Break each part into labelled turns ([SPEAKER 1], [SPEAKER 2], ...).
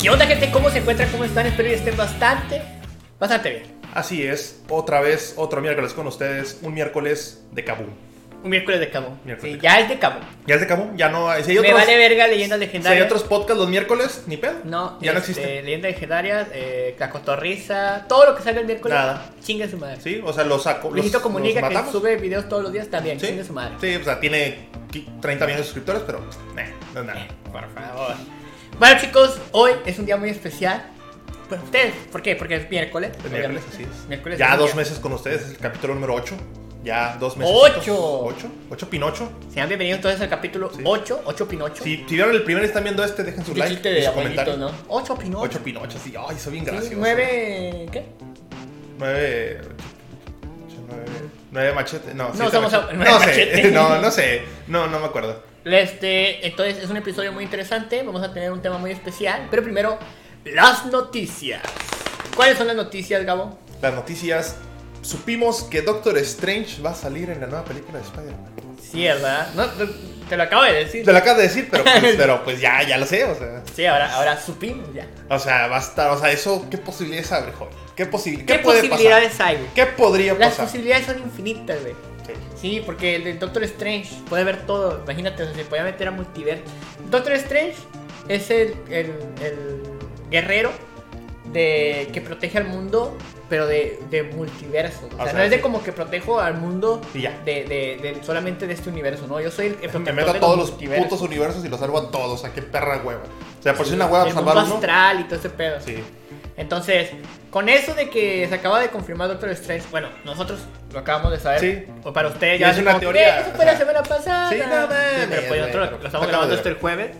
[SPEAKER 1] ¿Qué onda, gente? ¿Cómo se encuentran? ¿Cómo están? Espero que estén bastante, bastante bien.
[SPEAKER 2] Así es, otra vez, otro miércoles con ustedes, un miércoles de Kabum.
[SPEAKER 1] Un miércoles de Cabo.
[SPEAKER 2] Miércoles
[SPEAKER 1] Sí,
[SPEAKER 2] de
[SPEAKER 1] ya es de Cabo.
[SPEAKER 2] ¿Ya es de Kabum? Ya no hay. Si hay,
[SPEAKER 1] Me
[SPEAKER 2] otros,
[SPEAKER 1] vale verga leyendas
[SPEAKER 2] si hay
[SPEAKER 1] legendarias.
[SPEAKER 2] otros podcasts los miércoles, ni pedo.
[SPEAKER 1] No,
[SPEAKER 2] ya no
[SPEAKER 1] este,
[SPEAKER 2] existe.
[SPEAKER 1] Leyendas legendarias, eh, la cotorriza, todo lo que sale el miércoles.
[SPEAKER 2] Nada.
[SPEAKER 1] Chinga su madre.
[SPEAKER 2] Sí, o sea, los saco. Los,
[SPEAKER 1] Luisito
[SPEAKER 2] los
[SPEAKER 1] comunica que
[SPEAKER 2] matamos.
[SPEAKER 1] sube videos todos los días también.
[SPEAKER 2] Sí,
[SPEAKER 1] Chinga su madre.
[SPEAKER 2] sí, o sea, tiene qui- 30 millones de suscriptores, pero eh, no es nada.
[SPEAKER 1] Por favor. Bueno, chicos, hoy es un día muy especial. Para ustedes, ¿por qué? Porque es miércoles.
[SPEAKER 2] El miércoles,
[SPEAKER 1] obviamente.
[SPEAKER 2] así es.
[SPEAKER 1] Miércoles es
[SPEAKER 2] ya
[SPEAKER 1] un
[SPEAKER 2] dos
[SPEAKER 1] día.
[SPEAKER 2] meses con ustedes, es el capítulo número 8. Ya dos meses.
[SPEAKER 1] ¡Ocho!
[SPEAKER 2] ¿Ocho? ¿Ocho Pinocho?
[SPEAKER 1] Sean bienvenidos todos al capítulo
[SPEAKER 2] Sí.
[SPEAKER 1] 8, 8 Pinocho.
[SPEAKER 2] Si, si vieron el primero y están viendo este, dejen su
[SPEAKER 1] Un
[SPEAKER 2] like
[SPEAKER 1] chiste
[SPEAKER 2] y
[SPEAKER 1] de
[SPEAKER 2] su
[SPEAKER 1] abuelito,
[SPEAKER 2] comentario.
[SPEAKER 1] ¿no? 8 Pinocho.
[SPEAKER 2] 8 Pinocho, sí, ay, soy bien gracioso.
[SPEAKER 1] Sí, 9. ¿Qué?
[SPEAKER 2] 9. 9, machete. No,
[SPEAKER 1] No,
[SPEAKER 2] siete
[SPEAKER 1] somos
[SPEAKER 2] machete.
[SPEAKER 1] a- nueve
[SPEAKER 2] no
[SPEAKER 1] machete.
[SPEAKER 2] sé. No, no sé. No, no me acuerdo.
[SPEAKER 1] Este, entonces es un episodio muy interesante. Vamos a tener un tema muy especial. Pero primero, las noticias. ¿Cuáles son las noticias, Gabo?
[SPEAKER 2] Las noticias. Supimos que Doctor Strange va a salir en la nueva película de Spider-Man.
[SPEAKER 1] Sí, ¿verdad? No, te- te lo acabo de decir.
[SPEAKER 2] Te lo acabas de decir, pero pues, pero pues ya, ya lo sé, o sea.
[SPEAKER 1] Sí, ahora, ahora supimos ya.
[SPEAKER 2] O sea, va a estar, o sea, eso, ¿qué posibilidades abre, joven? ¿Qué, posibil
[SPEAKER 1] ¿Qué,
[SPEAKER 2] ¿qué puede
[SPEAKER 1] posibilidades
[SPEAKER 2] pasar?
[SPEAKER 1] hay, güey?
[SPEAKER 2] ¿Qué podría
[SPEAKER 1] Las
[SPEAKER 2] pasar?
[SPEAKER 1] posibilidades son infinitas, güey.
[SPEAKER 2] Sí.
[SPEAKER 1] Sí, porque el de Doctor Strange puede ver todo. Imagínate, o sea, se podía meter a multiverso. Doctor Strange es el, el- el guerrero de que protege al mundo, pero de, de multiverso. O sea,
[SPEAKER 2] O sea,
[SPEAKER 1] no es de
[SPEAKER 2] sí.
[SPEAKER 1] como que protejo al mundo
[SPEAKER 2] Y ya.
[SPEAKER 1] de, de- de- solamente de este universo, ¿no? Yo soy el, el protector
[SPEAKER 2] Me meto
[SPEAKER 1] de
[SPEAKER 2] a todos los
[SPEAKER 1] multiversos.
[SPEAKER 2] putos universos y los salvo a todos. O sea, qué perra hueva. O sea, por si
[SPEAKER 1] Sí,
[SPEAKER 2] una hueva
[SPEAKER 1] el
[SPEAKER 2] salvar
[SPEAKER 1] mundo
[SPEAKER 2] uno.
[SPEAKER 1] astral y todo ese pedo.
[SPEAKER 2] Sí.
[SPEAKER 1] Entonces, con eso de que se acaba de confirmar Doctor Strange, bueno, nosotros lo acabamos de saber.
[SPEAKER 2] Sí.
[SPEAKER 1] O para ustedes
[SPEAKER 2] Ya
[SPEAKER 1] ya
[SPEAKER 2] es
[SPEAKER 1] así
[SPEAKER 2] una
[SPEAKER 1] como que,
[SPEAKER 2] teoría,
[SPEAKER 1] "Eh, Eso fue la
[SPEAKER 2] ajá.
[SPEAKER 1] semana pasada.
[SPEAKER 2] Sí, no mames,
[SPEAKER 1] pero pues
[SPEAKER 2] güey,
[SPEAKER 1] nosotros
[SPEAKER 2] pero
[SPEAKER 1] lo estamos
[SPEAKER 2] acabo
[SPEAKER 1] grabando
[SPEAKER 2] de
[SPEAKER 1] esto el
[SPEAKER 2] ver.
[SPEAKER 1] jueves.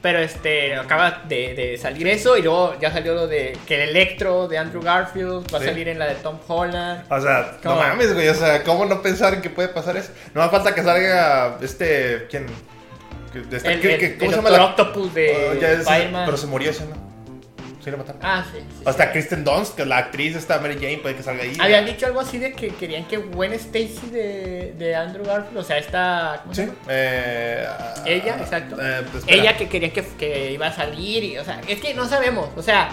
[SPEAKER 1] Pero este, acaba de, de salir eso y luego ya salió lo de que el Electro de Andrew Garfield va
[SPEAKER 2] Sí.
[SPEAKER 1] a salir en la de Tom Holland.
[SPEAKER 2] O sea,
[SPEAKER 1] ¿Cómo?
[SPEAKER 2] no mames, güey. O sea, ¿cómo no pensar en que puede pasar eso? No me falta que salga este. ¿Quién? Que- de esta-
[SPEAKER 1] El,
[SPEAKER 2] que-
[SPEAKER 1] el-
[SPEAKER 2] que-
[SPEAKER 1] el
[SPEAKER 2] ¿Cómo se llama
[SPEAKER 1] Dr.
[SPEAKER 2] la.?
[SPEAKER 1] Octopus de
[SPEAKER 2] Oh, ya es-
[SPEAKER 1] Spider-Man.
[SPEAKER 2] pero se murió ese, ¿no? Sí, lo mataron.
[SPEAKER 1] Ah, sí. sí,
[SPEAKER 2] Hasta
[SPEAKER 1] sí.
[SPEAKER 2] Kristen Dunst, que la actriz esta Mary Jane, puede que salga ahí.
[SPEAKER 1] Habían dicho algo así de que querían que Gwen Stacy de, de Andrew Garfield, o sea, esta. ¿cómo se
[SPEAKER 2] Sí.
[SPEAKER 1] llama?
[SPEAKER 2] Eh, ah,
[SPEAKER 1] Ella, exacto.
[SPEAKER 2] eh, pues, espera.
[SPEAKER 1] Ella que quería que, que iba a salir y, o sea, es que no sabemos, o sea,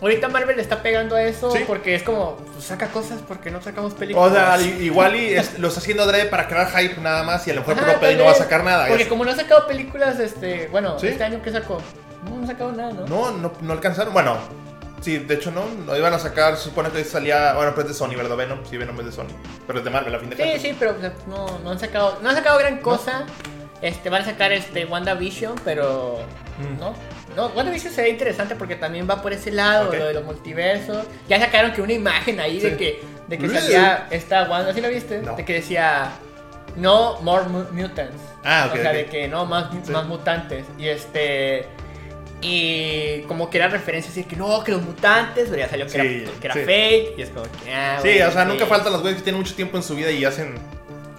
[SPEAKER 1] ahorita Marvel le está pegando a eso
[SPEAKER 2] Sí.
[SPEAKER 1] porque es como, pues, saca cosas porque no sacamos películas.
[SPEAKER 2] O sea, i- igual y es- lo está haciendo adrede para crear hype nada más y a lo mejor
[SPEAKER 1] Ajá,
[SPEAKER 2] puro pedo y
[SPEAKER 1] tal
[SPEAKER 2] no va a
[SPEAKER 1] vez.
[SPEAKER 2] sacar nada.
[SPEAKER 1] Porque
[SPEAKER 2] Es-
[SPEAKER 1] como no ha sacado películas, este, bueno,
[SPEAKER 2] Sí.
[SPEAKER 1] este año que sacó, no, no ha sacado nada, ¿no?
[SPEAKER 2] No, no, no alcanzaron. Bueno, sí, de hecho no, no iban a sacar, se supone que salía, bueno, pero es de Sony, ¿verdad? Venom, sí, Venom es de Sony, pero es de Marvel a fin de
[SPEAKER 1] Sí,
[SPEAKER 2] cuentas.
[SPEAKER 1] sí, pero o sea, no, no han sacado, no han sacado gran cosa. Este, van a sacar este WandaVision, pero
[SPEAKER 2] Mm.
[SPEAKER 1] no. No, WandaVision se ve interesante porque también va por ese lado,
[SPEAKER 2] Ok.
[SPEAKER 1] lo de los multiversos. Ya sacaron que una imagen ahí de
[SPEAKER 2] Sí.
[SPEAKER 1] que de que
[SPEAKER 2] Blue.
[SPEAKER 1] salía esta Wanda, ¿sí la viste?
[SPEAKER 2] No.
[SPEAKER 1] De que decía no more mu- mutants.
[SPEAKER 2] Ah, ok,
[SPEAKER 1] O sea,
[SPEAKER 2] ok.
[SPEAKER 1] de que no más, mu-
[SPEAKER 2] Sí.
[SPEAKER 1] más mutantes y este y como que era referencia decir que no, que los mutantes, pero ya salió que
[SPEAKER 2] Sí,
[SPEAKER 1] era, que era
[SPEAKER 2] sí.
[SPEAKER 1] fake y es como que ah,
[SPEAKER 2] Sí,
[SPEAKER 1] bueno,
[SPEAKER 2] o sea, nunca
[SPEAKER 1] sí.
[SPEAKER 2] faltan los güeyes que tienen mucho tiempo en su vida y hacen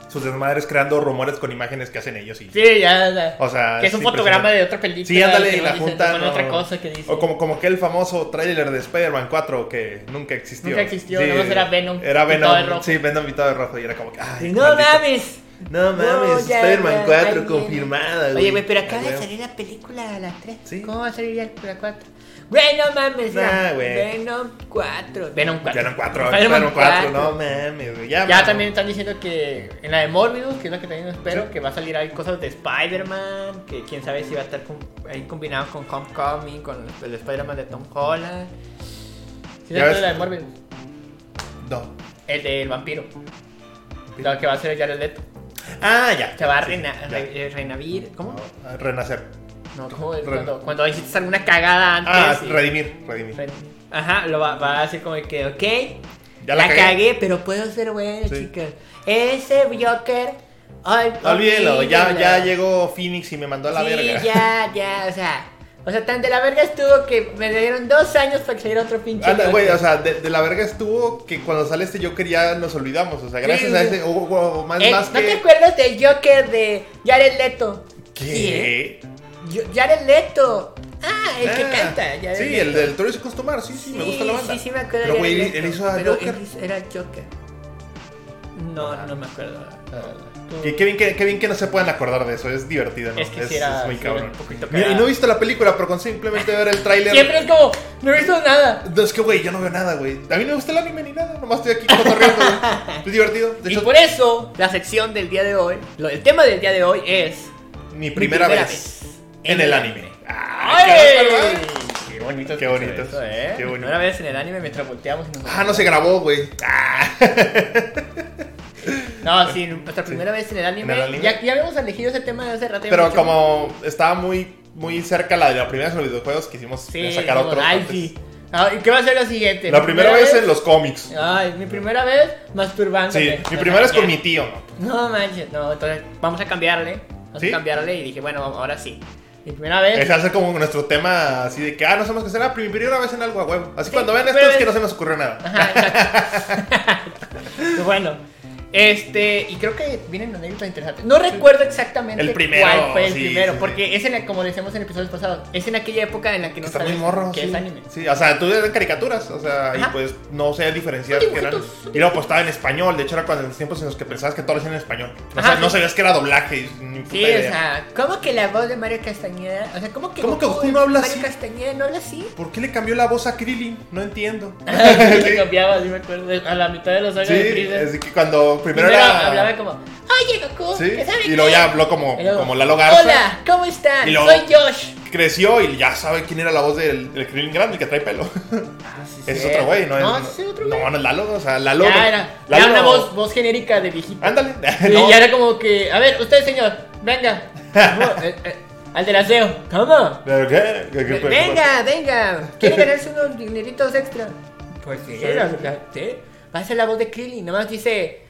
[SPEAKER 2] sus desmadres creando rumores con imágenes que hacen ellos. Y,
[SPEAKER 1] Sí, ya, ya.
[SPEAKER 2] O sea,
[SPEAKER 1] Que es un
[SPEAKER 2] Ah, sí,
[SPEAKER 1] fotograma
[SPEAKER 2] impresionante.
[SPEAKER 1] de otra película.
[SPEAKER 2] Sí, ándale,
[SPEAKER 1] que
[SPEAKER 2] y la
[SPEAKER 1] dicen,
[SPEAKER 2] junta.
[SPEAKER 1] ponen otra cosa que dice.
[SPEAKER 2] O como, como que el famoso tráiler de Spider-Man 4 que nunca existió.
[SPEAKER 1] Nunca existió, nada más era Venom
[SPEAKER 2] Era
[SPEAKER 1] pintado
[SPEAKER 2] Venom,
[SPEAKER 1] de rojo.
[SPEAKER 2] sí, Venom pintado de rojo y era como que,
[SPEAKER 1] Y
[SPEAKER 2] ay,
[SPEAKER 1] No
[SPEAKER 2] maldito.
[SPEAKER 1] mames.
[SPEAKER 2] No mames,
[SPEAKER 1] No, ya,
[SPEAKER 2] Spider-Man
[SPEAKER 1] ya,
[SPEAKER 2] 4
[SPEAKER 1] ahí viene.
[SPEAKER 2] confirmada, güey.
[SPEAKER 1] Oye, güey, pero acaba
[SPEAKER 2] Ah,
[SPEAKER 1] de
[SPEAKER 2] güey.
[SPEAKER 1] salir la película a las 3.
[SPEAKER 2] Sí.
[SPEAKER 1] ¿Cómo va a salir ya la 4? Güey, no mames.
[SPEAKER 2] Nah,
[SPEAKER 1] ya.
[SPEAKER 2] güey.
[SPEAKER 1] Venom 4. Venom 4.
[SPEAKER 2] Ya eran cuatro, ya
[SPEAKER 1] Spider-Man
[SPEAKER 2] eran cuatro,
[SPEAKER 1] cuatro.
[SPEAKER 2] no mames, güey. Ya,
[SPEAKER 1] Ya
[SPEAKER 2] mano.
[SPEAKER 1] también están diciendo que en la de Morbius, que es la que también espero,
[SPEAKER 2] Sí.
[SPEAKER 1] que va a salir ahí cosas de Spider-Man, que quién sabe si va a estar con- ahí combinado con Homecoming, con el Spider-Man de Tom Holland. ¿Sí
[SPEAKER 2] Ya
[SPEAKER 1] sabes
[SPEAKER 2] ves.
[SPEAKER 1] la de Morbius?
[SPEAKER 2] No.
[SPEAKER 1] El del vampiro. Lo que va a hacer Jared Leto.
[SPEAKER 2] Ah, ya.
[SPEAKER 1] Se va a
[SPEAKER 2] Sí,
[SPEAKER 1] rena-
[SPEAKER 2] ya.
[SPEAKER 1] re- eh, renavir. ¿Cómo?
[SPEAKER 2] Ah, Renacer.
[SPEAKER 1] No, ¿cómo es?
[SPEAKER 2] Re-
[SPEAKER 1] Cuando, cuando hiciste alguna cagada antes.
[SPEAKER 2] Ah,
[SPEAKER 1] y-
[SPEAKER 2] redimir, redimir.
[SPEAKER 1] Re- Ajá, lo va, va a hacer como que, ok.
[SPEAKER 2] Ya la cagué.
[SPEAKER 1] pero puedo ser bueno,
[SPEAKER 2] Sí.
[SPEAKER 1] chicas. Ese Joker. ol-
[SPEAKER 2] Olvídelo, ya, ya
[SPEAKER 1] olvídelo.
[SPEAKER 2] llegó Phoenix y me mandó a la
[SPEAKER 1] sí,
[SPEAKER 2] verga.
[SPEAKER 1] ya, ya, o sea. O sea, tan de la verga estuvo que me dieron dos años para que saliera otro pinche.
[SPEAKER 2] Anda, güey,
[SPEAKER 1] Joker.
[SPEAKER 2] o sea, de, de la verga estuvo que cuando sale este Joker ya nos olvidamos. O sea, gracias
[SPEAKER 1] Sí,
[SPEAKER 2] a
[SPEAKER 1] güey.
[SPEAKER 2] ese. o- o- o más,
[SPEAKER 1] Eh,
[SPEAKER 2] más
[SPEAKER 1] ¿No te
[SPEAKER 2] que.
[SPEAKER 1] acuerdas del Joker de Jared Leto? Sí, ¿eh?
[SPEAKER 2] ¿Qué?
[SPEAKER 1] Yo- Jared Leto. Ah, el que
[SPEAKER 2] Ah,
[SPEAKER 1] canta. Jared
[SPEAKER 2] Sí,
[SPEAKER 1] Leto.
[SPEAKER 2] el del Toro y Costumar. Sí, sí, me gusta la banda.
[SPEAKER 1] Sí, sí, me acuerdo.
[SPEAKER 2] Pero,
[SPEAKER 1] de
[SPEAKER 2] güey,
[SPEAKER 1] Jared
[SPEAKER 2] él, él
[SPEAKER 1] Leto,
[SPEAKER 2] hizo a
[SPEAKER 1] pero
[SPEAKER 2] Joker.
[SPEAKER 1] él hizo- era Joker. No,
[SPEAKER 2] Ah.
[SPEAKER 1] no me acuerdo. la verdad.
[SPEAKER 2] Que, qué, bien que, qué bien que no se puedan acordar de eso, es divertido, ¿no?
[SPEAKER 1] Es que sí era,
[SPEAKER 2] es muy
[SPEAKER 1] sí era
[SPEAKER 2] cabrón.
[SPEAKER 1] un poquito
[SPEAKER 2] Mira, y
[SPEAKER 1] cagado.
[SPEAKER 2] no he visto la película, pero con simplemente ver el tráiler...
[SPEAKER 1] Siempre es como, no he visto nada.
[SPEAKER 2] No, es que, güey, yo no veo nada, güey. A mí no me gusta el anime ni nada, nomás estoy aquí cotorreando, güey. Es divertido. De
[SPEAKER 1] Y
[SPEAKER 2] hecho,
[SPEAKER 1] por eso, la sección del día de hoy, lo- el tema del día de hoy es.
[SPEAKER 2] mi primera,
[SPEAKER 1] primera
[SPEAKER 2] vez,
[SPEAKER 1] vez
[SPEAKER 2] en el anime.
[SPEAKER 1] ¡Ay!
[SPEAKER 2] ¡Qué bonito! ¡Qué bonito!
[SPEAKER 1] Eso, ¿eh?
[SPEAKER 2] ¡Qué bonito!
[SPEAKER 1] Primera vez en el anime mientras volteamos. y nos-
[SPEAKER 2] Ah, no se grabó, güey. Ah.
[SPEAKER 1] No, sí, nuestra primera vez en el anime.
[SPEAKER 2] ¿En el anime?
[SPEAKER 1] Ya, ya habíamos elegido ese tema de hace rato. ya
[SPEAKER 2] Pero
[SPEAKER 1] hemos dicho-
[SPEAKER 2] como estaba muy, muy cerca la de la primera vez en los videojuegos, quisimos
[SPEAKER 1] Sí,
[SPEAKER 2] sacar
[SPEAKER 1] como,
[SPEAKER 2] otro.
[SPEAKER 1] Ay,
[SPEAKER 2] antes.
[SPEAKER 1] sí. Ah, ¿y ¿Qué va a ser la siguiente?
[SPEAKER 2] La primera vez en los cómics.
[SPEAKER 1] Ay, mi primera vez masturbándome.
[SPEAKER 2] Sí, mi primera es con mi
[SPEAKER 1] mi
[SPEAKER 2] tío.
[SPEAKER 1] No manches, no, entonces vamos a cambiarle. Vamos
[SPEAKER 2] ¿Sí?
[SPEAKER 1] a cambiarle y dije, bueno, ahora sí. Mi primera vez.
[SPEAKER 2] Es hacer como nuestro tema así de que, ah, no sabemos qué hacer. Ah, mi primera vez en algo a huevo. Así
[SPEAKER 1] Sí, Pues,
[SPEAKER 2] cuando vean esto
[SPEAKER 1] pero
[SPEAKER 2] es que
[SPEAKER 1] es-
[SPEAKER 2] no se nos ocurrió nada.
[SPEAKER 1] Ajá, exacto. Pues bueno, este, y creo que vienen anécdotas interesantes. No recuerdo exactamente
[SPEAKER 2] El primero,
[SPEAKER 1] cuál fue el
[SPEAKER 2] sí,
[SPEAKER 1] primero,
[SPEAKER 2] sí,
[SPEAKER 1] porque es en la, como decíamos en episodios pasados, es en aquella época en la que no
[SPEAKER 2] Está
[SPEAKER 1] sabes
[SPEAKER 2] muy morro,
[SPEAKER 1] qué
[SPEAKER 2] sí.
[SPEAKER 1] es anime.
[SPEAKER 2] Sí, o sea, tú eran caricaturas, o sea, y
[SPEAKER 1] Ajá.
[SPEAKER 2] pues no sé diferenciar
[SPEAKER 1] Son
[SPEAKER 2] qué eran.
[SPEAKER 1] dibujitos, son
[SPEAKER 2] Y luego pues estaba en español, de hecho era cuando en los tiempos en los que pensabas que todo lo hacían en español. O sea,
[SPEAKER 1] Ajá,
[SPEAKER 2] no
[SPEAKER 1] sí.
[SPEAKER 2] sabías que era doblaje, ni puta
[SPEAKER 1] Sí, o
[SPEAKER 2] idea.
[SPEAKER 1] sea, ¿cómo que la voz de Mario Castañeda? O sea, ¿cómo que,
[SPEAKER 2] ¿Cómo que Goku
[SPEAKER 1] y
[SPEAKER 2] no habla
[SPEAKER 1] Mario
[SPEAKER 2] así?
[SPEAKER 1] Castañeda no habla así?
[SPEAKER 2] ¿Por qué le cambió la voz a Krillin? No entiendo.
[SPEAKER 1] Le cambiaba, sí me acuerdo, a la mitad de los años
[SPEAKER 2] Sí,
[SPEAKER 1] de Freezer.
[SPEAKER 2] es que cuando primero,
[SPEAKER 1] Primero
[SPEAKER 2] era...
[SPEAKER 1] hablaba como, oye Goku,
[SPEAKER 2] Sí,
[SPEAKER 1] ¿qué sabe
[SPEAKER 2] y luego
[SPEAKER 1] qué?"
[SPEAKER 2] ya habló como,
[SPEAKER 1] Y luego,
[SPEAKER 2] como Lalo Garza.
[SPEAKER 1] Hola, ¿cómo están?
[SPEAKER 2] Y luego-
[SPEAKER 1] Soy Josh.
[SPEAKER 2] Creció y ya sabe quién era la voz del, del Krillin grande, el que trae pelo. Ese es otro güey, ¿no?
[SPEAKER 1] No,
[SPEAKER 2] es,
[SPEAKER 1] ese es otro güey.
[SPEAKER 2] No, no es Lalo, o sea, Lalo...
[SPEAKER 1] ya era, ya
[SPEAKER 2] Lalo-
[SPEAKER 1] una voz, voz genérica de viejito.
[SPEAKER 2] Ándale.
[SPEAKER 1] Y
[SPEAKER 2] No,
[SPEAKER 1] ya era como que, a ver, usted señor, venga. Eh, eh, Al del aseo, ¿cómo?
[SPEAKER 2] ¿Pero qué? ¿Qué- qué-
[SPEAKER 1] venga, venga. ¿Quiere ganarse unos dineritos extra? Pues sí,
[SPEAKER 2] Sí.
[SPEAKER 1] la verdad, sí. Va a ser la voz de Krillin, nomás dice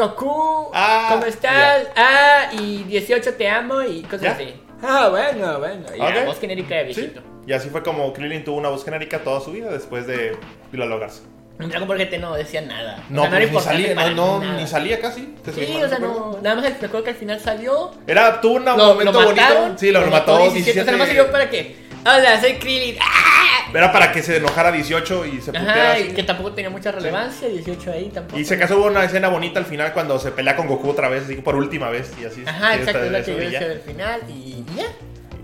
[SPEAKER 1] Goku,
[SPEAKER 2] Ah,
[SPEAKER 1] ¿cómo estás? Ah, y 18 te amo y cosas
[SPEAKER 2] Ya.
[SPEAKER 1] así. Ah, bueno, bueno. Y la
[SPEAKER 2] Ok.
[SPEAKER 1] voz genérica de
[SPEAKER 2] Sí.
[SPEAKER 1] viejito.
[SPEAKER 2] Y así fue como Krillin tuvo una voz genérica toda su vida después de Lalo Garza.
[SPEAKER 1] En Dragon Ball GT no decía nada.
[SPEAKER 2] No,
[SPEAKER 1] O sea,
[SPEAKER 2] pues, ni
[SPEAKER 1] importante
[SPEAKER 2] salía,
[SPEAKER 1] para
[SPEAKER 2] no, no,
[SPEAKER 1] nada.
[SPEAKER 2] ni salía casi. Te soy
[SPEAKER 1] Sí,
[SPEAKER 2] mal,
[SPEAKER 1] o sea,
[SPEAKER 2] me acuerdo.
[SPEAKER 1] no. Nada más el recuerdo que al final salió.
[SPEAKER 2] Era, tuvo un
[SPEAKER 1] lo,
[SPEAKER 2] momento
[SPEAKER 1] lo mataron,
[SPEAKER 2] bonito. Sí, lo, lo mató. 17.
[SPEAKER 1] O sea, nada más sirvió para que. Hola, soy Krillin. ¡Ah!
[SPEAKER 2] Era para que se enojara 18 y se puteara.
[SPEAKER 1] Ajá,
[SPEAKER 2] así.
[SPEAKER 1] y que tampoco tenía mucha relevancia. 18 ahí tampoco.
[SPEAKER 2] Y si acaso hubo una escena bonita al final cuando se pelea con Goku otra vez, así que por última vez. Y así
[SPEAKER 1] Ajá,
[SPEAKER 2] y
[SPEAKER 1] exacto,
[SPEAKER 2] esta-
[SPEAKER 1] es la que
[SPEAKER 2] eso,
[SPEAKER 1] yo
[SPEAKER 2] y ya.
[SPEAKER 1] decía del final. Y y ya.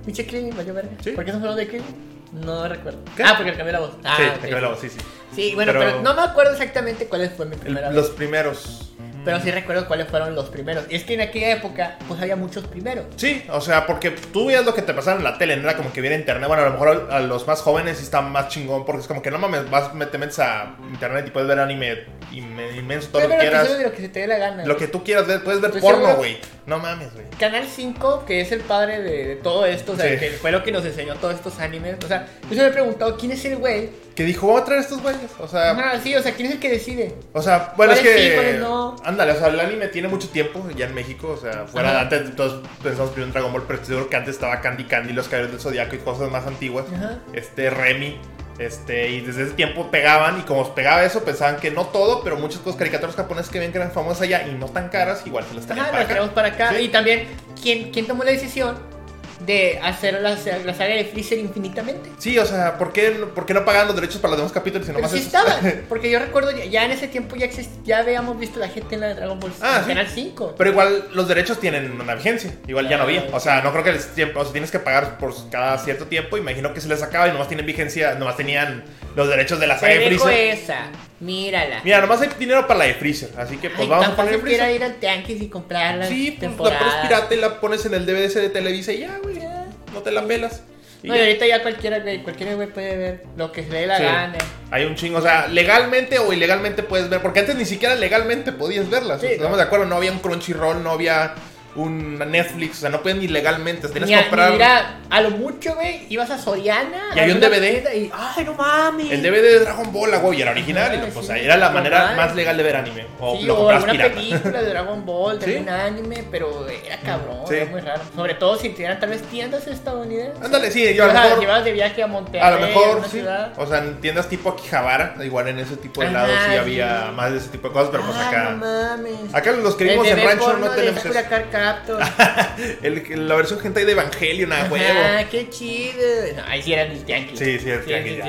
[SPEAKER 1] Pinche Krillin, valió verga.
[SPEAKER 2] Sí.
[SPEAKER 1] ¿Por qué estamos hablando de Krillin? No recuerdo.
[SPEAKER 2] ¿Qué?
[SPEAKER 1] Ah, porque le cambié la voz. Ah,
[SPEAKER 2] Sí,
[SPEAKER 1] ok.
[SPEAKER 2] te quedó la voz, sí, sí.
[SPEAKER 1] Sí, bueno, pero...
[SPEAKER 2] Pero-
[SPEAKER 1] no me acuerdo exactamente cuál fue mi primera
[SPEAKER 2] El-
[SPEAKER 1] vez.
[SPEAKER 2] los primeros. Mm.
[SPEAKER 1] Pero sí recuerdo cuáles fueron los primeros. Y es que en aquella época, pues había muchos primeros.
[SPEAKER 2] Sí, o sea, porque tú veías lo que te pasaba en la tele, no era como que viera internet. Bueno, a lo mejor a los más jóvenes sí está más chingón, porque es como que no mames, vas, me- te metes a internet y puedes ver anime inme- inmenso, todo
[SPEAKER 1] Pero lo que
[SPEAKER 2] lo que quieras.
[SPEAKER 1] sea de lo que se te dé la gana.
[SPEAKER 2] Lo que tú quieras ver, puedes ver
[SPEAKER 1] Estoy
[SPEAKER 2] porno,
[SPEAKER 1] seguro.
[SPEAKER 2] güey. No mames, güey.
[SPEAKER 1] Canal 5, que es el padre de, de todo esto, o sea,
[SPEAKER 2] Sí.
[SPEAKER 1] que fue lo que nos enseñó todos estos animes. O sea, yo se me he preguntado quién es el güey.
[SPEAKER 2] Que dijo, voy a traer estos güeyes. O sea,
[SPEAKER 1] Ajá, sí, o sea, quién es el que decide.
[SPEAKER 2] o sea, bueno, es
[SPEAKER 1] ¿Cuáles sí,
[SPEAKER 2] que.
[SPEAKER 1] cuáles no?
[SPEAKER 2] Ándale, o sea, el anime tiene mucho tiempo ya en México. O sea, fuera de
[SPEAKER 1] Ajá.
[SPEAKER 2] antes, todos pensamos primero en Dragon Ball, pero estoy seguro que antes estaba Candy Candy, los caballeros del Zodiaco y cosas más antiguas.
[SPEAKER 1] Ajá.
[SPEAKER 2] Este, Remy. Este, y desde ese tiempo pegaban, y como os pegaba eso, pensaban que no todo, pero muchas cosas caricaturas japonesas que ven que eran famosas allá y no tan caras, igual se las traían
[SPEAKER 1] Ajá,
[SPEAKER 2] para
[SPEAKER 1] lo
[SPEAKER 2] acá.
[SPEAKER 1] traemos para acá.
[SPEAKER 2] Sí.
[SPEAKER 1] Y también, ¿quién, quién tomó la decisión de hacer la, sa- la saga de Freezer infinitamente?
[SPEAKER 2] Sí, o sea, ¿por qué, no- ¿por qué no pagaban los derechos para los demás capítulos? Y
[SPEAKER 1] Pero
[SPEAKER 2] nomás
[SPEAKER 1] sí
[SPEAKER 2] esos?
[SPEAKER 1] estaba, porque yo recuerdo ya, ya en ese tiempo ya exist- ya habíamos visto la gente en la de Dragon Ball
[SPEAKER 2] Ah,
[SPEAKER 1] en
[SPEAKER 2] sí.
[SPEAKER 1] Canal 5.
[SPEAKER 2] Pero igual los derechos tienen una vigencia. Igual ya no había. O sea, no creo que les tiempo. O sea, tienes que pagar por cada cierto tiempo. Imagino que se les acaba y nomás tienen vigencia. Nomás tenían los derechos de la saga
[SPEAKER 1] Te
[SPEAKER 2] de
[SPEAKER 1] dejo
[SPEAKER 2] Freezer.
[SPEAKER 1] esa, mírala.
[SPEAKER 2] Mira, nomás hay dinero para la de Freezer. Así que pues
[SPEAKER 1] Ay,
[SPEAKER 2] vamos
[SPEAKER 1] tan
[SPEAKER 2] a poner
[SPEAKER 1] fácil que era
[SPEAKER 2] Freezer.
[SPEAKER 1] ir al Tianguis y comprar las
[SPEAKER 2] Sí, pues la pones
[SPEAKER 1] temporadas.
[SPEAKER 2] pirata y la pones en el DVD de Televisa y ya, güey. ya, No te la pelas. Y
[SPEAKER 1] No, y
[SPEAKER 2] ya.
[SPEAKER 1] ahorita ya cualquiera, güey, cualquiera güey puede ver lo que se le dé la
[SPEAKER 2] Sí.
[SPEAKER 1] gana.
[SPEAKER 2] Hay un chingo, o sea, legalmente o ilegalmente puedes ver, porque antes ni siquiera legalmente podías verlas.
[SPEAKER 1] Sí,
[SPEAKER 2] o sea, estamos de acuerdo, no había un Crunchyroll, no había un Netflix, o sea, no podías ni legalmente, tenías
[SPEAKER 1] Ni
[SPEAKER 2] que
[SPEAKER 1] a,
[SPEAKER 2] comprar.
[SPEAKER 1] ni ir a- a lo mucho, güey, ibas a Soriana.
[SPEAKER 2] Y
[SPEAKER 1] a
[SPEAKER 2] había un
[SPEAKER 1] una
[SPEAKER 2] DVD.
[SPEAKER 1] tienda Y, ay, no mames.
[SPEAKER 2] El DVD de Dragon Ball, la güey, era original y
[SPEAKER 1] Ajá,
[SPEAKER 2] lo- pues,
[SPEAKER 1] sí,
[SPEAKER 2] era la
[SPEAKER 1] lo
[SPEAKER 2] manera
[SPEAKER 1] comprabas.
[SPEAKER 2] más legal de ver anime. O
[SPEAKER 1] Sí,
[SPEAKER 2] lo
[SPEAKER 1] o
[SPEAKER 2] comprabas
[SPEAKER 1] alguna
[SPEAKER 2] pirata.
[SPEAKER 1] película de Dragon Ball, de
[SPEAKER 2] Sí.
[SPEAKER 1] algún anime, pero era cabrón,
[SPEAKER 2] Sí.
[SPEAKER 1] era muy raro. Sobre todo si tuvieran tal vez tiendas estadounidenses.
[SPEAKER 2] Ándale, sí, yo
[SPEAKER 1] Ibas
[SPEAKER 2] a lo
[SPEAKER 1] a-
[SPEAKER 2] mejor.
[SPEAKER 1] llevabas de viaje a Monterrey,
[SPEAKER 2] A lo mejor,
[SPEAKER 1] una
[SPEAKER 2] sí.
[SPEAKER 1] ciudad.
[SPEAKER 2] O sea, en tiendas tipo Akihabara, igual en ese tipo de
[SPEAKER 1] Ajá,
[SPEAKER 2] lados sí
[SPEAKER 1] sí.
[SPEAKER 2] había más de ese tipo de cosas, pero pues
[SPEAKER 1] Ah,
[SPEAKER 2] acá.
[SPEAKER 1] no mames.
[SPEAKER 2] Acá los que vivimos
[SPEAKER 1] El
[SPEAKER 2] en
[SPEAKER 1] bebé
[SPEAKER 2] rancho
[SPEAKER 1] porno
[SPEAKER 2] no
[SPEAKER 1] de
[SPEAKER 2] tenemos eso.
[SPEAKER 1] Sakura Card Captor.
[SPEAKER 2] El- la versión hentai de Evangelion, a huevo.
[SPEAKER 1] Ah, qué chido. No, ahí sí era el tianguis.
[SPEAKER 2] Sí, sí, el tianguis, ya.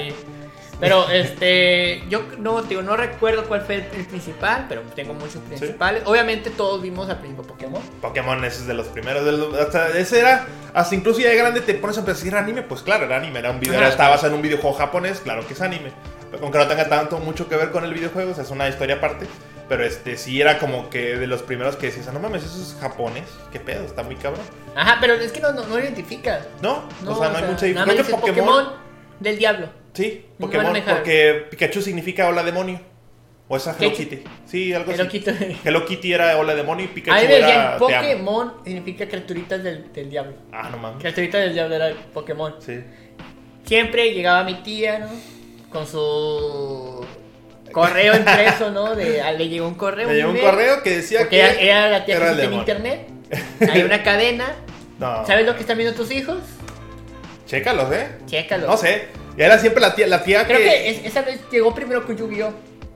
[SPEAKER 1] Pero este, yo no, te digo, no recuerdo cuál fue el, el principal, pero tengo muchos principales. Obviamente todos vimos al principio Pokémon.
[SPEAKER 2] Pokémon ese es de los primeros. del- hasta ese era. Hasta incluso ya de grande te pones a empezar a decir anime. Pues claro, era anime. Era un video.
[SPEAKER 1] Ajá.
[SPEAKER 2] Estaba basado en un videojuego japonés. Claro que es anime. Aunque no tenga tanto mucho que ver con el videojuego. O sea, es una historia aparte. Pero este sí era como que de los primeros que decías, "Ah, no mames, eso es japonés. ¿Qué pedo? Está muy cabrón.
[SPEAKER 1] Ajá, pero es que no, no, no lo identificas.
[SPEAKER 2] No,
[SPEAKER 1] No,
[SPEAKER 2] o sea, no hay mucha
[SPEAKER 1] nada más
[SPEAKER 2] diferencia. Creo que
[SPEAKER 1] dices
[SPEAKER 2] Pokémon,
[SPEAKER 1] Pokémon del diablo.
[SPEAKER 2] Sí,
[SPEAKER 1] No
[SPEAKER 2] Pokémon.
[SPEAKER 1] maneja-
[SPEAKER 2] porque Pikachu significa hola demonio. O esa Hello
[SPEAKER 1] ¿Qué?
[SPEAKER 2] Kitty. Sí, algo
[SPEAKER 1] Pero
[SPEAKER 2] así.
[SPEAKER 1] quito.
[SPEAKER 2] Hello Kitty era hola demonio y Pikachu
[SPEAKER 1] A mí me
[SPEAKER 2] era.
[SPEAKER 1] decían
[SPEAKER 2] te amo.
[SPEAKER 1] Pokémon significa criaturitas del, del diablo.
[SPEAKER 2] Ah, no mames.
[SPEAKER 1] Criaturitas del diablo era Pokémon.
[SPEAKER 2] Sí.
[SPEAKER 1] Siempre llegaba mi tía, ¿no? Con su correo impreso, ¿no? De, ah, le llegó un correo.
[SPEAKER 2] Me llegó un
[SPEAKER 1] email,
[SPEAKER 2] correo que decía
[SPEAKER 1] Porque
[SPEAKER 2] que.
[SPEAKER 1] era, era la tía
[SPEAKER 2] era
[SPEAKER 1] que
[SPEAKER 2] el
[SPEAKER 1] existe en
[SPEAKER 2] demonio.
[SPEAKER 1] internet. Hay una cadena.
[SPEAKER 2] No.
[SPEAKER 1] ¿Sabes lo que están viendo tus hijos?
[SPEAKER 2] Chécalos, ¿eh?
[SPEAKER 1] Chécalo.
[SPEAKER 2] No sé. Y era siempre la tía. La tía
[SPEAKER 1] Creo
[SPEAKER 2] que...
[SPEAKER 1] que es- esa vez llegó primero con Yu-Gi-Oh!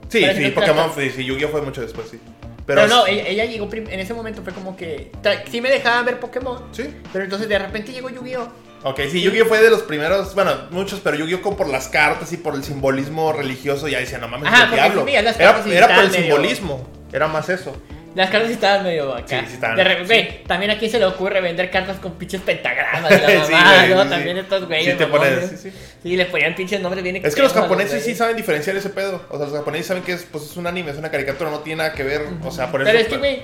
[SPEAKER 2] Sí,
[SPEAKER 1] Parece
[SPEAKER 2] sí,
[SPEAKER 1] que
[SPEAKER 2] Pokémon.
[SPEAKER 1] trata-
[SPEAKER 2] Sí, sí, Yu-Gi-Oh fue mucho después, sí.
[SPEAKER 1] Pero,
[SPEAKER 2] Pero.
[SPEAKER 1] no, eh. ella, ella llegó prim- en ese momento fue como que ta- sí me dejaban ver Pokémon,
[SPEAKER 2] Sí.
[SPEAKER 1] pero entonces de repente llegó Yu-Gi-Oh.
[SPEAKER 2] Ok, sí, Yu-Gi-Oh fue de los primeros. Bueno, muchos, pero Yu-Gi-Oh como por las cartas y por el simbolismo religioso. Ya decía, no mames,
[SPEAKER 1] Ajá,
[SPEAKER 2] es el
[SPEAKER 1] porque
[SPEAKER 2] diablo.
[SPEAKER 1] sí veías las
[SPEAKER 2] era
[SPEAKER 1] cartas y
[SPEAKER 2] era por el
[SPEAKER 1] estaban medio-
[SPEAKER 2] simbolismo. Era más eso.
[SPEAKER 1] Las cartas estaban medio acá.
[SPEAKER 2] Sí, sí estaban,
[SPEAKER 1] De re-
[SPEAKER 2] sí.
[SPEAKER 1] güey, también aquí se le ocurre vender cartas con pinches pentagramas y la
[SPEAKER 2] Sí,
[SPEAKER 1] mamada,
[SPEAKER 2] güey,
[SPEAKER 1] ¿no?
[SPEAKER 2] sí,
[SPEAKER 1] También
[SPEAKER 2] sí.
[SPEAKER 1] estos güeyes.
[SPEAKER 2] Sí, te
[SPEAKER 1] mamones.
[SPEAKER 2] pones- sí, sí.
[SPEAKER 1] Sí, les ponían pinches nombres bien
[SPEAKER 2] Es que los
[SPEAKER 1] extremos a
[SPEAKER 2] japoneses sí
[SPEAKER 1] güeyes.
[SPEAKER 2] saben diferenciar ese pedo. O sea, los japoneses saben que es, pues, es un anime, es una caricatura, no tiene nada que ver. O sea, por eso.
[SPEAKER 1] Pero es que, güey,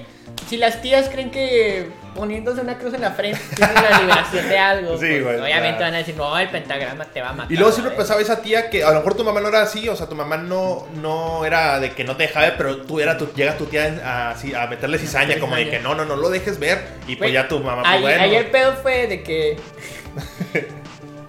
[SPEAKER 1] si las tías creen que poniéndose una cruz en la frente tienen la liberación de algo,
[SPEAKER 2] Sí,
[SPEAKER 1] pues,
[SPEAKER 2] güey,
[SPEAKER 1] obviamente
[SPEAKER 2] claro.
[SPEAKER 1] van a decir, no, el pentagrama te va a matar.
[SPEAKER 2] Y luego
[SPEAKER 1] la
[SPEAKER 2] siempre
[SPEAKER 1] verga".
[SPEAKER 2] pensaba esa tía que a lo mejor tu mamá no era así, o sea, tu mamá no, no era de que no te dejaba ver, pero tú era tu, llega tu tía a, así, a meterle cizaña, como de que no, no, no lo dejes ver. Y pues
[SPEAKER 1] Güey,
[SPEAKER 2] ya tu mamá, pues
[SPEAKER 1] ahí-
[SPEAKER 2] bueno.
[SPEAKER 1] ahí el pedo fue de que.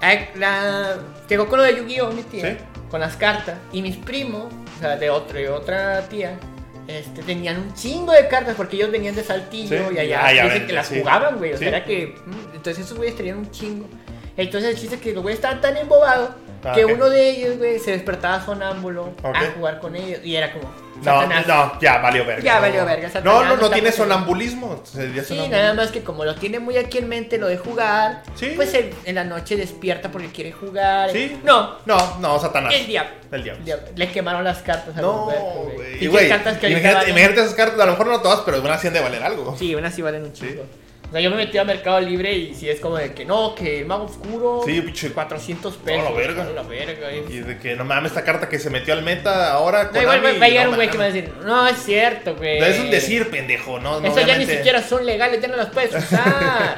[SPEAKER 1] Ay, la- Llegó con lo de Yu-Gi-Oh! mi tía.
[SPEAKER 2] Sí.
[SPEAKER 1] Con las cartas. Y mis primos, o sea, de, otro, de otra tía, este, tenían un chingo de cartas porque ellos venían de Saltillo
[SPEAKER 2] Sí.
[SPEAKER 1] y allá.
[SPEAKER 2] Ah, ya
[SPEAKER 1] dicen
[SPEAKER 2] ven,
[SPEAKER 1] que las
[SPEAKER 2] sí.
[SPEAKER 1] jugaban, güey. O sea,
[SPEAKER 2] Sí.
[SPEAKER 1] era que. mm, Entonces esos güeyes tenían un chingo. Entonces el chiste es que los güeyes estaban tan embobados
[SPEAKER 2] Ah,
[SPEAKER 1] que
[SPEAKER 2] ok.
[SPEAKER 1] uno de ellos, güey, se despertaba sonámbulo
[SPEAKER 2] Ok.
[SPEAKER 1] a jugar con ellos. Y era como.
[SPEAKER 2] No,
[SPEAKER 1] Satanás.
[SPEAKER 2] no, ya valió verga.
[SPEAKER 1] Ya
[SPEAKER 2] No,
[SPEAKER 1] valió
[SPEAKER 2] no.
[SPEAKER 1] verga,
[SPEAKER 2] No,
[SPEAKER 1] Satanás,
[SPEAKER 2] no, no
[SPEAKER 1] está
[SPEAKER 2] tiene
[SPEAKER 1] pasando.
[SPEAKER 2] sonambulismo. sería
[SPEAKER 1] Sí,
[SPEAKER 2] sonambulismo.
[SPEAKER 1] nada más que como lo tiene muy aquí en mente lo de jugar,
[SPEAKER 2] Sí.
[SPEAKER 1] pues en, en la noche despierta porque quiere jugar.
[SPEAKER 2] Sí.
[SPEAKER 1] No,
[SPEAKER 2] No, no, Satanás.
[SPEAKER 1] el diablo.
[SPEAKER 2] El diablo.
[SPEAKER 1] El diablo. Le quemaron las cartas a
[SPEAKER 2] No,
[SPEAKER 1] Roberto,
[SPEAKER 2] güey. Y,
[SPEAKER 1] Pinches
[SPEAKER 2] güey,
[SPEAKER 1] cartas que ahorita
[SPEAKER 2] Imagínate,
[SPEAKER 1] valen-
[SPEAKER 2] imagínate esas cartas, a lo mejor no todas, pero una hacían de valer algo.
[SPEAKER 1] Sí, unas sí valen un chingo. O sea, yo me metí a Mercado Libre y si es como de que no, que el mago oscuro,
[SPEAKER 2] Sí, pinche-
[SPEAKER 1] 400 pesos.
[SPEAKER 2] No, la verga.
[SPEAKER 1] no, la verga, eh.
[SPEAKER 2] Y de que no mames, esta carta que se metió al meta ahora.
[SPEAKER 1] No,
[SPEAKER 2] Konami,
[SPEAKER 1] igual va- va a llegar
[SPEAKER 2] no
[SPEAKER 1] un güey que me va a
[SPEAKER 2] mames.
[SPEAKER 1] decir, no, es cierto, güey.
[SPEAKER 2] No, Es un decir, pendejo, ¿no? no,
[SPEAKER 1] "Eh, Eso ya ni
[SPEAKER 2] obviamente.
[SPEAKER 1] siquiera son legales, ya no las puedes usar.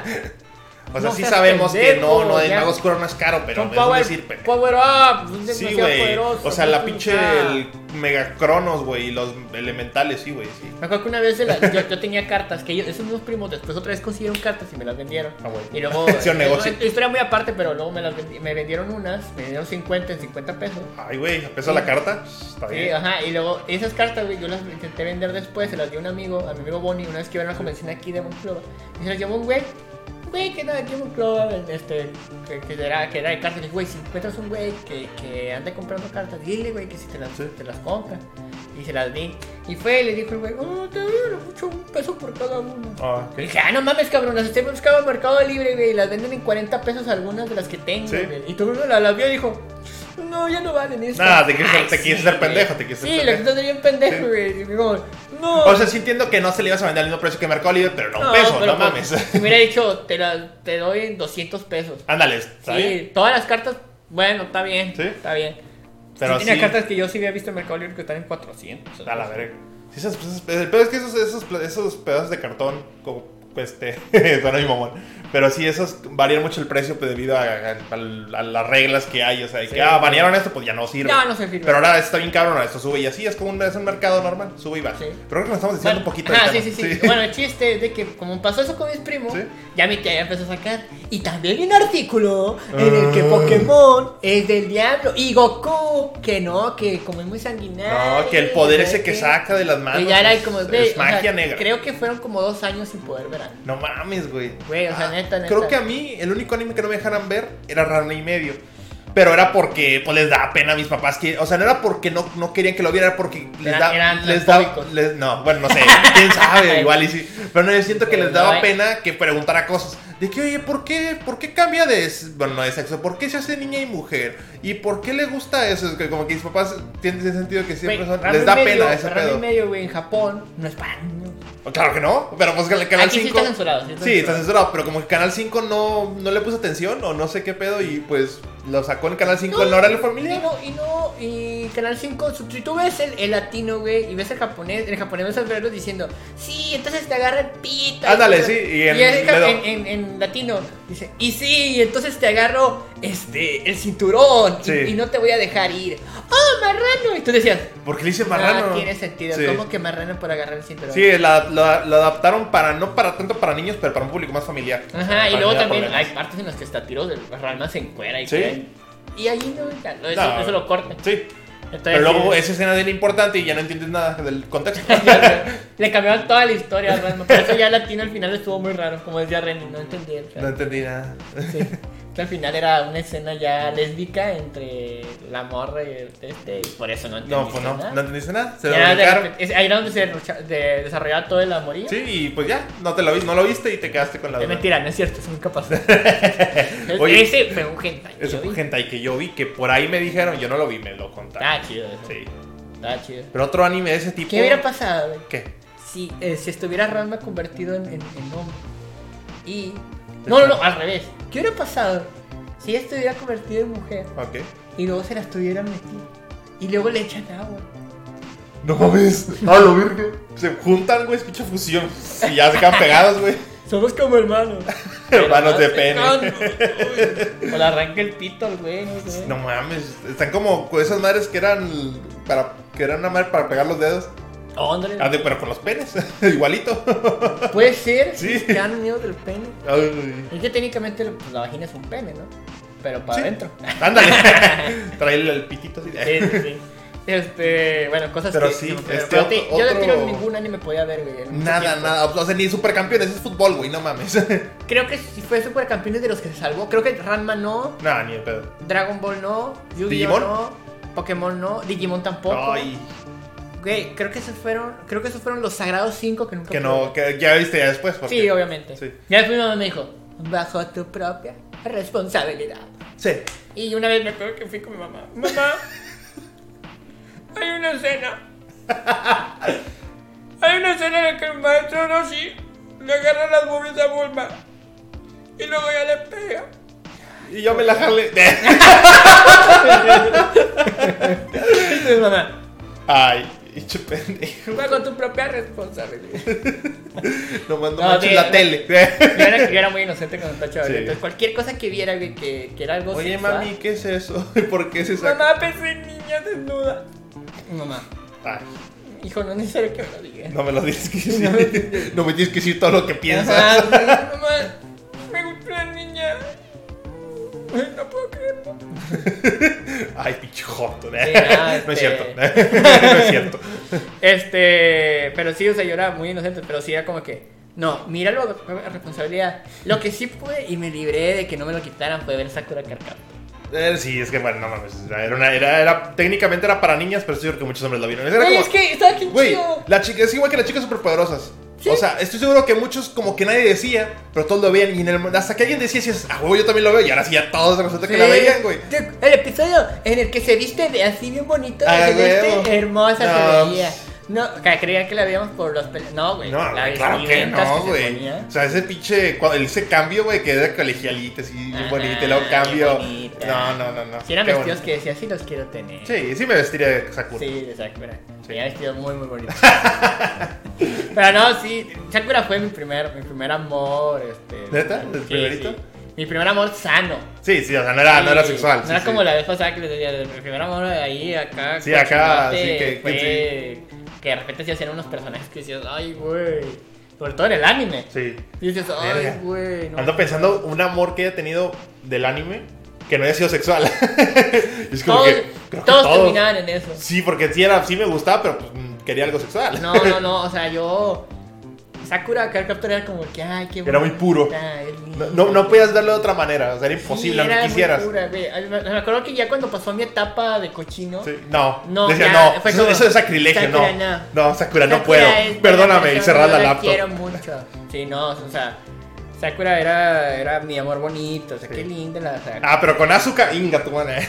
[SPEAKER 2] O sea,
[SPEAKER 1] No
[SPEAKER 2] sí
[SPEAKER 1] seas
[SPEAKER 2] sabemos que no,
[SPEAKER 1] pendejo,
[SPEAKER 2] no, el
[SPEAKER 1] ya.
[SPEAKER 2] mago oscuro no es caro, pero
[SPEAKER 1] son
[SPEAKER 2] es un
[SPEAKER 1] power,
[SPEAKER 2] decir, pendejo.
[SPEAKER 1] power up, es
[SPEAKER 2] Sí,
[SPEAKER 1] demasiado
[SPEAKER 2] güey.
[SPEAKER 1] poderoso.
[SPEAKER 2] O sea, la
[SPEAKER 1] no puedes
[SPEAKER 2] pinche
[SPEAKER 1] usar.
[SPEAKER 2] el megacronos, güey, y los elementales, sí, güey, sí.
[SPEAKER 1] Me acuerdo que una vez de la- yo, yo tenía cartas, que ellos, esos mismos primos después otra vez consiguieron cartas y me las vendieron.
[SPEAKER 2] Ah, bueno.
[SPEAKER 1] Y luego...
[SPEAKER 2] Hicieron
[SPEAKER 1] eh,
[SPEAKER 2] negocio.
[SPEAKER 1] eh, Historia muy aparte, pero luego me, las vendi- me vendieron unas, me vendieron 50 en 50 pesos.
[SPEAKER 2] Ay, güey, a pesar de la carta,
[SPEAKER 1] Sí, ah.
[SPEAKER 2] está bien.
[SPEAKER 1] ajá, y luego esas cartas, güey, yo las intenté vender después, se las dio un amigo, a mi amigo Bonnie, una vez que iba a una convención aquí de Monclova, y se las llevó un güey, güey, que no, aquí en Monclova, este, que, que era, que era de cartas, le dije, güey, si encuentras un güey que, que anda comprando cartas, dile, güey, que si te las,
[SPEAKER 2] Sí.
[SPEAKER 1] te las compra, y se las di, y fue, y le dijo el güey, oh, te doy a lo mucho un peso por cada uno.
[SPEAKER 2] Ah, ok.
[SPEAKER 1] Y dije, ah, no mames, cabrón, las estoy buscando en Mercado Libre, güey, y las venden en 40 pesos algunas de las que tengo,
[SPEAKER 2] Sí.
[SPEAKER 1] güey. Y todo el mundo la, la vio y dijo, no, ya no valen esto.
[SPEAKER 2] Nah, te quieres-
[SPEAKER 1] Ay,
[SPEAKER 2] te quieres hacer
[SPEAKER 1] güey.
[SPEAKER 2] pendejo, te quieres hacer
[SPEAKER 1] Sí, lo que
[SPEAKER 2] pendejo.
[SPEAKER 1] estás bien pendejo,
[SPEAKER 2] Sí.
[SPEAKER 1] güey. Y digo, no.
[SPEAKER 2] O sea, sí entiendo que no se le ibas a vender al mismo precio que Mercado Libre, pero no un peso,
[SPEAKER 1] pero
[SPEAKER 2] no
[SPEAKER 1] pues,
[SPEAKER 2] mames.
[SPEAKER 1] Si me hubiera dicho, te, la- te doy en 200 pesos.
[SPEAKER 2] Ándale, está
[SPEAKER 1] sí,
[SPEAKER 2] bien.
[SPEAKER 1] todas las cartas, bueno, está bien,
[SPEAKER 2] Sí.
[SPEAKER 1] está bien.
[SPEAKER 2] Pero
[SPEAKER 1] sí, tenía
[SPEAKER 2] sí.
[SPEAKER 1] cartas que yo sí había visto en Mercado Libre que están en 400.
[SPEAKER 2] A la verga. Sí, esas- pues, esas- el pedo es que esos, esos, esos pedazos de cartón, como, este, suena mi mamón. Pero sí, esos varían mucho el precio pues, debido a, a- a- a las reglas que hay. O sea, de que
[SPEAKER 1] Sí.
[SPEAKER 2] ah, banearon esto, pues ya no sirve.
[SPEAKER 1] No, no se sirve.
[SPEAKER 2] Pero ahora está bien cabrón, ahora esto sube y así, es como un, es un mercado normal, sube y baja.
[SPEAKER 1] Sí.
[SPEAKER 2] Pero creo que nos estamos diciendo
[SPEAKER 1] Bueno,
[SPEAKER 2] un poquito.
[SPEAKER 1] ajá,
[SPEAKER 2] del
[SPEAKER 1] sí,
[SPEAKER 2] tema.
[SPEAKER 1] sí, sí. Bueno, el chiste es de que como pasó eso con mis primos,
[SPEAKER 2] Sí.
[SPEAKER 1] ya mi tía ya empezó a sacar. Y también vi un artículo en el que
[SPEAKER 2] Ah.
[SPEAKER 1] Pokémon es del diablo. Y Goku, que no, que como es muy sanguinario.
[SPEAKER 2] No, que el poder
[SPEAKER 1] y no sé
[SPEAKER 2] ese que
[SPEAKER 1] qué.
[SPEAKER 2] saca de las manos.
[SPEAKER 1] Que ya era
[SPEAKER 2] es-
[SPEAKER 1] como,
[SPEAKER 2] es,
[SPEAKER 1] güey, o sea,
[SPEAKER 2] magia negra.
[SPEAKER 1] Creo que fueron como dos años sin poder ver algo.
[SPEAKER 2] No mames, güey. Ah,
[SPEAKER 1] Güey, o sea, neta, neta.
[SPEAKER 2] Creo que a mí el único anime que no me dejaran ver era Rana y medio. Pero era porque pues, les da pena a mis papás. Que, o sea, no era porque no, no querían que lo vieran, era porque les,
[SPEAKER 1] Eran-
[SPEAKER 2] da,
[SPEAKER 1] eran
[SPEAKER 2] les da.
[SPEAKER 1] transfóbicos.
[SPEAKER 2] les- no, bueno, no sé. Quién sabe, igual y sí. Pero no, yo siento que
[SPEAKER 1] Pero
[SPEAKER 2] les daba
[SPEAKER 1] no hay-
[SPEAKER 2] pena que preguntara cosas. De que, oye, ¿por qué, ¿por qué cambia de. s- Bueno, no de sexo? ¿Por qué se hace niña y mujer? ¿Y por qué le gusta eso? Es que como que mis papás tienen ese sentido que siempre
[SPEAKER 1] Güey,
[SPEAKER 2] son.
[SPEAKER 1] ramo
[SPEAKER 2] pues, Les
[SPEAKER 1] y
[SPEAKER 2] da
[SPEAKER 1] medio,
[SPEAKER 2] pena ese
[SPEAKER 1] ramo y
[SPEAKER 2] pedo.
[SPEAKER 1] medio, güey, en Japón no es para niños.
[SPEAKER 2] Claro que no, pero pues que el canal
[SPEAKER 1] Aquí sí
[SPEAKER 2] 5.
[SPEAKER 1] está censurado, sí está
[SPEAKER 2] Sí, está
[SPEAKER 1] censurado.
[SPEAKER 2] censurado, pero como que Canal 5 no, no le puso atención o no sé qué pedo y pues lo sacó en Canal 5 en la hora de la familia.
[SPEAKER 1] Y no, y no, y Canal 5, si tú ves el, el latino, güey, y ves el japonés, el japonés vas a verlo diciendo, sí, entonces te agarra el pito.
[SPEAKER 2] Ándale,
[SPEAKER 1] entonces-
[SPEAKER 2] sí, y
[SPEAKER 1] Y
[SPEAKER 2] en-
[SPEAKER 1] el
[SPEAKER 2] le
[SPEAKER 1] ja-
[SPEAKER 2] do-
[SPEAKER 1] en, en- en latino dice, y sí, y entonces te agarro este, el cinturón y-
[SPEAKER 2] Sí.
[SPEAKER 1] y, no te voy a dejar ir. ¡Oh, marrano! Y tú decías,
[SPEAKER 2] Porque le dice
[SPEAKER 1] marrano.
[SPEAKER 2] marrano.
[SPEAKER 1] No, tiene sentido,
[SPEAKER 2] Sí.
[SPEAKER 1] ¿cómo que marrano por agarrar el cinturón?
[SPEAKER 2] Sí, la, la- la adaptaron para, no para tanto para niños, pero para un público más familiar.
[SPEAKER 1] Ajá, y
[SPEAKER 2] Para
[SPEAKER 1] luego
[SPEAKER 2] niños
[SPEAKER 1] también
[SPEAKER 2] problemas.
[SPEAKER 1] hay partes en las que está tiro de rama se encuera y
[SPEAKER 2] Sí.
[SPEAKER 1] cae. Y ahí no, ya, no, eso,
[SPEAKER 2] No.
[SPEAKER 1] eso lo corta.
[SPEAKER 2] Sí,
[SPEAKER 1] Entonces,
[SPEAKER 2] pero luego
[SPEAKER 1] sí,
[SPEAKER 2] esa escena es la importante y ya no entiendes nada del contexto.
[SPEAKER 1] Le cambiaron toda la historia, hermano. Por eso ya el latino al final estuvo muy raro, como decía Renny, no entendí. el
[SPEAKER 2] no
[SPEAKER 1] final.
[SPEAKER 2] entendí nada.
[SPEAKER 1] Sí. Que al final era una escena ya lésbica entre la morra y el este, y por eso no entendí.
[SPEAKER 2] No, pues no, no
[SPEAKER 1] nada.
[SPEAKER 2] entendiste nada. Se lo
[SPEAKER 1] Ya de
[SPEAKER 2] dedicaron.
[SPEAKER 1] repente- es- Ahí era donde se derrocha- de- desarrollaba todo el amorío.
[SPEAKER 2] Sí, y pues ya, no te lo vi, no lo viste y te quedaste con la
[SPEAKER 1] Es
[SPEAKER 2] duda.
[SPEAKER 1] mentira, no es cierto, eso nunca pasó.
[SPEAKER 2] Oye.
[SPEAKER 1] Ese fue un hentai.
[SPEAKER 2] Eso
[SPEAKER 1] yo
[SPEAKER 2] fue
[SPEAKER 1] vi.
[SPEAKER 2] hentai que yo vi, que por ahí me dijeron, yo no lo vi, me lo contaron.
[SPEAKER 1] Estaba chido eso.
[SPEAKER 2] Sí.
[SPEAKER 1] Estaba chido.
[SPEAKER 2] Pero otro anime de ese tipo.
[SPEAKER 1] ¿Qué hubiera pasado, güey?
[SPEAKER 2] ¿Qué?
[SPEAKER 1] Si, eh, si estuviera Ranma convertido en, en, en hombre. Y. No, no, no, al revés. ¿Qué hubiera pasado si ella estuviera convertido en mujer
[SPEAKER 2] Ok.
[SPEAKER 1] y luego se la estuvieran metiendo? Y luego le echan agua.
[SPEAKER 2] No mames. A Ah, lo virgen. Se juntan, güey, es pinche fusión. Y ya se quedan pegados, güey.
[SPEAKER 1] Somos como hermanos.
[SPEAKER 2] Hermanos de pene.
[SPEAKER 1] O le arranca el pito al güey, no sé.
[SPEAKER 2] No mames. Están como con esas madres que eran para. Que eran una madre para pegar los dedos.
[SPEAKER 1] Ándale.
[SPEAKER 2] Ah, de- pero con los penes. Igualito.
[SPEAKER 1] Puede ser
[SPEAKER 2] Sí.
[SPEAKER 1] que han unido del pene.
[SPEAKER 2] Ay.
[SPEAKER 1] Es que técnicamente pues, la vagina es un pene, ¿no? Pero para
[SPEAKER 2] Sí.
[SPEAKER 1] adentro.
[SPEAKER 2] Ándale. Traerle el pitito así.
[SPEAKER 1] Sí, sí, sí. Este, bueno, cosas
[SPEAKER 2] Pero
[SPEAKER 1] que
[SPEAKER 2] sí,
[SPEAKER 1] que me ocurrieron.
[SPEAKER 2] este,
[SPEAKER 1] Pero te-
[SPEAKER 2] otro-
[SPEAKER 1] yo de tiro
[SPEAKER 2] otro-
[SPEAKER 1] ningún anime podía ver, güey. en mucho
[SPEAKER 2] Nada,
[SPEAKER 1] tiempo.
[SPEAKER 2] nada. O sea, ni supercampeones. Es fútbol, güey. No mames.
[SPEAKER 1] Creo que si fue Supercampeones de los que se salvó. Creo que Ranma no,
[SPEAKER 2] Nada, ni el pedo.
[SPEAKER 1] Dragon Ball no, Yu-Gi-Oh
[SPEAKER 2] ¿Digimon?
[SPEAKER 1] no, Pokémon no, Digimon tampoco.
[SPEAKER 2] Ay.
[SPEAKER 1] Güey, creo que esos fueron, creo que esos fueron los sagrados cinco que nunca
[SPEAKER 2] Que
[SPEAKER 1] pude
[SPEAKER 2] no.
[SPEAKER 1] ver.
[SPEAKER 2] Que ya viste ya después. porque-
[SPEAKER 1] Sí, obviamente.
[SPEAKER 2] Sí.
[SPEAKER 1] Ya después mi mamá me dijo, bajo tu propia responsabilidad.
[SPEAKER 2] Sí.
[SPEAKER 1] Y una vez me acuerdo que fui con mi mamá. Mamá, hay una escena. Hay una escena en la que el maestro Roshi le agarra las boobies a Bulma. Y luego ya le pega.
[SPEAKER 2] Y yo me la jale.
[SPEAKER 1] Entonces, mamá,
[SPEAKER 2] Ay, pinche pendejo.
[SPEAKER 1] con tu propia responsabilidad.
[SPEAKER 2] No mando
[SPEAKER 1] No,
[SPEAKER 2] manches
[SPEAKER 1] sí,
[SPEAKER 2] la
[SPEAKER 1] no.
[SPEAKER 2] tele.
[SPEAKER 1] Yo era, yo era muy inocente cuando estaba chaval.
[SPEAKER 2] Sí.
[SPEAKER 1] Entonces, cualquier cosa que viera güey, que, que era algo
[SPEAKER 2] Oye,
[SPEAKER 1] sexual,
[SPEAKER 2] mami, ¿qué es eso? ¿Por qué se saca?
[SPEAKER 1] Mamá, pensé en niña desnuda. Mamá,
[SPEAKER 2] Ay,
[SPEAKER 1] hijo, no es necesario que me lo digas.
[SPEAKER 2] no me lo tienes que decir. No me tienes que decir todo lo que piensas.
[SPEAKER 1] Ajá, sí, mamá, me gusta la niña. Ay, No puedo creerlo.
[SPEAKER 2] Ay, pinche joto. ¿eh? No
[SPEAKER 1] nada,
[SPEAKER 2] es
[SPEAKER 1] este-
[SPEAKER 2] cierto. No es cierto.
[SPEAKER 1] Este, pero sí, o sea, yo era muy inocente, pero sí era como que, no, míralo la responsabilidad. Lo que sí pude y me libré de que no me lo quitaran fue ver Sakura Carcaptor.
[SPEAKER 2] Eh, Sí, es que bueno, no mames. Era una, era, era, técnicamente era para niñas, pero estoy seguro que muchos hombres lo vieron. Era
[SPEAKER 1] Güey,
[SPEAKER 2] como-
[SPEAKER 1] es que estaba bien
[SPEAKER 2] Güey,
[SPEAKER 1] chido.
[SPEAKER 2] la chica, es igual que las chicas superpoderosas.
[SPEAKER 1] Sí.
[SPEAKER 2] O sea, estoy seguro que muchos como que nadie decía, pero todos lo veían y en el- hasta que alguien decía, si es, ah, huevo, yo también lo veo y ahora sí ya todos resulta que la veían, güey.
[SPEAKER 1] Sí, El episodio en el que se viste de así bien bonito,
[SPEAKER 2] Ah,
[SPEAKER 1] se viste
[SPEAKER 2] huevo.
[SPEAKER 1] hermosa,
[SPEAKER 2] No. pues.
[SPEAKER 1] se veía. No, que creían que la veíamos por los pele- No, güey.
[SPEAKER 2] No,
[SPEAKER 1] la
[SPEAKER 2] claro que
[SPEAKER 1] vestimentas
[SPEAKER 2] no,
[SPEAKER 1] se
[SPEAKER 2] güey.
[SPEAKER 1] ponía.
[SPEAKER 2] O sea, ese pinche, cua- ese cambio, güey, que era colegialita, así, bien
[SPEAKER 1] Ajá,
[SPEAKER 2] bonita, y luego cambio.
[SPEAKER 1] bien bonita.
[SPEAKER 2] No, no, no, no.
[SPEAKER 1] Si eran
[SPEAKER 2] Qué
[SPEAKER 1] vestidos
[SPEAKER 2] bonito.
[SPEAKER 1] que decía, sí los quiero tener.
[SPEAKER 2] Sí, sí me vestiría de Sakura.
[SPEAKER 1] Sí, de Sakura.
[SPEAKER 2] Sí.
[SPEAKER 1] Tenía vestidos muy, muy bonitos. Pero no, sí, Sakura fue mi primer, mi primer amor. Este,
[SPEAKER 2] ¿Neta? ¿El
[SPEAKER 1] sí,
[SPEAKER 2] primerito?
[SPEAKER 1] sí. Mi primer amor sano.
[SPEAKER 2] Sí, sí, o sea, no era, no era sexual.
[SPEAKER 1] No
[SPEAKER 2] sí,
[SPEAKER 1] era
[SPEAKER 2] sí.
[SPEAKER 1] como la vez pasada que les decía, el primer amor ahí, acá.
[SPEAKER 2] Sí, acá,
[SPEAKER 1] cochinote,
[SPEAKER 2] sí, que- que
[SPEAKER 1] fue- que de repente se hacían unos personajes que decías, ay, güey. Sobre todo en el anime.
[SPEAKER 2] Sí.
[SPEAKER 1] Y dices, ay,
[SPEAKER 2] Verga.
[SPEAKER 1] güey. no".
[SPEAKER 2] Ando pensando un amor que haya tenido del anime que no haya sido sexual. es como
[SPEAKER 1] Todos,
[SPEAKER 2] que. creo que
[SPEAKER 1] todos terminaban en eso.
[SPEAKER 2] Sí, porque sí, era, sí me gustaba, pero pues, mm, quería algo sexual.
[SPEAKER 1] No, no, no, o sea, yo. Sakura Card Captor era como que, ay, qué
[SPEAKER 2] Era muy
[SPEAKER 1] bonita,
[SPEAKER 2] puro.
[SPEAKER 1] es
[SPEAKER 2] No,
[SPEAKER 1] linda.
[SPEAKER 2] no, no podías verlo de otra manera, o sea, era imposible,
[SPEAKER 1] Sí,
[SPEAKER 2] aunque
[SPEAKER 1] era muy
[SPEAKER 2] quisieras.
[SPEAKER 1] pura, güey. Ay, Me me acuerdo que ya cuando pasó mi etapa de cochino,
[SPEAKER 2] Sí, No,
[SPEAKER 1] No,
[SPEAKER 2] decía,
[SPEAKER 1] ya,
[SPEAKER 2] no,
[SPEAKER 1] fue
[SPEAKER 2] eso,
[SPEAKER 1] como,
[SPEAKER 2] eso es sacrilegio,
[SPEAKER 1] Sakura,
[SPEAKER 2] no. No, Sakura, no
[SPEAKER 1] Sakura
[SPEAKER 2] puedo.
[SPEAKER 1] es buena
[SPEAKER 2] Perdóname, y
[SPEAKER 1] persona,
[SPEAKER 2] cerrar
[SPEAKER 1] yo
[SPEAKER 2] la laptop.
[SPEAKER 1] quiero mucho. Sí, no, o sea, Sakura era, era mi amor bonito, o sea,
[SPEAKER 2] Sí.
[SPEAKER 1] qué linda la Sakura.
[SPEAKER 2] Ah, pero con Azuka, inga tu madre.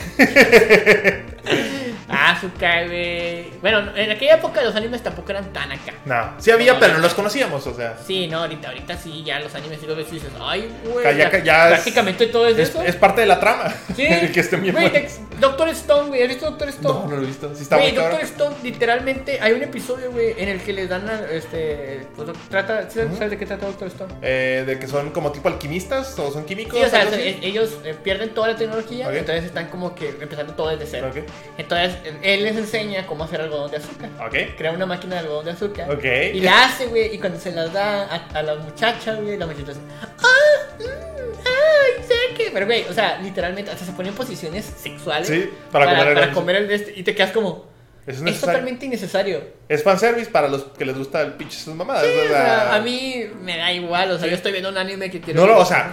[SPEAKER 2] Ah.
[SPEAKER 1] Asuka, güey. Bueno, en aquella época los animes tampoco eran tan acá.
[SPEAKER 2] No, sí había,
[SPEAKER 1] No,
[SPEAKER 2] pero
[SPEAKER 1] no.
[SPEAKER 2] no los conocíamos, o sea.
[SPEAKER 1] Sí, no, ahorita, ahorita sí, ya los animes sí los ves y dices, ay, güey.
[SPEAKER 2] Ya- ya-
[SPEAKER 1] la-
[SPEAKER 2] ya es-
[SPEAKER 1] prácticamente todo es, de
[SPEAKER 2] Es,
[SPEAKER 1] eso.
[SPEAKER 2] es parte de la trama.
[SPEAKER 1] sí,
[SPEAKER 2] que estén bien
[SPEAKER 1] Güey,
[SPEAKER 2] buenos.
[SPEAKER 1] Dex- Doctor Stone, güey, ¿has visto Doctor Stone?
[SPEAKER 2] No, no lo he visto. Sí está
[SPEAKER 1] Güey,
[SPEAKER 2] muy
[SPEAKER 1] Doctor
[SPEAKER 2] cabrón.
[SPEAKER 1] Stone, literalmente, hay un episodio, güey, en el que les dan, a- este, pues, doc- trata, ¿sí
[SPEAKER 2] Ujú.
[SPEAKER 1] ¿sabes de qué trata Doctor Stone?
[SPEAKER 2] Eh, de que son como tipo alquimistas o son químicos.
[SPEAKER 1] Sí, o sea,
[SPEAKER 2] algo así.
[SPEAKER 1] e- ellos eh, pierden toda la tecnología,
[SPEAKER 2] Ok.
[SPEAKER 1] entonces están como que empezando todo desde cero.
[SPEAKER 2] Ok,
[SPEAKER 1] Entonces, él les enseña cómo hacer algodón de azúcar.
[SPEAKER 2] ok.
[SPEAKER 1] Crea una máquina de algodón de azúcar.
[SPEAKER 2] Ok.
[SPEAKER 1] Y la hace, güey, y cuando se la da a, a la muchacha, güey, la muchacha dice, ¡Ah! mm, ¡Ay, sé que! Pero, güey, o sea, literalmente, hasta se ponen en posiciones sexuales
[SPEAKER 2] Sí, para comer el-
[SPEAKER 1] comer el de este, y te quedas como,
[SPEAKER 2] Es,
[SPEAKER 1] es
[SPEAKER 2] necesario.
[SPEAKER 1] totalmente innecesario.
[SPEAKER 2] es fanservice para los que les gusta el pinche sus mamadas. o
[SPEAKER 1] O sea,
[SPEAKER 2] sea,
[SPEAKER 1] a mí me da igual, o sea, yo estoy viendo un anime que tiene.
[SPEAKER 2] No, no, o sea,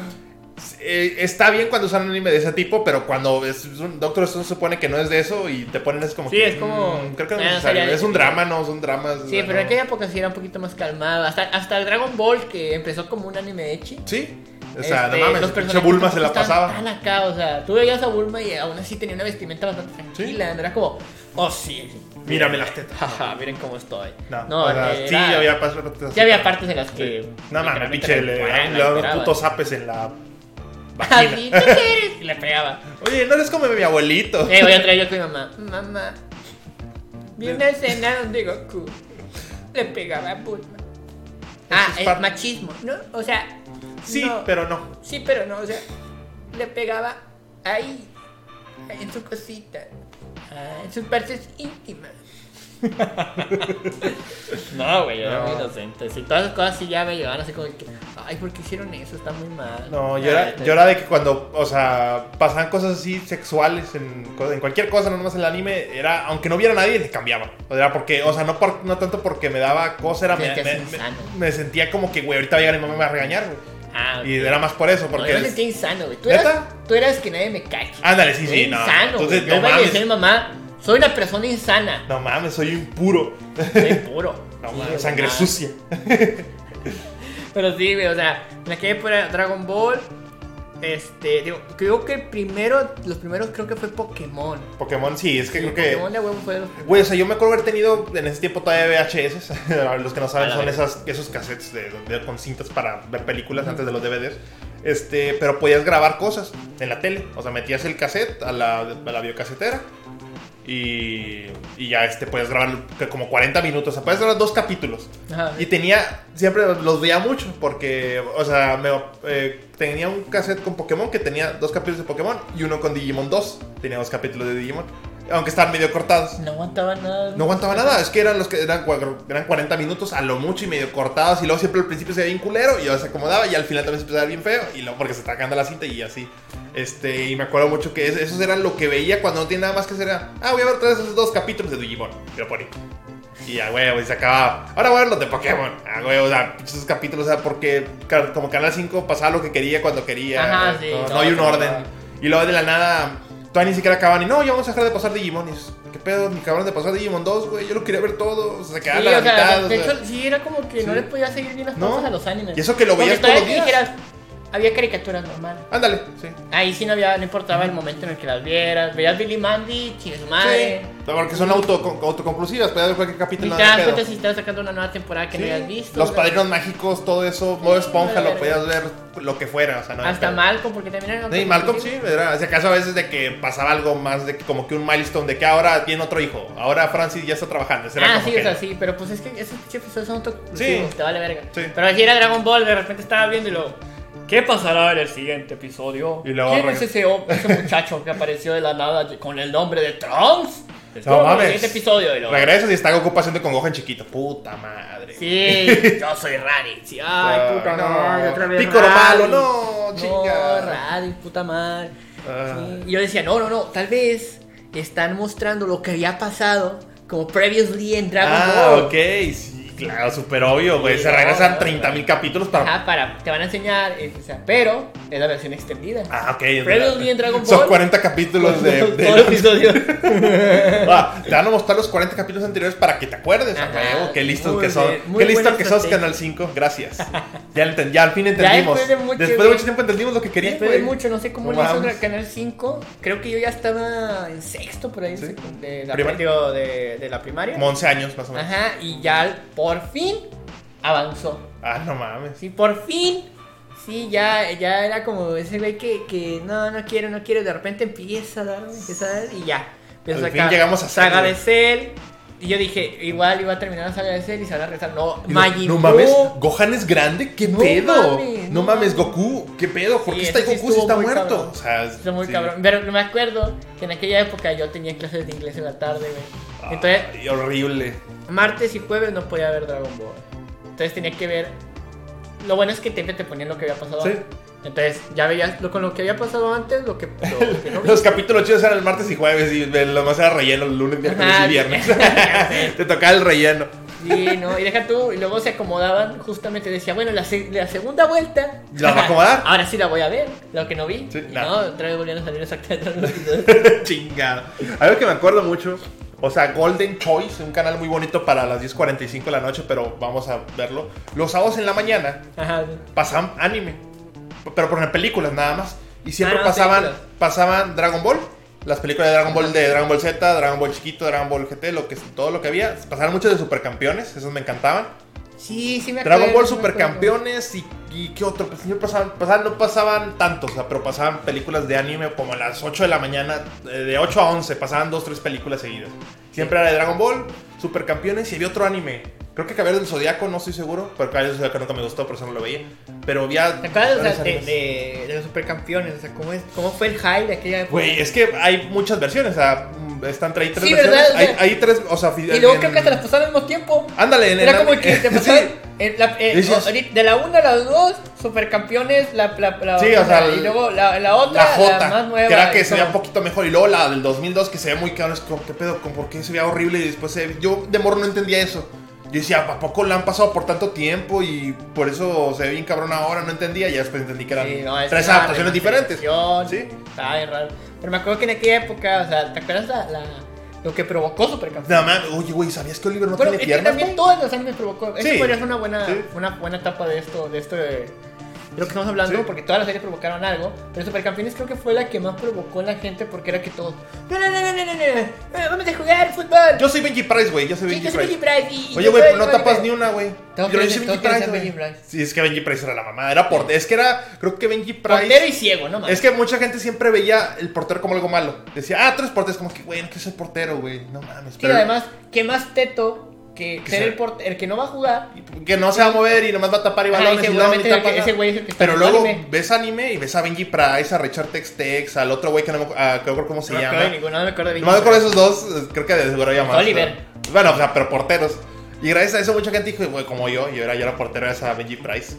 [SPEAKER 2] eh, está bien cuando usan anime de ese tipo, pero cuando es es un Doctor Stone se supone que no es de eso y te ponen es como
[SPEAKER 1] Sí,
[SPEAKER 2] que,
[SPEAKER 1] es como-
[SPEAKER 2] mm, creo que no
[SPEAKER 1] Ah,
[SPEAKER 2] es necesario.
[SPEAKER 1] sería-
[SPEAKER 2] Es un drama, no, son dramas. o
[SPEAKER 1] Sí,
[SPEAKER 2] sea,
[SPEAKER 1] pero en
[SPEAKER 2] no.
[SPEAKER 1] aquella época sí era un poquito más calmado. Hasta, hasta Dragon Ball, que empezó como un anime ecchi.
[SPEAKER 2] Sí, o sea,
[SPEAKER 1] Este,
[SPEAKER 2] no mames,
[SPEAKER 1] los
[SPEAKER 2] pinche
[SPEAKER 1] personajes
[SPEAKER 2] Bulma se la
[SPEAKER 1] tampoco
[SPEAKER 2] pasaba.
[SPEAKER 1] estaban Tan acá, o sea, tú veías a Bulma y aún así tenía una vestimenta bastante tranquila. no Era como, oh sí,
[SPEAKER 2] Mírame las tetas.
[SPEAKER 1] jaja, miren cómo estoy.
[SPEAKER 2] No,
[SPEAKER 1] No,
[SPEAKER 2] o sea,
[SPEAKER 1] era-
[SPEAKER 2] sí, había pasado.
[SPEAKER 1] Ya había partes en las que.
[SPEAKER 2] No
[SPEAKER 1] literalmente
[SPEAKER 2] mames, pinche, le,
[SPEAKER 1] la-
[SPEAKER 2] le
[SPEAKER 1] la
[SPEAKER 2] daban unos
[SPEAKER 1] esperaban.
[SPEAKER 2] putos zapes en la vagina.
[SPEAKER 1] Así, Ah, ¿qué quieres? Y le pegaba.
[SPEAKER 2] Oye, no eres como mi abuelito.
[SPEAKER 1] Eh, voy a traer yo con mi mamá. Mamá, vi una escena donde Goku le pegaba a Bulma. Ah,
[SPEAKER 2] es
[SPEAKER 1] es
[SPEAKER 2] parte-
[SPEAKER 1] machismo, ¿no? O sea,
[SPEAKER 2] sí,
[SPEAKER 1] no.
[SPEAKER 2] pero no.
[SPEAKER 1] Sí, pero no, o sea, le pegaba ahí, en su cosita, ah, en sus partes íntimas. no, güey, yo era
[SPEAKER 2] No.
[SPEAKER 1] muy inocente. Si todas las cosas sí ya me llevaban así como que, ay, ¿por qué hicieron eso? Está muy mal. Ah,
[SPEAKER 2] No, yo era, yo era de que cuando, o sea, pasaban cosas así sexuales en, co- en cualquier cosa, no nomás en el anime, era, aunque no viera a nadie, le cambiaba. O sea, porque, o sea, no, por- no tanto porque me daba cosa, era,
[SPEAKER 1] Te
[SPEAKER 2] me,
[SPEAKER 1] sentías
[SPEAKER 2] me- me-
[SPEAKER 1] insano.
[SPEAKER 2] me sentía como que, güey, ahorita va a llegar mi mamá y me va a regañar, güey.
[SPEAKER 1] Ah, ok.
[SPEAKER 2] Y era más por eso,
[SPEAKER 1] No,
[SPEAKER 2] porque...
[SPEAKER 1] yo me
[SPEAKER 2] es-
[SPEAKER 1] sentía insano, güey. Tú
[SPEAKER 2] ¿Neta?
[SPEAKER 1] eras, tú eras que nadie me cache.
[SPEAKER 2] Ándale, sí,
[SPEAKER 1] Soy
[SPEAKER 2] sí, no.
[SPEAKER 1] insano, güey.
[SPEAKER 2] Entonces,
[SPEAKER 1] Yo
[SPEAKER 2] no
[SPEAKER 1] me decía a
[SPEAKER 2] mames,
[SPEAKER 1] mi mamá, soy una persona insana.
[SPEAKER 2] no mames, soy impuro.
[SPEAKER 1] Soy puro.
[SPEAKER 2] No
[SPEAKER 1] Sí,
[SPEAKER 2] mames,
[SPEAKER 1] güey,
[SPEAKER 2] sangre
[SPEAKER 1] no mames.
[SPEAKER 2] sucia.
[SPEAKER 1] Pero sí, güey, o sea, en aquella época era Dragon Ball. Este, digo, creo que primero, los primeros creo que fue Pokémon.
[SPEAKER 2] Pokémon, sí, es que
[SPEAKER 1] Sí,
[SPEAKER 2] creo que...
[SPEAKER 1] Pokémon de huevo fue los primeros.
[SPEAKER 2] Güey, o sea, yo me acuerdo haber tenido en ese tiempo todavía VHS. los que no
[SPEAKER 1] A
[SPEAKER 2] saben
[SPEAKER 1] la
[SPEAKER 2] son
[SPEAKER 1] vez.
[SPEAKER 2] esas, esos cassettes de, de- con cintas para ver películas antes de los DVDs. Este, pero podías grabar cosas en la tele. O sea, metías el cassette a la, a la biocasetera. Y, y ya este, podías grabar que como 40 minutos. O sea, podías grabar dos capítulos.
[SPEAKER 1] Ajá.
[SPEAKER 2] Y tenía, siempre los veía mucho. Porque, o sea, me, eh, tenía un cassette con Pokémon que tenía dos capítulos de Pokémon y uno con Digimon 2. Tenía dos capítulos de Digimon. Aunque estaban medio cortados.
[SPEAKER 1] No aguantaba nada.
[SPEAKER 2] No aguantaba nada, es que eran los que eran, cuatro- eran 40 minutos a lo mucho y medio cortados y luego siempre al principio se veía bien culero y luego se acomodaba y al final también se empezaba a ver bien feo y luego porque se está cagando la cinta y así. Este, y me acuerdo mucho que es- esos eran lo que veía cuando no tenía nada más que hacer. era, Ah, voy a ver otra vez esos dos capítulos de Digimon. Y lo ponía. Y ya, huevo, y se acababa. Ahora voy a ver los de Pokémon. Ah, huevo, o sea, pinches esos capítulos, o sea, porque car- como Canal 5 pasaba lo que quería cuando quería.
[SPEAKER 1] Ajá, sí,
[SPEAKER 2] no, no
[SPEAKER 1] todo
[SPEAKER 2] hay un
[SPEAKER 1] se
[SPEAKER 2] orden.
[SPEAKER 1] acababa.
[SPEAKER 2] Y luego de la nada, todavía ni siquiera acaban y no, ya vamos a dejar de pasar Digimon. Y dices, ¿Qué pedo? Ni acabaron de pasar Digimon 2, güey. Yo lo quería ver todo. O sea,
[SPEAKER 1] Sí,
[SPEAKER 2] se quedaban a la
[SPEAKER 1] o sea,
[SPEAKER 2] mitad. o
[SPEAKER 1] de
[SPEAKER 2] sea.
[SPEAKER 1] hecho, sí, era como que no
[SPEAKER 2] Sí.
[SPEAKER 1] les podía seguir bien las
[SPEAKER 2] No.
[SPEAKER 1] cosas a los animes.
[SPEAKER 2] Y eso que lo
[SPEAKER 1] Porque
[SPEAKER 2] veías
[SPEAKER 1] todavía
[SPEAKER 2] todos los
[SPEAKER 1] que
[SPEAKER 2] días.
[SPEAKER 1] dijeras, había caricaturas normales.
[SPEAKER 2] Ándale, sí.
[SPEAKER 1] Ahí sí no, había, no importaba el momento en el que las vieras. Veías Billy Mandy, chingues madre.
[SPEAKER 2] Sí. Porque son autocon- autoconclusivas, puedes ver cualquier
[SPEAKER 1] Ni
[SPEAKER 2] capítulo.
[SPEAKER 1] te
[SPEAKER 2] no hay
[SPEAKER 1] das
[SPEAKER 2] pedo.
[SPEAKER 1] cuenta si estás sacando una nueva temporada que no
[SPEAKER 2] Sí.
[SPEAKER 1] habías visto.
[SPEAKER 2] Los
[SPEAKER 1] ¿no?
[SPEAKER 2] padrinos mágicos, todo eso, modo esponja,
[SPEAKER 1] vale,
[SPEAKER 2] lo podías ver lo que fuera. O sea, no hay
[SPEAKER 1] Hasta
[SPEAKER 2] pedo.
[SPEAKER 1] Malcolm, porque también era
[SPEAKER 2] Sí, Malcolm sí, era, si acaso a veces de que pasaba algo más, de que como que un milestone, de que ahora tiene otro hijo, ahora Francis ya está trabajando. ese era
[SPEAKER 1] Ah,
[SPEAKER 2] como
[SPEAKER 1] sí,
[SPEAKER 2] que-
[SPEAKER 1] o sea, sí, pero pues es que esos pinches episodios son autoconclusivos,
[SPEAKER 2] Sí.
[SPEAKER 1] te vale verga.
[SPEAKER 2] Sí.
[SPEAKER 1] Pero así era Dragon Ball, de repente estaba viendo y luego, ¿qué pasará en el siguiente episodio?
[SPEAKER 2] Y luego
[SPEAKER 1] ¿Quién
[SPEAKER 2] reg-
[SPEAKER 1] es ese, hom- ese muchacho que apareció de la nada de- con el nombre de Trunks?
[SPEAKER 2] No
[SPEAKER 1] Espero
[SPEAKER 2] mames.
[SPEAKER 1] El siguiente episodio y luego,
[SPEAKER 2] Regresas y está Goku paseando con Gohan chiquito. Puta madre.
[SPEAKER 1] Sí, yo soy Raditz. y, Ay, puta
[SPEAKER 2] no.
[SPEAKER 1] madre, otra vez
[SPEAKER 2] Pícoro
[SPEAKER 1] Raditz.
[SPEAKER 2] Ah. malo, no, chinga.
[SPEAKER 1] No, Raditz, puta madre.
[SPEAKER 2] Ah.
[SPEAKER 1] Sí, Y yo decía, no, no, no, tal vez están mostrando lo que había pasado como previously en Dragon
[SPEAKER 2] Ah,
[SPEAKER 1] Ball.
[SPEAKER 2] ok, sí. Claro, súper obvio, güey.
[SPEAKER 1] Sí,
[SPEAKER 2] Se
[SPEAKER 1] no,
[SPEAKER 2] regresan
[SPEAKER 1] no,
[SPEAKER 2] 30.000 capítulos para.
[SPEAKER 1] Ajá, para, te van a enseñar, eh, o sea, pero es la versión extendida.
[SPEAKER 2] Ah, ok.
[SPEAKER 1] Previously en Dragon
[SPEAKER 2] Son
[SPEAKER 1] Ball.
[SPEAKER 2] 40 capítulos de. de-
[SPEAKER 1] Todo el episodio.
[SPEAKER 2] Ah, te van a mostrar los 40 capítulos anteriores para que te acuerdes, a
[SPEAKER 1] Ajá,
[SPEAKER 2] huevo. Qué listos
[SPEAKER 1] muy
[SPEAKER 2] que son.
[SPEAKER 1] bien, muy
[SPEAKER 2] Qué listos
[SPEAKER 1] buena
[SPEAKER 2] que sos,
[SPEAKER 1] estrategia.
[SPEAKER 2] Canal 5. Gracias. Ya, enten- ya al fin entendimos.
[SPEAKER 1] después de mucho tiempo-
[SPEAKER 2] tiempo entendimos lo que querías.
[SPEAKER 1] Después de
[SPEAKER 2] güey.
[SPEAKER 1] mucho, no sé cómo
[SPEAKER 2] No
[SPEAKER 1] le hizo
[SPEAKER 2] mames.
[SPEAKER 1] el Canal 5. Creo que yo ya estaba en sexto por ahí,
[SPEAKER 2] Sí.
[SPEAKER 1] de, la,
[SPEAKER 2] Primaria.
[SPEAKER 1] digo, de, de la primaria.
[SPEAKER 2] Como 11 años más o menos.
[SPEAKER 1] Ajá, y ya por fin avanzó.
[SPEAKER 2] Ah, no mames.
[SPEAKER 1] Sí, por fin. Sí, ya, ya era como ese güey que, que no, no quiero, no quiero. De repente empieza a dar, empieza a dar y ya. Empieza
[SPEAKER 2] Al fin llegamos a
[SPEAKER 1] Saga
[SPEAKER 2] hacerlo.
[SPEAKER 1] de Cell. Y yo dije, igual iba a terminar la saga de Cell y se van a rezar. No,
[SPEAKER 2] Y
[SPEAKER 1] Majin
[SPEAKER 2] no
[SPEAKER 1] Buu.
[SPEAKER 2] mames, Gohan es grande, qué
[SPEAKER 1] No
[SPEAKER 2] pedo.
[SPEAKER 1] mames,
[SPEAKER 2] no
[SPEAKER 1] no
[SPEAKER 2] mames,
[SPEAKER 1] mames.
[SPEAKER 2] Goku, qué pedo. ¿Por
[SPEAKER 1] Sí,
[SPEAKER 2] qué está
[SPEAKER 1] ese sí
[SPEAKER 2] Goku si
[SPEAKER 1] estuvo
[SPEAKER 2] está
[SPEAKER 1] muy
[SPEAKER 2] muerto?
[SPEAKER 1] cabrón.
[SPEAKER 2] O sea,
[SPEAKER 1] Está muy
[SPEAKER 2] sí.
[SPEAKER 1] cabrón. Pero me acuerdo que en aquella época yo tenía clases de inglés en la tarde,
[SPEAKER 2] Ah.
[SPEAKER 1] güey. Entonces,
[SPEAKER 2] Ay, horrible.
[SPEAKER 1] martes y jueves no podía ver Dragon Ball. Entonces tenía que ver. Lo bueno es que siempre te ponían lo que había pasado
[SPEAKER 2] Sí.
[SPEAKER 1] antes. Entonces ya veías lo, con lo que había pasado antes, lo que, lo, lo que no vi.
[SPEAKER 2] Los capítulos chidos eran el martes y jueves y lo más era relleno el lunes, miércoles
[SPEAKER 1] Ajá.
[SPEAKER 2] y viernes. Te tocaba el relleno.
[SPEAKER 1] Sí, no, y deja tú, y luego se acomodaban, justamente decía, bueno, la, se- la segunda vuelta.
[SPEAKER 2] ¿La va a acomodar?
[SPEAKER 1] Ahora sí la voy a ver, lo que no vi.
[SPEAKER 2] Sí,
[SPEAKER 1] Y
[SPEAKER 2] la-
[SPEAKER 1] No, otra vez volvieron a salir exactamente los videos.
[SPEAKER 2] Chingado. Algo que me acuerdo mucho. O sea, Golden Choice, un canal muy bonito para las 10.45 de la noche, pero vamos a verlo. Los sábados en la mañana
[SPEAKER 1] Ajá.
[SPEAKER 2] pasaban anime. Pero por ejemplo, películas nada más. Y siempre
[SPEAKER 1] Ah, no,
[SPEAKER 2] pasaban,
[SPEAKER 1] películas.
[SPEAKER 2] pasaban Dragon Ball. Las películas de Dragon Ball de Dragon Ball Z, Dragon Ball Chiquito, Dragon Ball GT, lo que, todo lo que había. Pasaban muchos de supercampeones, esos me encantaban.
[SPEAKER 1] Sí, sí me acuerdo.
[SPEAKER 2] Dragon Ball
[SPEAKER 1] sí me acuerdo.
[SPEAKER 2] Supercampeones y, y qué otro. Pues, no pasaban, pasaban- no pasaban tantos, o sea, pero pasaban películas de anime como a las 8 de la mañana, eh, de 8 a 11, pasaban dos, tres películas seguidas. Siempre era de Dragon Ball, Supercampeones y había otro anime. Creo que Caballeros del Zodiaco, no estoy seguro, pero Caballeros del Zodiaco nunca me gustó, por eso no lo veía. Pero había.
[SPEAKER 1] ¿Te acuerdas o sea,
[SPEAKER 2] varios
[SPEAKER 1] de,
[SPEAKER 2] animes.
[SPEAKER 1] de- de los supercampeones? O sea, ¿cómo, es, ¿cómo fue el high de aquella época?
[SPEAKER 2] Güey, es que hay muchas versiones, o sea, mm, están tres, hay tres
[SPEAKER 1] Sí, ¿verdad?
[SPEAKER 2] versiones.
[SPEAKER 1] O
[SPEAKER 2] Hay,
[SPEAKER 1] sea,
[SPEAKER 2] hay tres, o sea,
[SPEAKER 1] y luego creo que hasta las pasaron al mismo tiempo.
[SPEAKER 2] Ándale, en
[SPEAKER 1] Era
[SPEAKER 2] en-
[SPEAKER 1] como que te
[SPEAKER 2] sí.
[SPEAKER 1] pasaban en la- eh,
[SPEAKER 2] Dices-
[SPEAKER 1] ahorita- de la una a las dos, supercampeones, la, la, la
[SPEAKER 2] Sí, o sea,
[SPEAKER 1] y luego la, la otra,
[SPEAKER 2] La
[SPEAKER 1] la,
[SPEAKER 2] J,
[SPEAKER 1] más nueva.
[SPEAKER 2] que era que
[SPEAKER 1] y
[SPEAKER 2] se veía un
[SPEAKER 1] como-
[SPEAKER 2] poquito mejor. Y luego la del 2002, que se veía muy caro. Es como, ¿qué pedo? ¿Con ¿Por qué se veía horrible? Y después se... Yo de morro no entendía eso. Yo decía, ¿a poco la han pasado por tanto tiempo? Y por eso se ve bien cabrón ahora. No entendía. Y ya después entendí que eran
[SPEAKER 1] Sí, no, es
[SPEAKER 2] tres
[SPEAKER 1] una
[SPEAKER 2] adaptaciones diferentes.
[SPEAKER 1] remasterización,
[SPEAKER 2] Sí.
[SPEAKER 1] Estaba bien raro. Pero me acuerdo que en aquella época, o sea, ¿te acuerdas la, la- lo que provocó Supercampeones?
[SPEAKER 2] Nada más, oye, güey, ¿sabías que Oliver no
[SPEAKER 1] bueno, es
[SPEAKER 2] tiene
[SPEAKER 1] que
[SPEAKER 2] piernas?
[SPEAKER 1] también
[SPEAKER 2] güey?
[SPEAKER 1] todos los animes provocó. Eso
[SPEAKER 2] Sí.
[SPEAKER 1] podría ser una buena,
[SPEAKER 2] Sí.
[SPEAKER 1] una buena etapa de esto, de esto de, de lo que estamos hablando,
[SPEAKER 2] Sí.
[SPEAKER 1] porque todas las series provocaron algo. Pero Supercampeones creo que fue la que más provocó la gente porque era que todos. No, no, no, no, no, no, no, eh, vamos a jugar fútbol.
[SPEAKER 2] Yo soy Benji Price, güey. Yo soy
[SPEAKER 1] Sí,
[SPEAKER 2] Benji
[SPEAKER 1] yo soy
[SPEAKER 2] Price.
[SPEAKER 1] Benji Price. y- y
[SPEAKER 2] Oye,
[SPEAKER 1] yo
[SPEAKER 2] güey,
[SPEAKER 1] soy
[SPEAKER 2] pero no
[SPEAKER 1] Benji
[SPEAKER 2] tapas
[SPEAKER 1] Price.
[SPEAKER 2] ni una, güey.
[SPEAKER 1] Tengo
[SPEAKER 2] Yo
[SPEAKER 1] que
[SPEAKER 2] no
[SPEAKER 1] ser-
[SPEAKER 2] soy
[SPEAKER 1] tengo
[SPEAKER 2] Benji
[SPEAKER 1] que
[SPEAKER 2] Price,
[SPEAKER 1] ser
[SPEAKER 2] güey.
[SPEAKER 1] Benji Price.
[SPEAKER 2] Sí, es que Benji Price era la mamá. Era por... Es que era... Creo que Benji Price...
[SPEAKER 1] Portero y ciego, no mames.
[SPEAKER 2] Es que mucha gente siempre veía el portero como algo malo. Decía, ah, tú eres portero. Es como que, güey, no quiero ser portero, güey. No mames.
[SPEAKER 1] Sí,
[SPEAKER 2] Pero
[SPEAKER 1] además, ¿qué más teto que
[SPEAKER 2] Que
[SPEAKER 1] ser
[SPEAKER 2] sea-
[SPEAKER 1] el, porte- el que no va a jugar?
[SPEAKER 2] Que no se va a mover y nomás va a tapar y
[SPEAKER 1] Ajá,
[SPEAKER 2] balones
[SPEAKER 1] y
[SPEAKER 2] y luego ni
[SPEAKER 1] seguramente el que-
[SPEAKER 2] tapa nada.
[SPEAKER 1] ese güey es el que está
[SPEAKER 2] Pero
[SPEAKER 1] en el
[SPEAKER 2] luego
[SPEAKER 1] anime.
[SPEAKER 2] ves anime y ves a Benji Price, a Richard Tex Tex, al otro güey que no me, acu- ah, que no me acuerdo cómo se
[SPEAKER 1] no me acuerdo de
[SPEAKER 2] llama.
[SPEAKER 1] ninguno, no me acuerdo de
[SPEAKER 2] No me acuerdo de esos dos, eh, creo que de seguro ya más.
[SPEAKER 1] Oliver.
[SPEAKER 2] pero- Bueno, o sea, pero porteros. Y gracias a eso mucha gente dijo, güey, como yo, yo era, yo era portero, gracias a Benji Price.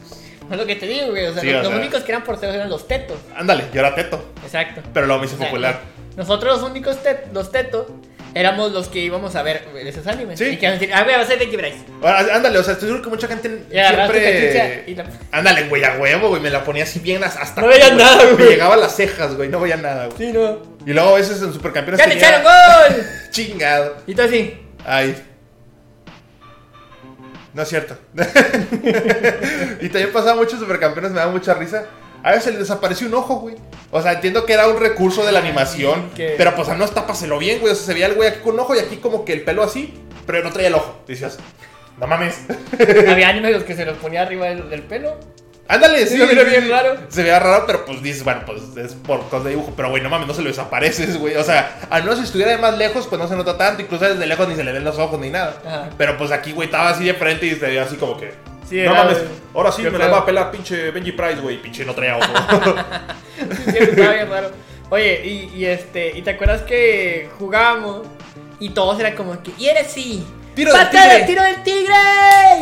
[SPEAKER 1] Es lo que te digo, güey. O sea,
[SPEAKER 2] Sí,
[SPEAKER 1] los,
[SPEAKER 2] o
[SPEAKER 1] los
[SPEAKER 2] sea.
[SPEAKER 1] únicos que eran porteros eran los tetos.
[SPEAKER 2] Ándale, yo era teto,
[SPEAKER 1] Exacto.
[SPEAKER 2] pero luego me hice
[SPEAKER 1] O sea,
[SPEAKER 2] popular.
[SPEAKER 1] no- Nosotros los únicos tet- los tetos éramos los que íbamos a ver güey, esos animes.
[SPEAKER 2] Sí.
[SPEAKER 1] Y que iban a decir, ah, güey, va a ser Benji Bryce.
[SPEAKER 2] Ahora, Ándale, o sea, estoy seguro que mucha gente
[SPEAKER 1] Y agarraste
[SPEAKER 2] siempre...
[SPEAKER 1] cachucha y la-
[SPEAKER 2] Ándale, güey, a huevo, güey, me la ponía así bien hasta... hasta
[SPEAKER 1] No veía
[SPEAKER 2] aquí,
[SPEAKER 1] nada,
[SPEAKER 2] Me
[SPEAKER 1] güey.
[SPEAKER 2] llegaba a las cejas, güey, no veía nada, güey.
[SPEAKER 1] Sí, no.
[SPEAKER 2] Y luego a veces en Supercampeones
[SPEAKER 1] ¡Ya le
[SPEAKER 2] tenía-
[SPEAKER 1] echaron gol!
[SPEAKER 2] Chingado.
[SPEAKER 1] Y todo así.
[SPEAKER 2] Ay. No es cierto. y también pasaba muchos supercampeones, me da mucha risa. A veces le desapareció un ojo, güey. O sea, entiendo que era un recurso de la animación.
[SPEAKER 1] Sí, que-
[SPEAKER 2] Pero pues al menos tápaselo bien, güey. O sea, se veía el güey aquí con un ojo y aquí como que el pelo así, pero no traía el ojo. Decías, no mames.
[SPEAKER 1] Había animes los que se los ponía arriba del, del pelo.
[SPEAKER 2] Ándale, sí.
[SPEAKER 1] Sí, lo mira
[SPEAKER 2] sí,
[SPEAKER 1] bien
[SPEAKER 2] sí.
[SPEAKER 1] raro.
[SPEAKER 2] Se veía raro, pero pues dices, bueno, pues es por cosas de dibujo. Pero güey, no mames, no se lo desapareces, güey. O sea, al menos si estuviera de más lejos, pues no se nota tanto. Incluso desde lejos ni se le ven los ojos ni nada.
[SPEAKER 1] Ajá.
[SPEAKER 2] Pero pues aquí, güey, estaba así de frente y se veía así como que.
[SPEAKER 1] Sí,
[SPEAKER 2] no
[SPEAKER 1] era-
[SPEAKER 2] mames, ahora sí
[SPEAKER 1] Yo
[SPEAKER 2] me la
[SPEAKER 1] creo.
[SPEAKER 2] va a pelar pinche Benji Price, güey. Pinche no traía ojo.
[SPEAKER 1] Sí, estaba bien raro. Oye, y, y este, ¿y te acuerdas que jugábamos y todos eran como que, y eres sí,
[SPEAKER 2] Tiro del
[SPEAKER 1] ¡Pata de
[SPEAKER 2] tigre.
[SPEAKER 1] tiro del tigre!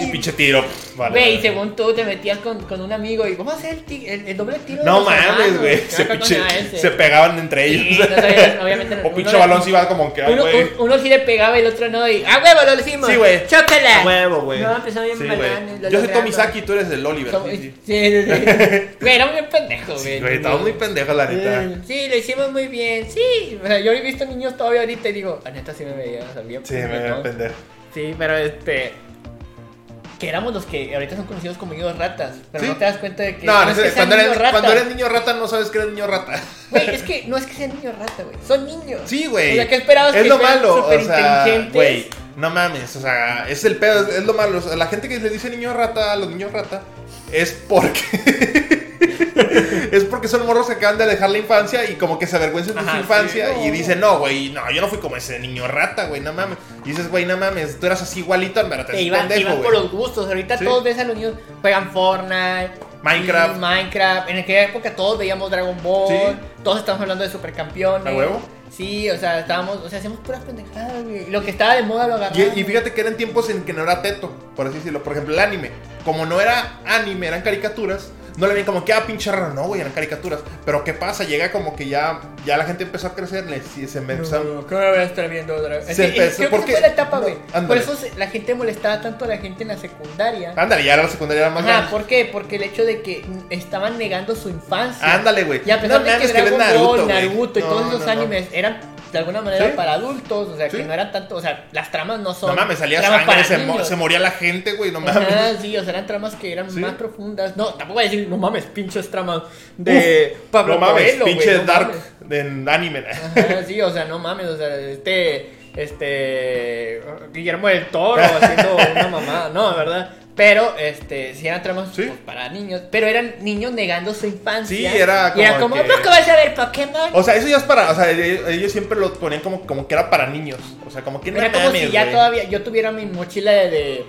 [SPEAKER 2] Y pinche tiro. pff, Vale.
[SPEAKER 1] Güey, y
[SPEAKER 2] vale.
[SPEAKER 1] según tú te metías con, con un amigo y vamos a hacer el, ti- el, el doble tiro. de
[SPEAKER 2] No
[SPEAKER 1] los
[SPEAKER 2] mames,
[SPEAKER 1] hermanos,
[SPEAKER 2] güey.
[SPEAKER 1] que
[SPEAKER 2] Se,
[SPEAKER 1] acá
[SPEAKER 2] pinche-
[SPEAKER 1] con ese.
[SPEAKER 2] se pegaban entre
[SPEAKER 1] Sí,
[SPEAKER 2] ellos.
[SPEAKER 1] no sabía- obviamente no-
[SPEAKER 2] o pinche
[SPEAKER 1] uno-
[SPEAKER 2] balón si iba como que, ah,
[SPEAKER 1] Uno,
[SPEAKER 2] güey.
[SPEAKER 1] un- uno sí le pegaba y el otro no. Y, ¡Ah, huevo! Lo hicimos.
[SPEAKER 2] Sí, güey.
[SPEAKER 1] ¡Chócala!
[SPEAKER 2] A huevo, güey.
[SPEAKER 1] No, empezó bien
[SPEAKER 2] Sí,
[SPEAKER 1] mal,
[SPEAKER 2] güey.
[SPEAKER 1] lo
[SPEAKER 2] Yo soy
[SPEAKER 1] logramos.
[SPEAKER 2] Tommy Saki y tú eres el Oliver.
[SPEAKER 1] Som-
[SPEAKER 2] Sí,
[SPEAKER 1] Sí,
[SPEAKER 2] sí.
[SPEAKER 1] sí, sí. Güey, era muy pendejo, güey.
[SPEAKER 2] Güey, estamos muy pendejos, la neta.
[SPEAKER 1] Eh, Sí, lo hicimos muy bien, sí. O sea, yo he visto niños todavía ahorita y digo, la neta sí me veía, o sea, bien
[SPEAKER 2] Sí, me veo
[SPEAKER 1] pendejo".
[SPEAKER 2] pendejo.
[SPEAKER 1] Sí, pero este. Que éramos los que ahorita son conocidos como niños ratas. Pero
[SPEAKER 2] Sí.
[SPEAKER 1] no te das cuenta de que.
[SPEAKER 2] No, no
[SPEAKER 1] es que
[SPEAKER 2] sé,
[SPEAKER 1] sean
[SPEAKER 2] cuando eres,
[SPEAKER 1] niños ratas.
[SPEAKER 2] cuando eres niño rata no sabes que eres niño rata.
[SPEAKER 1] Güey, es que no es que sean niños rata, güey. Son niños.
[SPEAKER 2] Sí, güey.
[SPEAKER 1] O sea, ¿qué esperabas
[SPEAKER 2] Es
[SPEAKER 1] que
[SPEAKER 2] lo
[SPEAKER 1] fueran
[SPEAKER 2] malo, o sea,
[SPEAKER 1] superinteligentes?
[SPEAKER 2] güey, no mames, o sea, es el pedo, es, es lo malo. O sea, la gente que le dice niño rata a los niños rata es porque es porque son morros que acaban de dejar la infancia y como que se avergüenzan de su
[SPEAKER 1] Ajá,
[SPEAKER 2] infancia
[SPEAKER 1] sí.
[SPEAKER 2] y dicen, "No, güey, no, yo no fui como ese niño rata, güey, no mames." Y dices, "Güey, no mames, tú eras así igualito, pero te
[SPEAKER 1] Te
[SPEAKER 2] haces
[SPEAKER 1] iban, te
[SPEAKER 2] pendejo,
[SPEAKER 1] iban por
[SPEAKER 2] güey."
[SPEAKER 1] los gustos. Ahorita
[SPEAKER 2] Sí.
[SPEAKER 1] todos ves a los niños juegan Fortnite,
[SPEAKER 2] Minecraft.
[SPEAKER 1] y Minecraft. En aquella época todos veíamos Dragon Ball.
[SPEAKER 2] Sí.
[SPEAKER 1] Todos estábamos hablando de supercampeones.
[SPEAKER 2] ¿A huevo?
[SPEAKER 1] Sí, o sea, estábamos, o sea, hacíamos puras pendejadas, güey. Lo que estaba de moda lo agarramos.
[SPEAKER 2] Y, y fíjate que eran tiempos en que no era teto, por así decirlo. Por ejemplo, el anime. Como no era anime, eran caricaturas. No le ven como que, ah, pinche raro. No, güey, eran caricaturas. Pero ¿qué pasa? Llega como que ya, ya la gente empezó a crecer. le- sí, se
[SPEAKER 1] No,
[SPEAKER 2] empezaron-
[SPEAKER 1] ¿Cómo voy a estar viendo Dragon
[SPEAKER 2] Se
[SPEAKER 1] Sí, y
[SPEAKER 2] empezó-
[SPEAKER 1] creo que
[SPEAKER 2] porque-
[SPEAKER 1] esa fue la etapa,
[SPEAKER 2] no,
[SPEAKER 1] güey. Por
[SPEAKER 2] ándale. Ah,
[SPEAKER 1] eso se- la gente molestaba tanto a la gente en la secundaria.
[SPEAKER 2] Ándale, ya la secundaria era más
[SPEAKER 1] Ajá, pues,
[SPEAKER 2] grande.
[SPEAKER 1] ¿por qué? Porque el hecho de que estaban negando su infancia.
[SPEAKER 2] Ándale, güey.
[SPEAKER 1] Y a pesar
[SPEAKER 2] No
[SPEAKER 1] de que
[SPEAKER 2] mames, que ven
[SPEAKER 1] Dragon Ball, Naruto,
[SPEAKER 2] güey.
[SPEAKER 1] y
[SPEAKER 2] No,
[SPEAKER 1] todos esos
[SPEAKER 2] no, no.
[SPEAKER 1] animes eran de alguna manera
[SPEAKER 2] Sí.
[SPEAKER 1] para adultos, o sea,
[SPEAKER 2] Sí.
[SPEAKER 1] que no eran tanto, o sea, las tramas no son
[SPEAKER 2] No mames, salía
[SPEAKER 1] tramas
[SPEAKER 2] sangre, se, mo-
[SPEAKER 1] niños.
[SPEAKER 2] se moría la gente, güey, no mames.
[SPEAKER 1] Ajá, sí, o sea, eran tramas que eran
[SPEAKER 2] Sí.
[SPEAKER 1] más profundas. No, tampoco voy a decir, no mames, pinches tramas de Pablo
[SPEAKER 2] no mames,
[SPEAKER 1] Coelho, güey,
[SPEAKER 2] pinche
[SPEAKER 1] no
[SPEAKER 2] Dark
[SPEAKER 1] mames.
[SPEAKER 2] en anime.
[SPEAKER 1] Ajá, sí, o sea, no mames, o sea, este, este, Guillermo del Toro haciendo una mamada, no, ¿verdad? Pero, este, sí eran tramas
[SPEAKER 2] Sí.
[SPEAKER 1] pues, para niños, pero eran niños negando su infancia.
[SPEAKER 2] Sí, era
[SPEAKER 1] Y era
[SPEAKER 2] como
[SPEAKER 1] como,
[SPEAKER 2] que-
[SPEAKER 1] ¿no que vas a ver Pokémon?
[SPEAKER 2] O sea, eso ya es para. O sea, ellos ellos siempre lo ponían como, como que era para niños. O sea, como que no
[SPEAKER 1] era como
[SPEAKER 2] mames,
[SPEAKER 1] si ya
[SPEAKER 2] güey.
[SPEAKER 1] todavía, yo tuviera mi mochila de, de,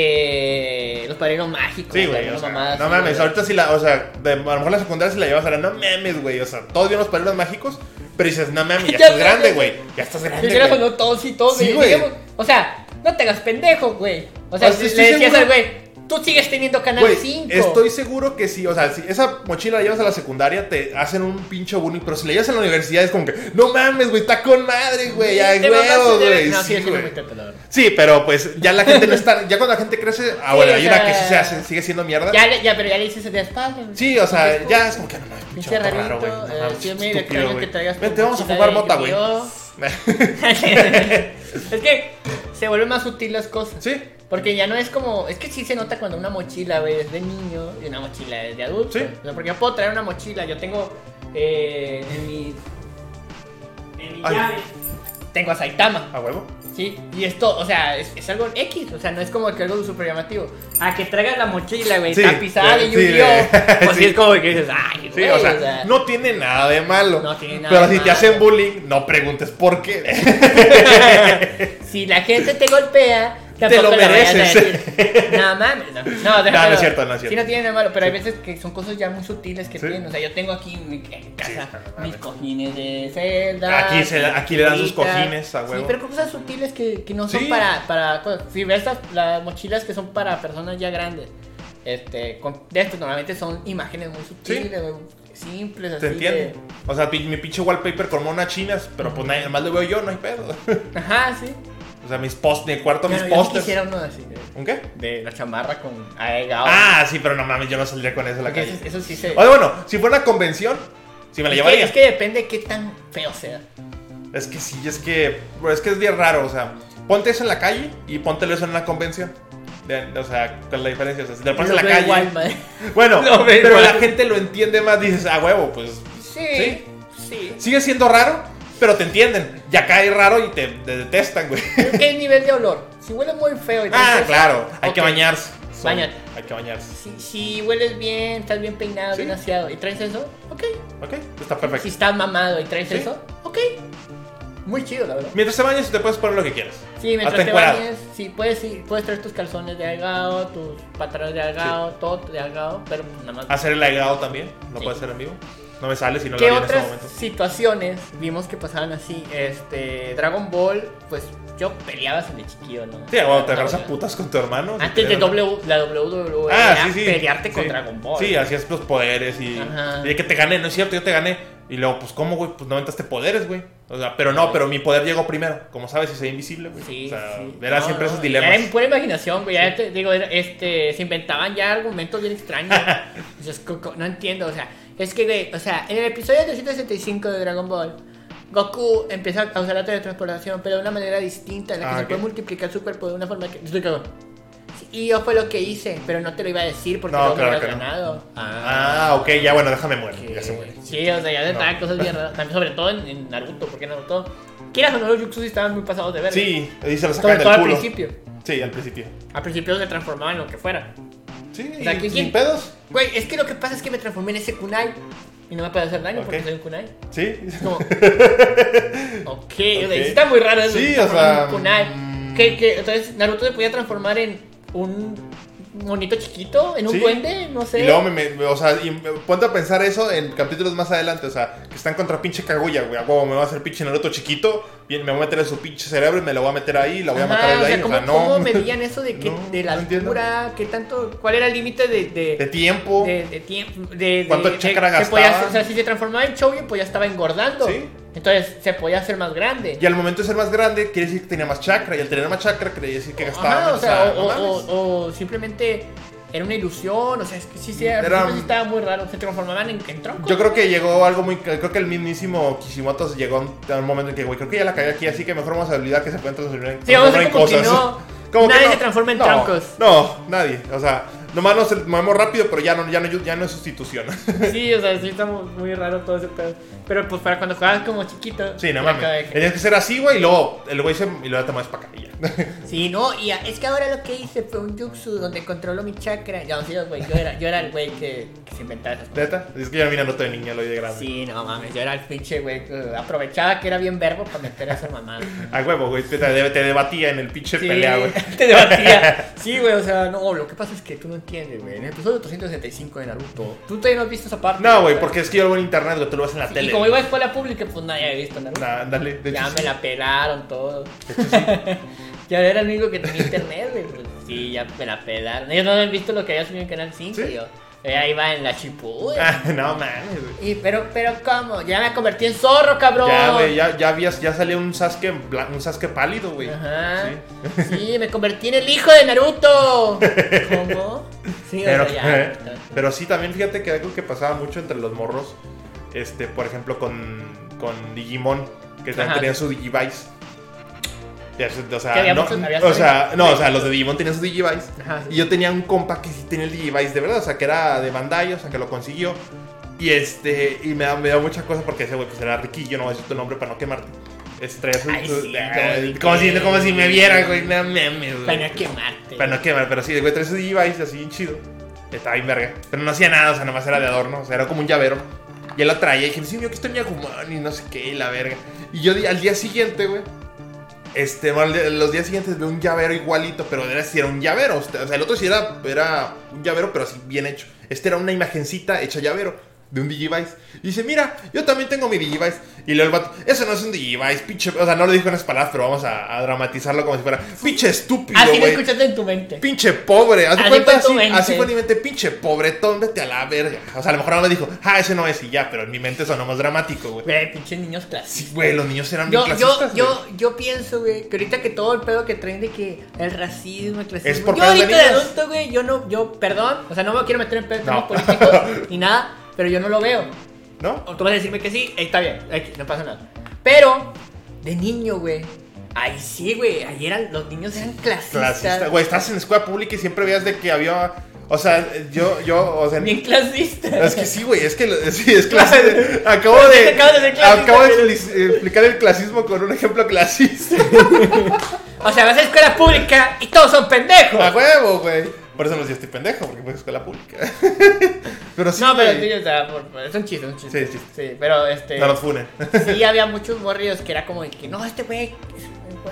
[SPEAKER 1] de los padrinos mágicos.
[SPEAKER 2] Sí,
[SPEAKER 1] o sea,
[SPEAKER 2] güey.
[SPEAKER 1] una
[SPEAKER 2] o sea,
[SPEAKER 1] mamada
[SPEAKER 2] No
[SPEAKER 1] así,
[SPEAKER 2] mames,
[SPEAKER 1] ¿verdad?
[SPEAKER 2] ahorita sí la, o sea, de- a lo mejor la secundaria si la llevas ahora, no mames, güey. O sea, todos vieron los paredes mágicos, pero dices, no mames, ya
[SPEAKER 1] Ya
[SPEAKER 2] estás
[SPEAKER 1] sé,
[SPEAKER 2] grande,
[SPEAKER 1] ya sé.
[SPEAKER 2] güey. Ya estás
[SPEAKER 1] Sí, era
[SPEAKER 2] grande. güey.
[SPEAKER 1] cuando todos y todos,
[SPEAKER 2] Sí,
[SPEAKER 1] güey,
[SPEAKER 2] güey.
[SPEAKER 1] digamos, O sea, no te hagas pendejo, güey. O sea,
[SPEAKER 2] O sea,
[SPEAKER 1] le
[SPEAKER 2] estoy
[SPEAKER 1] decías
[SPEAKER 2] seguro-
[SPEAKER 1] al güey, tú sigues teniendo Canal
[SPEAKER 2] Güey,
[SPEAKER 1] 5.
[SPEAKER 2] estoy seguro que sí, o sea, si esa mochila la llevas a la secundaria, te hacen un pinche bullying, pero si la llevas a la universidad es como que, no mames, güey, está con madre, güey, ya,
[SPEAKER 1] Te mamaste
[SPEAKER 2] huevos,
[SPEAKER 1] de-
[SPEAKER 2] güey.
[SPEAKER 1] No, sí,
[SPEAKER 2] sí,
[SPEAKER 1] eso no
[SPEAKER 2] güey.
[SPEAKER 1] me encanta, la verdad.
[SPEAKER 2] Sí, pero pues ya la gente no está, ya cuando la gente crece, ah, bueno,
[SPEAKER 1] o
[SPEAKER 2] hay una
[SPEAKER 1] sea,
[SPEAKER 2] que sí se hace, sigue siendo mierda.
[SPEAKER 1] Ya, le- ya, pero ya le dices de espalda.
[SPEAKER 2] Sí, o sea, ya es como que no mames,
[SPEAKER 1] Pues, Pinche
[SPEAKER 2] vato
[SPEAKER 1] rarito,
[SPEAKER 2] no
[SPEAKER 1] eh,
[SPEAKER 2] mames,
[SPEAKER 1] sí, medio
[SPEAKER 2] estúpido,
[SPEAKER 1] extraño
[SPEAKER 2] güey.
[SPEAKER 1] que traigas tu
[SPEAKER 2] Vente, vamos a
[SPEAKER 1] mochila de
[SPEAKER 2] fumar mota, güey.
[SPEAKER 1] Yu-Gi-Oh. es que se vuelven más sutil las cosas.
[SPEAKER 2] Sí,
[SPEAKER 1] Porque ya no es como. Es que sí se nota cuando una mochila, güey, es de niño y una mochila es de adulto.
[SPEAKER 2] Sí.
[SPEAKER 1] O sea, porque yo puedo traer una mochila. Yo tengo. eh, en mi. En mi
[SPEAKER 2] Ay.
[SPEAKER 1] llave. Tengo a Saitama.
[SPEAKER 2] a huevo.
[SPEAKER 1] Sí, y esto, o sea, es, es algo X, o sea, no es como que algo super llamativo. A que traigas la mochila, güey,
[SPEAKER 2] Sí,
[SPEAKER 1] tapizada de
[SPEAKER 2] güey, sí,
[SPEAKER 1] Yu-Gi-Oh!
[SPEAKER 2] güey.
[SPEAKER 1] Pues sí.
[SPEAKER 2] Sí.
[SPEAKER 1] es como que dices, ay,
[SPEAKER 2] Sí,
[SPEAKER 1] güey,
[SPEAKER 2] o sea, no tiene nada de malo.
[SPEAKER 1] No tiene nada
[SPEAKER 2] pero
[SPEAKER 1] de
[SPEAKER 2] si te
[SPEAKER 1] malo.
[SPEAKER 2] hacen bullying, no preguntes por qué.
[SPEAKER 1] Si la gente te golpea,
[SPEAKER 2] Te
[SPEAKER 1] tampoco
[SPEAKER 2] lo
[SPEAKER 1] la vayas a
[SPEAKER 2] mereces.
[SPEAKER 1] decir, No mames, no, no, déjame,
[SPEAKER 2] No, no es cierto, no es cierto.
[SPEAKER 1] Sí, no tiene nada malo, pero hay veces que son cosas ya muy sutiles que
[SPEAKER 2] Sí.
[SPEAKER 1] tienen. O sea, yo tengo aquí en mi en casa
[SPEAKER 2] no mames.
[SPEAKER 1] mis cojines de celda.
[SPEAKER 2] Aquí se- aquí le dan sus
[SPEAKER 1] cositas.
[SPEAKER 2] cojines, a huevo.
[SPEAKER 1] Sí, pero cosas sutiles que, que no son
[SPEAKER 2] Sí.
[SPEAKER 1] para, para. cosas. Si ves las, las mochilas que son para personas ya grandes, este, con, de estos normalmente son imágenes muy sutiles, muy simples, así.
[SPEAKER 2] ¿Te
[SPEAKER 1] de-
[SPEAKER 2] entiendes? O sea, pi- mi pinche wallpaper con monas chinas, pero pues nada más lo veo yo, no hay pedo.
[SPEAKER 1] Ajá, sí.
[SPEAKER 2] O sea, mis posts, mi cuarto, mis
[SPEAKER 1] Pero yo sí
[SPEAKER 2] posters.
[SPEAKER 1] quisiera Ah, uno así. de-
[SPEAKER 2] ¿Un qué?
[SPEAKER 1] De la chamarra con E aegao.
[SPEAKER 2] Ah, sí, pero no mames, yo no saldría con eso a la
[SPEAKER 1] Porque
[SPEAKER 2] calle.
[SPEAKER 1] eso, eso sí se.
[SPEAKER 2] O sea, bueno, si fuera una convención, sí me la
[SPEAKER 1] es,
[SPEAKER 2] llevaría.
[SPEAKER 1] que, es que depende qué tan feo sea.
[SPEAKER 2] Es que sí, es que. bueno, Es que es bien raro, o sea. Ponte eso en la calle y póntelo eso en una convención. De- o sea, con la diferencia. O sea, si te lo pones en la
[SPEAKER 1] Lo
[SPEAKER 2] calle.
[SPEAKER 1] igual, madre.
[SPEAKER 2] Bueno,
[SPEAKER 1] Lo veo
[SPEAKER 2] pero la
[SPEAKER 1] igual.
[SPEAKER 2] gente lo entiende más. Dices, a huevo, pues.
[SPEAKER 1] Sí, sí.
[SPEAKER 2] Sigue siendo raro, pero te entienden. Ya acá es raro y te, te detestan, güey.
[SPEAKER 1] ¿Qué nivel de olor? Si huele muy feo y te
[SPEAKER 2] Ah,
[SPEAKER 1] dices,
[SPEAKER 2] claro, hay que
[SPEAKER 1] ok.
[SPEAKER 2] bañarse. Sí,
[SPEAKER 1] Bañate.
[SPEAKER 2] Hay que bañarse.
[SPEAKER 1] Si, si hueles bien, estás bien peinado,
[SPEAKER 2] Sí.
[SPEAKER 1] bien aseado y traes eso, ok.
[SPEAKER 2] ¿Ok? Está
[SPEAKER 1] Si
[SPEAKER 2] perfecto.
[SPEAKER 1] estás mamado y traes
[SPEAKER 2] Sí.
[SPEAKER 1] eso, ok. Muy chido, la verdad.
[SPEAKER 2] Mientras te bañes, te puedes poner lo que quieras.
[SPEAKER 1] Sí, mientras
[SPEAKER 2] Hasta
[SPEAKER 1] te
[SPEAKER 2] encuerado.
[SPEAKER 1] bañes, sí, puedes, sí, puedes traer tus calzones de algado, tus pantalones de algado, todo de algado, pero nada más.
[SPEAKER 2] Hacer el legado también. Lo
[SPEAKER 1] Sí.
[SPEAKER 2] puedes hacer en vivo. No me sale si no lo
[SPEAKER 1] ¿Qué
[SPEAKER 2] haría en ese
[SPEAKER 1] otras
[SPEAKER 2] momento.
[SPEAKER 1] situaciones vimos que pasaban así? Este, Dragon Ball, pues yo peleabas en el chiquillo, ¿no?
[SPEAKER 2] Sí, cuando te
[SPEAKER 1] Dragon
[SPEAKER 2] agarras a
[SPEAKER 1] Ball.
[SPEAKER 2] putas con tu hermano. si
[SPEAKER 1] Antes de
[SPEAKER 2] te-
[SPEAKER 1] w, la WWE
[SPEAKER 2] Ah,
[SPEAKER 1] era
[SPEAKER 2] sí, sí.
[SPEAKER 1] pelearte con
[SPEAKER 2] Sí.
[SPEAKER 1] Dragon Ball.
[SPEAKER 2] Sí, hacías los poderes y,
[SPEAKER 1] Ajá.
[SPEAKER 2] y de que te gané, no es cierto, yo te gané. Y luego, pues, ¿cómo, güey? Pues no aventaste poderes, güey. O sea, pero no, pero mi poder llegó primero. Como sabes, si soy invisible, güey.
[SPEAKER 1] Sí,
[SPEAKER 2] o sea,
[SPEAKER 1] sí.
[SPEAKER 2] era
[SPEAKER 1] No,
[SPEAKER 2] siempre
[SPEAKER 1] no,
[SPEAKER 2] esos dilemas.
[SPEAKER 1] Era en pura imaginación, güey. Ya te digo, era- este, se inventaban ya argumentos bien extraños. O sea, es co- co- no entiendo, o sea, es que, güey, o sea, en el episodio 365 de Dragon Ball, Goku empieza a usar la teletransportación, pero de una manera distinta, en la que
[SPEAKER 2] Ah,
[SPEAKER 1] se
[SPEAKER 2] ok.
[SPEAKER 1] puede multiplicar su cuerpo de una forma que. Estoy cagado. Sí, Y yo fue lo que hice, pero no te lo iba a decir porque
[SPEAKER 2] No,
[SPEAKER 1] no,
[SPEAKER 2] claro
[SPEAKER 1] me
[SPEAKER 2] que
[SPEAKER 1] hubieras
[SPEAKER 2] no.
[SPEAKER 1] ganado.
[SPEAKER 2] Ah, ok, ya bueno, déjame muere.
[SPEAKER 1] Que-
[SPEAKER 2] Ya se muere.
[SPEAKER 1] Sí, o sea, ya
[SPEAKER 2] No.
[SPEAKER 1] estaban cosas bien raras. También, sobre todo en, en Naruto, porque en Naruto. Quieras o no, los Jutsu estaban muy pasados de verga.
[SPEAKER 2] Sí, y se
[SPEAKER 1] Sobre
[SPEAKER 2] lo sacan
[SPEAKER 1] todo
[SPEAKER 2] del
[SPEAKER 1] al
[SPEAKER 2] culo.
[SPEAKER 1] principio.
[SPEAKER 2] Sí, al principio.
[SPEAKER 1] Al principio se transformaba en lo que fuera.
[SPEAKER 2] Sí,
[SPEAKER 1] O sea,
[SPEAKER 2] y
[SPEAKER 1] ¿quién-
[SPEAKER 2] sin
[SPEAKER 1] quién?
[SPEAKER 2] pedos.
[SPEAKER 1] Güey, es que lo que pasa es que me transformé en ese kunai. Y no me puede hacer daño
[SPEAKER 2] Ok.
[SPEAKER 1] porque soy un kunai.
[SPEAKER 2] Sí.
[SPEAKER 1] Es como. ok, o sea, sí está muy raro eso.
[SPEAKER 2] Sí,
[SPEAKER 1] está
[SPEAKER 2] o sea,
[SPEAKER 1] un kunai.
[SPEAKER 2] mm.
[SPEAKER 1] Que, que, entonces, Naruto se podía transformar en un monito chiquito, en un
[SPEAKER 2] Sí.
[SPEAKER 1] duende, no sé.
[SPEAKER 2] Y luego me, me- me- o sea, y me- ponte a pensar eso en capítulos más adelante, o sea, que están contra pinche Kaguya, güey, a huevo, me va a hacer pinche Naruto chiquito, bien, me voy a meter en su pinche cerebro y me lo voy a meter ahí, la voy a
[SPEAKER 1] Ajá,
[SPEAKER 2] matar desde
[SPEAKER 1] o sea,
[SPEAKER 2] ahí,
[SPEAKER 1] ¿cómo,
[SPEAKER 2] o sea, no.
[SPEAKER 1] ¿cómo medían eso de, que,
[SPEAKER 2] No,
[SPEAKER 1] de la
[SPEAKER 2] no entiendo.
[SPEAKER 1] altura? ¿Qué tanto? ¿Cuál era el límite de, de,
[SPEAKER 2] de tiempo.
[SPEAKER 1] de, de tiempo, de, de-
[SPEAKER 2] ¿Cuánto
[SPEAKER 1] de-
[SPEAKER 2] chakra
[SPEAKER 1] que podía
[SPEAKER 2] gastaba?
[SPEAKER 1] hacer- o sea, si se transformaba en Shogun, pues ya estaba engordando.
[SPEAKER 2] Sí.
[SPEAKER 1] Entonces se podía hacer más grande.
[SPEAKER 2] Y al momento de ser más grande, quiere decir que tenía más chakra, y al tener más chakra, quiere decir que gastaba
[SPEAKER 1] Ajá,
[SPEAKER 2] menos,
[SPEAKER 1] o sea,
[SPEAKER 2] no
[SPEAKER 1] o,
[SPEAKER 2] mames.
[SPEAKER 1] o- o- o simplemente era una ilusión, o sea, es que sí, sí, al
[SPEAKER 2] Era-
[SPEAKER 1] principio sí estaba muy raro, se transformaban en, en troncos.
[SPEAKER 2] Yo creo que llegó algo muy. Creo que el mismísimo Kishimoto llegó a un, a un momento en que, güey, creo que ya la cagué aquí, así que mejor vamos a olvidar que se pueden transformar en,
[SPEAKER 1] Sí, vamos a
[SPEAKER 2] transformar
[SPEAKER 1] ver
[SPEAKER 2] en
[SPEAKER 1] como que no, nadie se transforma en
[SPEAKER 2] no,
[SPEAKER 1] troncos.
[SPEAKER 2] No, nadie. O sea, nomás nos movemos rápido, pero ya no, ya no, ya no es sustitución.
[SPEAKER 1] Sí, o sea, sí está muy, muy raro todo ese pedo. Pero pues para cuando jugabas como chiquito.
[SPEAKER 2] sí, no
[SPEAKER 1] era cada
[SPEAKER 2] mames.
[SPEAKER 1] vez que-
[SPEAKER 2] Tenías que ser así, güey, y luego el güey se. Y luego te mueves para acá y ya.
[SPEAKER 1] Sí, no, y a- es que ahora lo que hice fue un jutsu donde controlo mi chakra. Ya, sí, güey, yo era, yo era el güey que, que se inventaba esas cosas.
[SPEAKER 2] Neta, es que yo mira noto de niña, lo vi de grande.
[SPEAKER 1] Sí, no mames, yo era el pinche güey que aprovechaba que era bien verbo para meter a esa mamada.
[SPEAKER 2] A huevo, güey, te, te- te debatía en el pinche
[SPEAKER 1] Sí,
[SPEAKER 2] pelea, güey.
[SPEAKER 1] te debatía. Sí, güey, o sea, no, lo que pasa es que tú no entiendes, güey. En el episodio 365 de Naruto, tú todavía no has visto esa parte.
[SPEAKER 2] No, güey,
[SPEAKER 1] o sea,
[SPEAKER 2] porque es que yo lo veo en internet, güey, tú lo ves en la
[SPEAKER 1] sí,
[SPEAKER 2] tele.
[SPEAKER 1] Y como iba a escuela pública, pues nadie había visto Naruto.
[SPEAKER 2] Nah, ándale, de hecho
[SPEAKER 1] ya
[SPEAKER 2] sí.
[SPEAKER 1] me la pelaron todo. ya era el único que tenía internet, güey. pues, sí, ya me la pelaron. Ellos no habían visto lo que había subido en Canal 5,
[SPEAKER 2] Sí.
[SPEAKER 1] yo. Yo Ahí iba en la chipú,
[SPEAKER 2] Ah, no mames, güey.
[SPEAKER 1] Y pero, pero, ¿cómo? Ya me convertí en zorro, cabrón.
[SPEAKER 2] Ya, güey, ya, ya, habías- ya salió un Sasuke, en blan- un Sasuke pálido, güey.
[SPEAKER 1] Ajá.
[SPEAKER 2] Sí.
[SPEAKER 1] Sí. me convertí en el hijo de Naruto. ¿Cómo? Sí,
[SPEAKER 2] Pero, eh,
[SPEAKER 1] o sea, ya.
[SPEAKER 2] pero sí, también fíjate que algo que pasaba mucho entre los morros, este, por ejemplo, con, con Digimon, que también
[SPEAKER 1] Ajá.
[SPEAKER 2] tenían su Digivice. Ya, O
[SPEAKER 1] Que
[SPEAKER 2] sea,
[SPEAKER 1] había
[SPEAKER 2] no,
[SPEAKER 1] muchos- había
[SPEAKER 2] o sea,
[SPEAKER 1] también-
[SPEAKER 2] no, o sea, los de Digimon tenían su Digivice.
[SPEAKER 1] Ajá, sí.
[SPEAKER 2] Y yo tenía un compa que sí tenía el Digivice de verdad, o sea, que era de Bandai, o sea, que lo consiguió. Y este, y me da, me da mucha cosa porque ese güey pues era riquillo, no voy a decir tu nombre para no quemarte. Este, traía su-
[SPEAKER 1] Ay,
[SPEAKER 2] su-
[SPEAKER 1] sí,
[SPEAKER 2] como, como si, como si me viera, güey, no mames, güey.
[SPEAKER 1] Para no quemarte.
[SPEAKER 2] Para no quemar, pero sí, el güey traía su Digivice así bien chido. Estaba bien verga. Pero no hacía nada, o sea, nomás era de adorno, o sea, era como un llavero. Y él lo traía y dije, sí, yo que estoy en Yagumon y no sé qué, y la verga. Y yo di- al día siguiente, güey. Este, bueno, al- los días siguientes veo un llavero igualito, pero era si era un llavero. O sea, el otro sí era, era un llavero, pero así bien hecho. Este era una imagencita hecha llavero de un Digivice. Y dice, mira, yo también tengo mi Digivice. Y luego el vato, eso no es un Digivice, pinche. O sea, no lo dijo en esas palabras, pero vamos a, a dramatizarlo como si fuera, pinche estúpido,
[SPEAKER 1] Así Ah, lo
[SPEAKER 2] güey.
[SPEAKER 1] escuchaste en tu mente.
[SPEAKER 2] Pinche pobre, haz de
[SPEAKER 1] Así
[SPEAKER 2] cuenta
[SPEAKER 1] fue tu
[SPEAKER 2] así,
[SPEAKER 1] mente.
[SPEAKER 2] así fue mi mente, pinche pobretón, vete a la verga. O sea, a lo mejor no me dijo, ah, ese no es y ya, pero en mi mente sonó más dramático, güey.
[SPEAKER 1] Güey, pinches niños clásicos.
[SPEAKER 2] Sí, güey, los niños eran
[SPEAKER 1] Yo,
[SPEAKER 2] bien
[SPEAKER 1] yo,
[SPEAKER 2] clasistas, güey.
[SPEAKER 1] yo, yo pienso, güey, que ahorita que todo el pedo que traen de que el racismo, el clasismo.
[SPEAKER 2] Es por
[SPEAKER 1] yo
[SPEAKER 2] pedos de
[SPEAKER 1] ahorita de
[SPEAKER 2] niños.
[SPEAKER 1] adulto, güey, yo no, yo, perdón, o sea, no me quiero meter en pedos
[SPEAKER 2] No.
[SPEAKER 1] políticos ni nada, pero yo no lo veo.
[SPEAKER 2] ¿No?
[SPEAKER 1] O tú vas a decirme que sí, eh, está bien, X, no pasa nada. Pero, de niño, güey, ahí sí, güey, ahí eran, los niños eran clasistas.
[SPEAKER 2] Clasista. Güey, estás en escuela pública y siempre veías de que había. O sea, yo, yo, o sea.
[SPEAKER 1] Bien clasistas.
[SPEAKER 2] Es que sí, güey, es que lo- sí, es clase. Acabo de.
[SPEAKER 1] Acabas de ser clasista,
[SPEAKER 2] acabo de
[SPEAKER 1] pero-
[SPEAKER 2] lis- eh, explicar el clasismo con un ejemplo clasista.
[SPEAKER 1] O sea, vas a escuela pública y todos son pendejos.
[SPEAKER 2] A huevo, güey. Por eso no yo estoy pendejo, porque fue a escuela pública. pero sí.
[SPEAKER 1] no, pero el
[SPEAKER 2] güey.
[SPEAKER 1] tuyo, o sea, por- por- es un chiste, es un chiste.
[SPEAKER 2] Sí, es chiste.
[SPEAKER 1] Sí, pero este.
[SPEAKER 2] No nos funen.
[SPEAKER 1] sí, había muchos morridos que era como de que no, este güey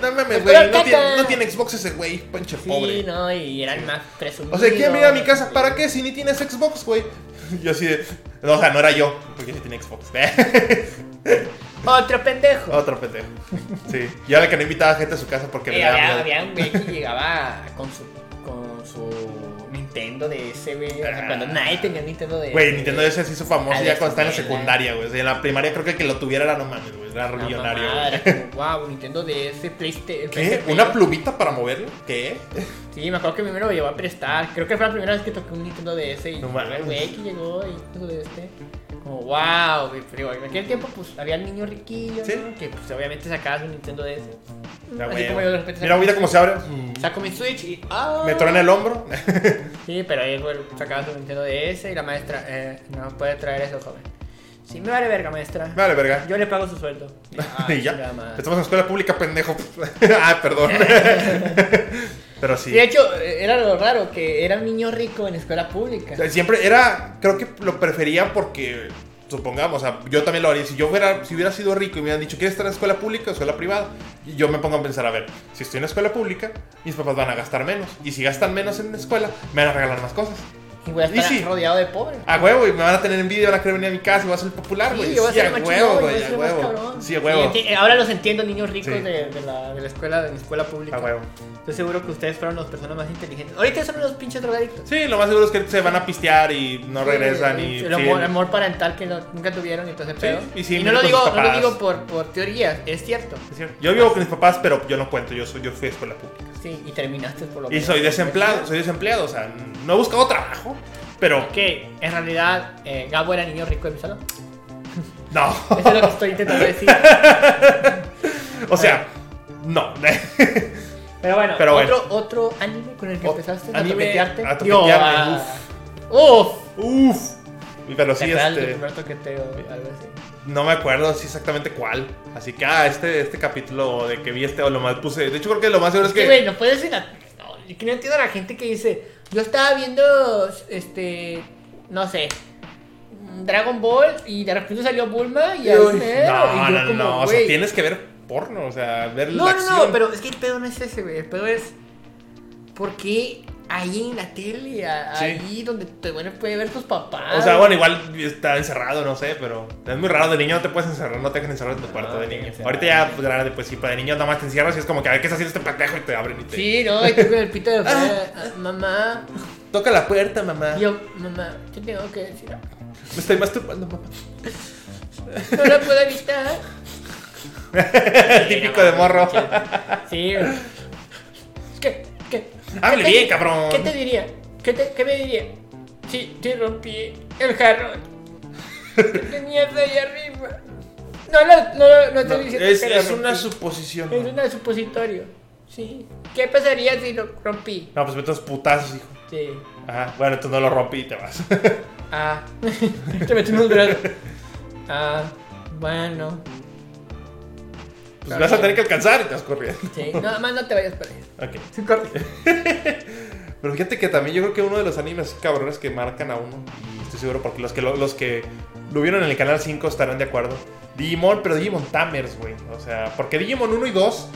[SPEAKER 2] No
[SPEAKER 1] Doctor
[SPEAKER 2] mames, güey. No tiene,
[SPEAKER 1] Arcata.
[SPEAKER 2] no tiene Xbox ese güey, pinche
[SPEAKER 1] Sí,
[SPEAKER 2] pobre.
[SPEAKER 1] no, y eran más presumidos.
[SPEAKER 2] O sea, ¿quién viene a mi casa? ¿Para qué? Si ni tienes Xbox, güey. Yo así de. No, o sea, no era yo, porque yo sí tenía Xbox.
[SPEAKER 1] Otro pendejo.
[SPEAKER 2] Otro pendejo. Sí. Y ahora que no invitaba gente a su casa porque
[SPEAKER 1] Eh,
[SPEAKER 2] le daba
[SPEAKER 1] había,
[SPEAKER 2] miedo.
[SPEAKER 1] había un güey que llegaba con su, con su Nintendo DS, güey. o sea, cuando nadie tenía Nintendo DS.
[SPEAKER 2] Ah. Güey, Nintendo DS se hizo famoso
[SPEAKER 1] Al
[SPEAKER 2] ya cuando estaba en la
[SPEAKER 1] escuela.
[SPEAKER 2] secundaria, güey. O sea, en la primaria creo que que lo tuviera era no mames, güey. Era
[SPEAKER 1] Una
[SPEAKER 2] millonario.
[SPEAKER 1] mamada,
[SPEAKER 2] güey.
[SPEAKER 1] era como, wow, Nintendo DS, PlayStation.
[SPEAKER 2] ¿Qué? ¿Una plumita para moverlo? ¿Qué?
[SPEAKER 1] Sí, me acuerdo que mi me lo llevó a prestar. Creo que fue la primera vez que toqué un Nintendo DS y
[SPEAKER 2] No
[SPEAKER 1] fue
[SPEAKER 2] mames.
[SPEAKER 1] el güey que llegó y todo este. Como, wow, güey, pero igual, en aquel tiempo pues había el niño riquillo,
[SPEAKER 2] Sí.
[SPEAKER 1] ¿no? Que pues obviamente sacaba su Nintendo DS.
[SPEAKER 2] La
[SPEAKER 1] Así
[SPEAKER 2] güey.
[SPEAKER 1] como yo de repente
[SPEAKER 2] Mira,
[SPEAKER 1] saco,
[SPEAKER 2] mira cómo se abre. Mm.
[SPEAKER 1] saco mi Switch y ¡ah!
[SPEAKER 2] Me torna el hombro.
[SPEAKER 1] Sí, pero ahí güey, sacaba su Nintendo DS y la maestra, eh, no puede traer eso, joven. Sí, me vale verga, maestra.
[SPEAKER 2] Vale, verga.
[SPEAKER 1] Yo le pago su sueldo. Ah,
[SPEAKER 2] y ya.
[SPEAKER 1] chingada madre.
[SPEAKER 2] Estamos en escuela pública, pendejo. ah, perdón. Pero sí.
[SPEAKER 1] De hecho, eh, era lo raro, que era un niño rico en escuela pública.
[SPEAKER 2] O sea, Siempre era, creo que lo prefería porque, supongamos, o sea, yo también lo haría. Si yo fuera, si hubiera sido rico y me hubieran dicho, ¿quieres estar en escuela pública o escuela privada? Y yo me pongo a pensar, a ver, si estoy en la escuela pública, mis papás van a gastar menos. Y si gastan menos en la escuela, me van a regalar más cosas.
[SPEAKER 1] Y voy a estar
[SPEAKER 2] y sí.
[SPEAKER 1] rodeado de pobres.
[SPEAKER 2] A huevo, y me van a tener envidia, van a querer venir a mi casa y voy a ser popular,
[SPEAKER 1] Sí,
[SPEAKER 2] güey.
[SPEAKER 1] yo voy a ser
[SPEAKER 2] Ah, pues Sí, a
[SPEAKER 1] más
[SPEAKER 2] huevo,
[SPEAKER 1] chingón, yo voy
[SPEAKER 2] güey,
[SPEAKER 1] a
[SPEAKER 2] a
[SPEAKER 1] ser más
[SPEAKER 2] huevo.
[SPEAKER 1] cabrón.
[SPEAKER 2] Sí, a huevo.
[SPEAKER 1] enti- eh, ahora los entiendo, niños ricos
[SPEAKER 2] Sí. Ah,
[SPEAKER 1] de, de la, de la escuela, de mi escuela pública.
[SPEAKER 2] A huevo.
[SPEAKER 1] Estoy seguro que ustedes fueron las personas más inteligentes. Ahorita son los pinches drogadictos.
[SPEAKER 2] Sí, lo más seguro es que se van a pistear y no regresan y...
[SPEAKER 1] El
[SPEAKER 2] siguen-
[SPEAKER 1] amor, amor parental que no- nunca tuvieron y todo ese
[SPEAKER 2] Sí,
[SPEAKER 1] pedo.
[SPEAKER 2] y siguen
[SPEAKER 1] no
[SPEAKER 2] viendo
[SPEAKER 1] lo
[SPEAKER 2] con
[SPEAKER 1] digo,
[SPEAKER 2] sus
[SPEAKER 1] no lo
[SPEAKER 2] papás.
[SPEAKER 1] digo por, por teoría, es cierto.
[SPEAKER 2] Es cierto. Yo vivo con mis papás, pero yo no cuento, yo, soy, yo fui a escuela pública.
[SPEAKER 1] Sí, y terminaste por lo
[SPEAKER 2] Y
[SPEAKER 1] menos.
[SPEAKER 2] soy desempleado, soy desempleado, o sea, no he buscado trabajo, pero
[SPEAKER 1] Que en realidad eh, Gabo era niño rico de mi salón.
[SPEAKER 2] no,
[SPEAKER 1] Eso es lo que estoy intentando decir.
[SPEAKER 2] o sea, no.
[SPEAKER 1] Pero bueno,
[SPEAKER 2] Pero bueno.
[SPEAKER 1] otro, otro anime con el que
[SPEAKER 2] O-
[SPEAKER 1] empezaste
[SPEAKER 2] anime,
[SPEAKER 1] a toquetearte.
[SPEAKER 2] a
[SPEAKER 1] Digo,
[SPEAKER 2] toquetearme,
[SPEAKER 1] a- Uf.
[SPEAKER 2] Uf, pero sí,
[SPEAKER 1] ¿Te acuerdas de tu
[SPEAKER 2] este,
[SPEAKER 1] primer toqueteo o algo así?
[SPEAKER 2] no me acuerdo así exactamente cuál, así que, ah, este, este capítulo de que vi este, o lo más puse, de hecho creo que lo más seguro es
[SPEAKER 1] Sí,
[SPEAKER 2] que...
[SPEAKER 1] güey, no puedes ir a... No, yo que no entiendo a la gente que dice, yo estaba viendo, este, no sé, Dragon Ball y de repente salió Bulma y
[SPEAKER 2] Uy,
[SPEAKER 1] ahí
[SPEAKER 2] No,
[SPEAKER 1] se- y yo
[SPEAKER 2] no,
[SPEAKER 1] como,
[SPEAKER 2] no, o sea,
[SPEAKER 1] güey.
[SPEAKER 2] tienes que ver porno, o sea, ver
[SPEAKER 1] No,
[SPEAKER 2] la
[SPEAKER 1] no,
[SPEAKER 2] acción.
[SPEAKER 1] no, pero es que el pedo no es ese, güey. El pedo es. ¿Por qué ahí en la tele? a-
[SPEAKER 2] Sí.
[SPEAKER 1] Ahí donde te bueno, puede ver tus papás.
[SPEAKER 2] O sea, bueno, igual está encerrado, no sé, pero es muy raro. De niño no te puedes encerrar, no te dejan encerrar en tu cuarto de
[SPEAKER 1] te
[SPEAKER 2] niño.
[SPEAKER 1] encerran.
[SPEAKER 2] Ahorita ya, pues, la verdad, pues sí, para de niño nada más te encierras y es como que a ver qué está haciendo este pendejo y te abren y te.
[SPEAKER 1] Sí, no, y tú con el pito de afuera, ah, mamá.
[SPEAKER 2] Toca la puerta, mamá.
[SPEAKER 1] y Yo, mamá, yo tengo que decir. algo.
[SPEAKER 2] Me estoy masturbando, mamá.
[SPEAKER 1] No la puedo evitar.
[SPEAKER 2] Típico de morro.
[SPEAKER 1] Sí. güey. ¿Qué? ¿Qué?
[SPEAKER 2] Hable
[SPEAKER 1] ¿Qué te-
[SPEAKER 2] bien, cabrón.
[SPEAKER 1] ¿Qué te diría? ¿Qué, te, qué me diría? Sí, te rompí el jarrón. Que tenías ahí arriba. No, no, no, no estoy
[SPEAKER 2] No,
[SPEAKER 1] diciendo
[SPEAKER 2] es,
[SPEAKER 1] que lo
[SPEAKER 2] es una
[SPEAKER 1] rompí.
[SPEAKER 2] suposición.
[SPEAKER 1] Es un supositorio. Sí. ¿Qué pasaría si lo rompí?
[SPEAKER 2] No, pues metes putazos, hijo.
[SPEAKER 1] Sí.
[SPEAKER 2] Ajá. Bueno, tú no lo rompí y te vas. Pues,
[SPEAKER 1] Ah. Te metí un brazo. Ah. Bueno.
[SPEAKER 2] Pues vas a tener que alcanzar y te vas corriendo.
[SPEAKER 1] Sí. Nada más no te vayas para allá.
[SPEAKER 2] Ok.
[SPEAKER 1] Sí, corre.
[SPEAKER 2] Pero fíjate que también yo creo que uno de los animes cabrones que marcan a uno, y estoy seguro porque los que lo, los que lo vieron en el canal 5 estarán de acuerdo. Digimon, pero Digimon Tamers, güey. O sea, porque Digimon 1 y 2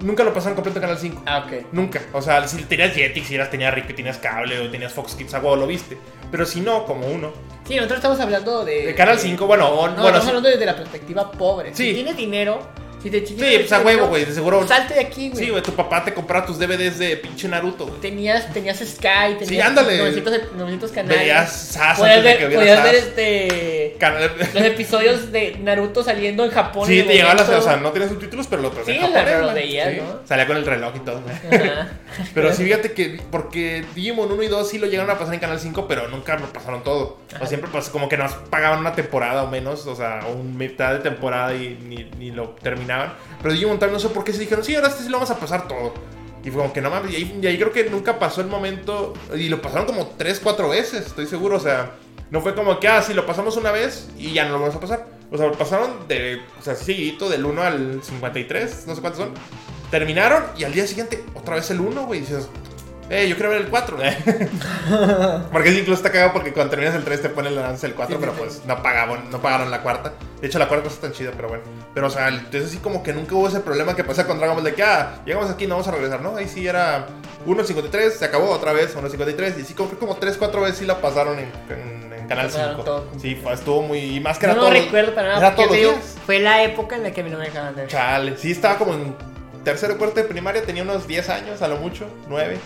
[SPEAKER 2] nunca lo pasaron completo en canal 5.
[SPEAKER 1] Ah, ok.
[SPEAKER 2] Nunca. O sea, si tenías Jetix, si eras, tenías Rico y tenías cable o tenías Fox Kids, a huevo lo viste. Pero si no, como uno.
[SPEAKER 1] Sí, nosotros estamos hablando de.
[SPEAKER 2] De canal 5, bueno, o-
[SPEAKER 1] No,
[SPEAKER 2] bueno,
[SPEAKER 1] estamos
[SPEAKER 2] sí,
[SPEAKER 1] hablando desde la perspectiva pobre.
[SPEAKER 2] Sí.
[SPEAKER 1] Si tienes dinero, si te chingas.
[SPEAKER 2] Sí, pues, a huevo, güey, de seguro.
[SPEAKER 1] Salte de aquí, güey.
[SPEAKER 2] sí, güey, tu papá te compraba tus DVDs de pinche Naruto, güey.
[SPEAKER 1] Tenías, tenías Sky, tenías
[SPEAKER 2] ándale.
[SPEAKER 1] 900, 900 canales.
[SPEAKER 2] Veías Sas
[SPEAKER 1] Podías
[SPEAKER 2] antes de
[SPEAKER 1] ver,
[SPEAKER 2] que hubiera
[SPEAKER 1] podías ver
[SPEAKER 2] Sas.
[SPEAKER 1] este.
[SPEAKER 2] Canal-
[SPEAKER 1] Los episodios de Naruto saliendo en Japón.
[SPEAKER 2] Sí,
[SPEAKER 1] en
[SPEAKER 2] te llegaba las.
[SPEAKER 1] momento.
[SPEAKER 2] O sea, no tenía subtítulos, pero lo traía
[SPEAKER 1] Sí,
[SPEAKER 2] en
[SPEAKER 1] la-
[SPEAKER 2] japonés,
[SPEAKER 1] lo
[SPEAKER 2] güey.
[SPEAKER 1] veías,
[SPEAKER 2] Sí,
[SPEAKER 1] ¿no?
[SPEAKER 2] Salía con el reloj y todo. güey.
[SPEAKER 1] Ajá.
[SPEAKER 2] Pero sí, fíjate que. Porque Digimon 1 y 2 sí lo llegaron a pasar en Canal 5, pero nunca lo pasaron todo. O
[SPEAKER 1] Ajá.
[SPEAKER 2] siempre pasó como que nos pagaban una temporada o menos, o sea, o un mitad de temporada y ni, ni lo terminaban. Pero Digimon también no sé por qué se dijeron, sí, ahora este sí lo vamos a pasar todo. Y fue como que no mames. Y ahí, y ahí creo que nunca pasó el momento. Y lo pasaron como 3, 4 veces, estoy seguro, o sea. No fue como que, ah, sí, lo pasamos una vez y ya no lo vamos a pasar. O sea, lo pasaron de, o sea, seguidito del 1 al 53, no sé cuántos son. Terminaron y al día siguiente otra vez el 1, güey. y dices, Eh, yo quiero ver el 4. porque sí, incluso está cagado porque cuando terminas el 3 te ponen el anuncio del 4,
[SPEAKER 1] Sí, sí,
[SPEAKER 2] pero
[SPEAKER 1] sí.
[SPEAKER 2] pues no pagaban, no pagaron la cuarta. De hecho, la cuarta no está tan chida, pero bueno. Pero o sea, entonces sí como que nunca hubo ese problema que pasa con Dragon Ball de que ah, llegamos aquí, no vamos a regresar, ¿no? Ahí sí era 1.53, se acabó otra vez, 1.53. Y sí, como, fue como 3, 4 veces sí la pasaron en, en- en Canal
[SPEAKER 1] Pasaron
[SPEAKER 2] 5.
[SPEAKER 1] todo.
[SPEAKER 2] Sí, fue- estuvo muy. Y más que
[SPEAKER 1] Yo
[SPEAKER 2] era
[SPEAKER 1] no
[SPEAKER 2] todo.
[SPEAKER 1] recuerdo para nada.
[SPEAKER 2] Era
[SPEAKER 1] porque
[SPEAKER 2] todos
[SPEAKER 1] te digo,
[SPEAKER 2] los días.
[SPEAKER 1] fue la época en la que a mí no me dejaban ver.
[SPEAKER 2] Chale, sí estaba como en tercero o cuarto de primaria, tenía unos 10 años a lo mucho, 9.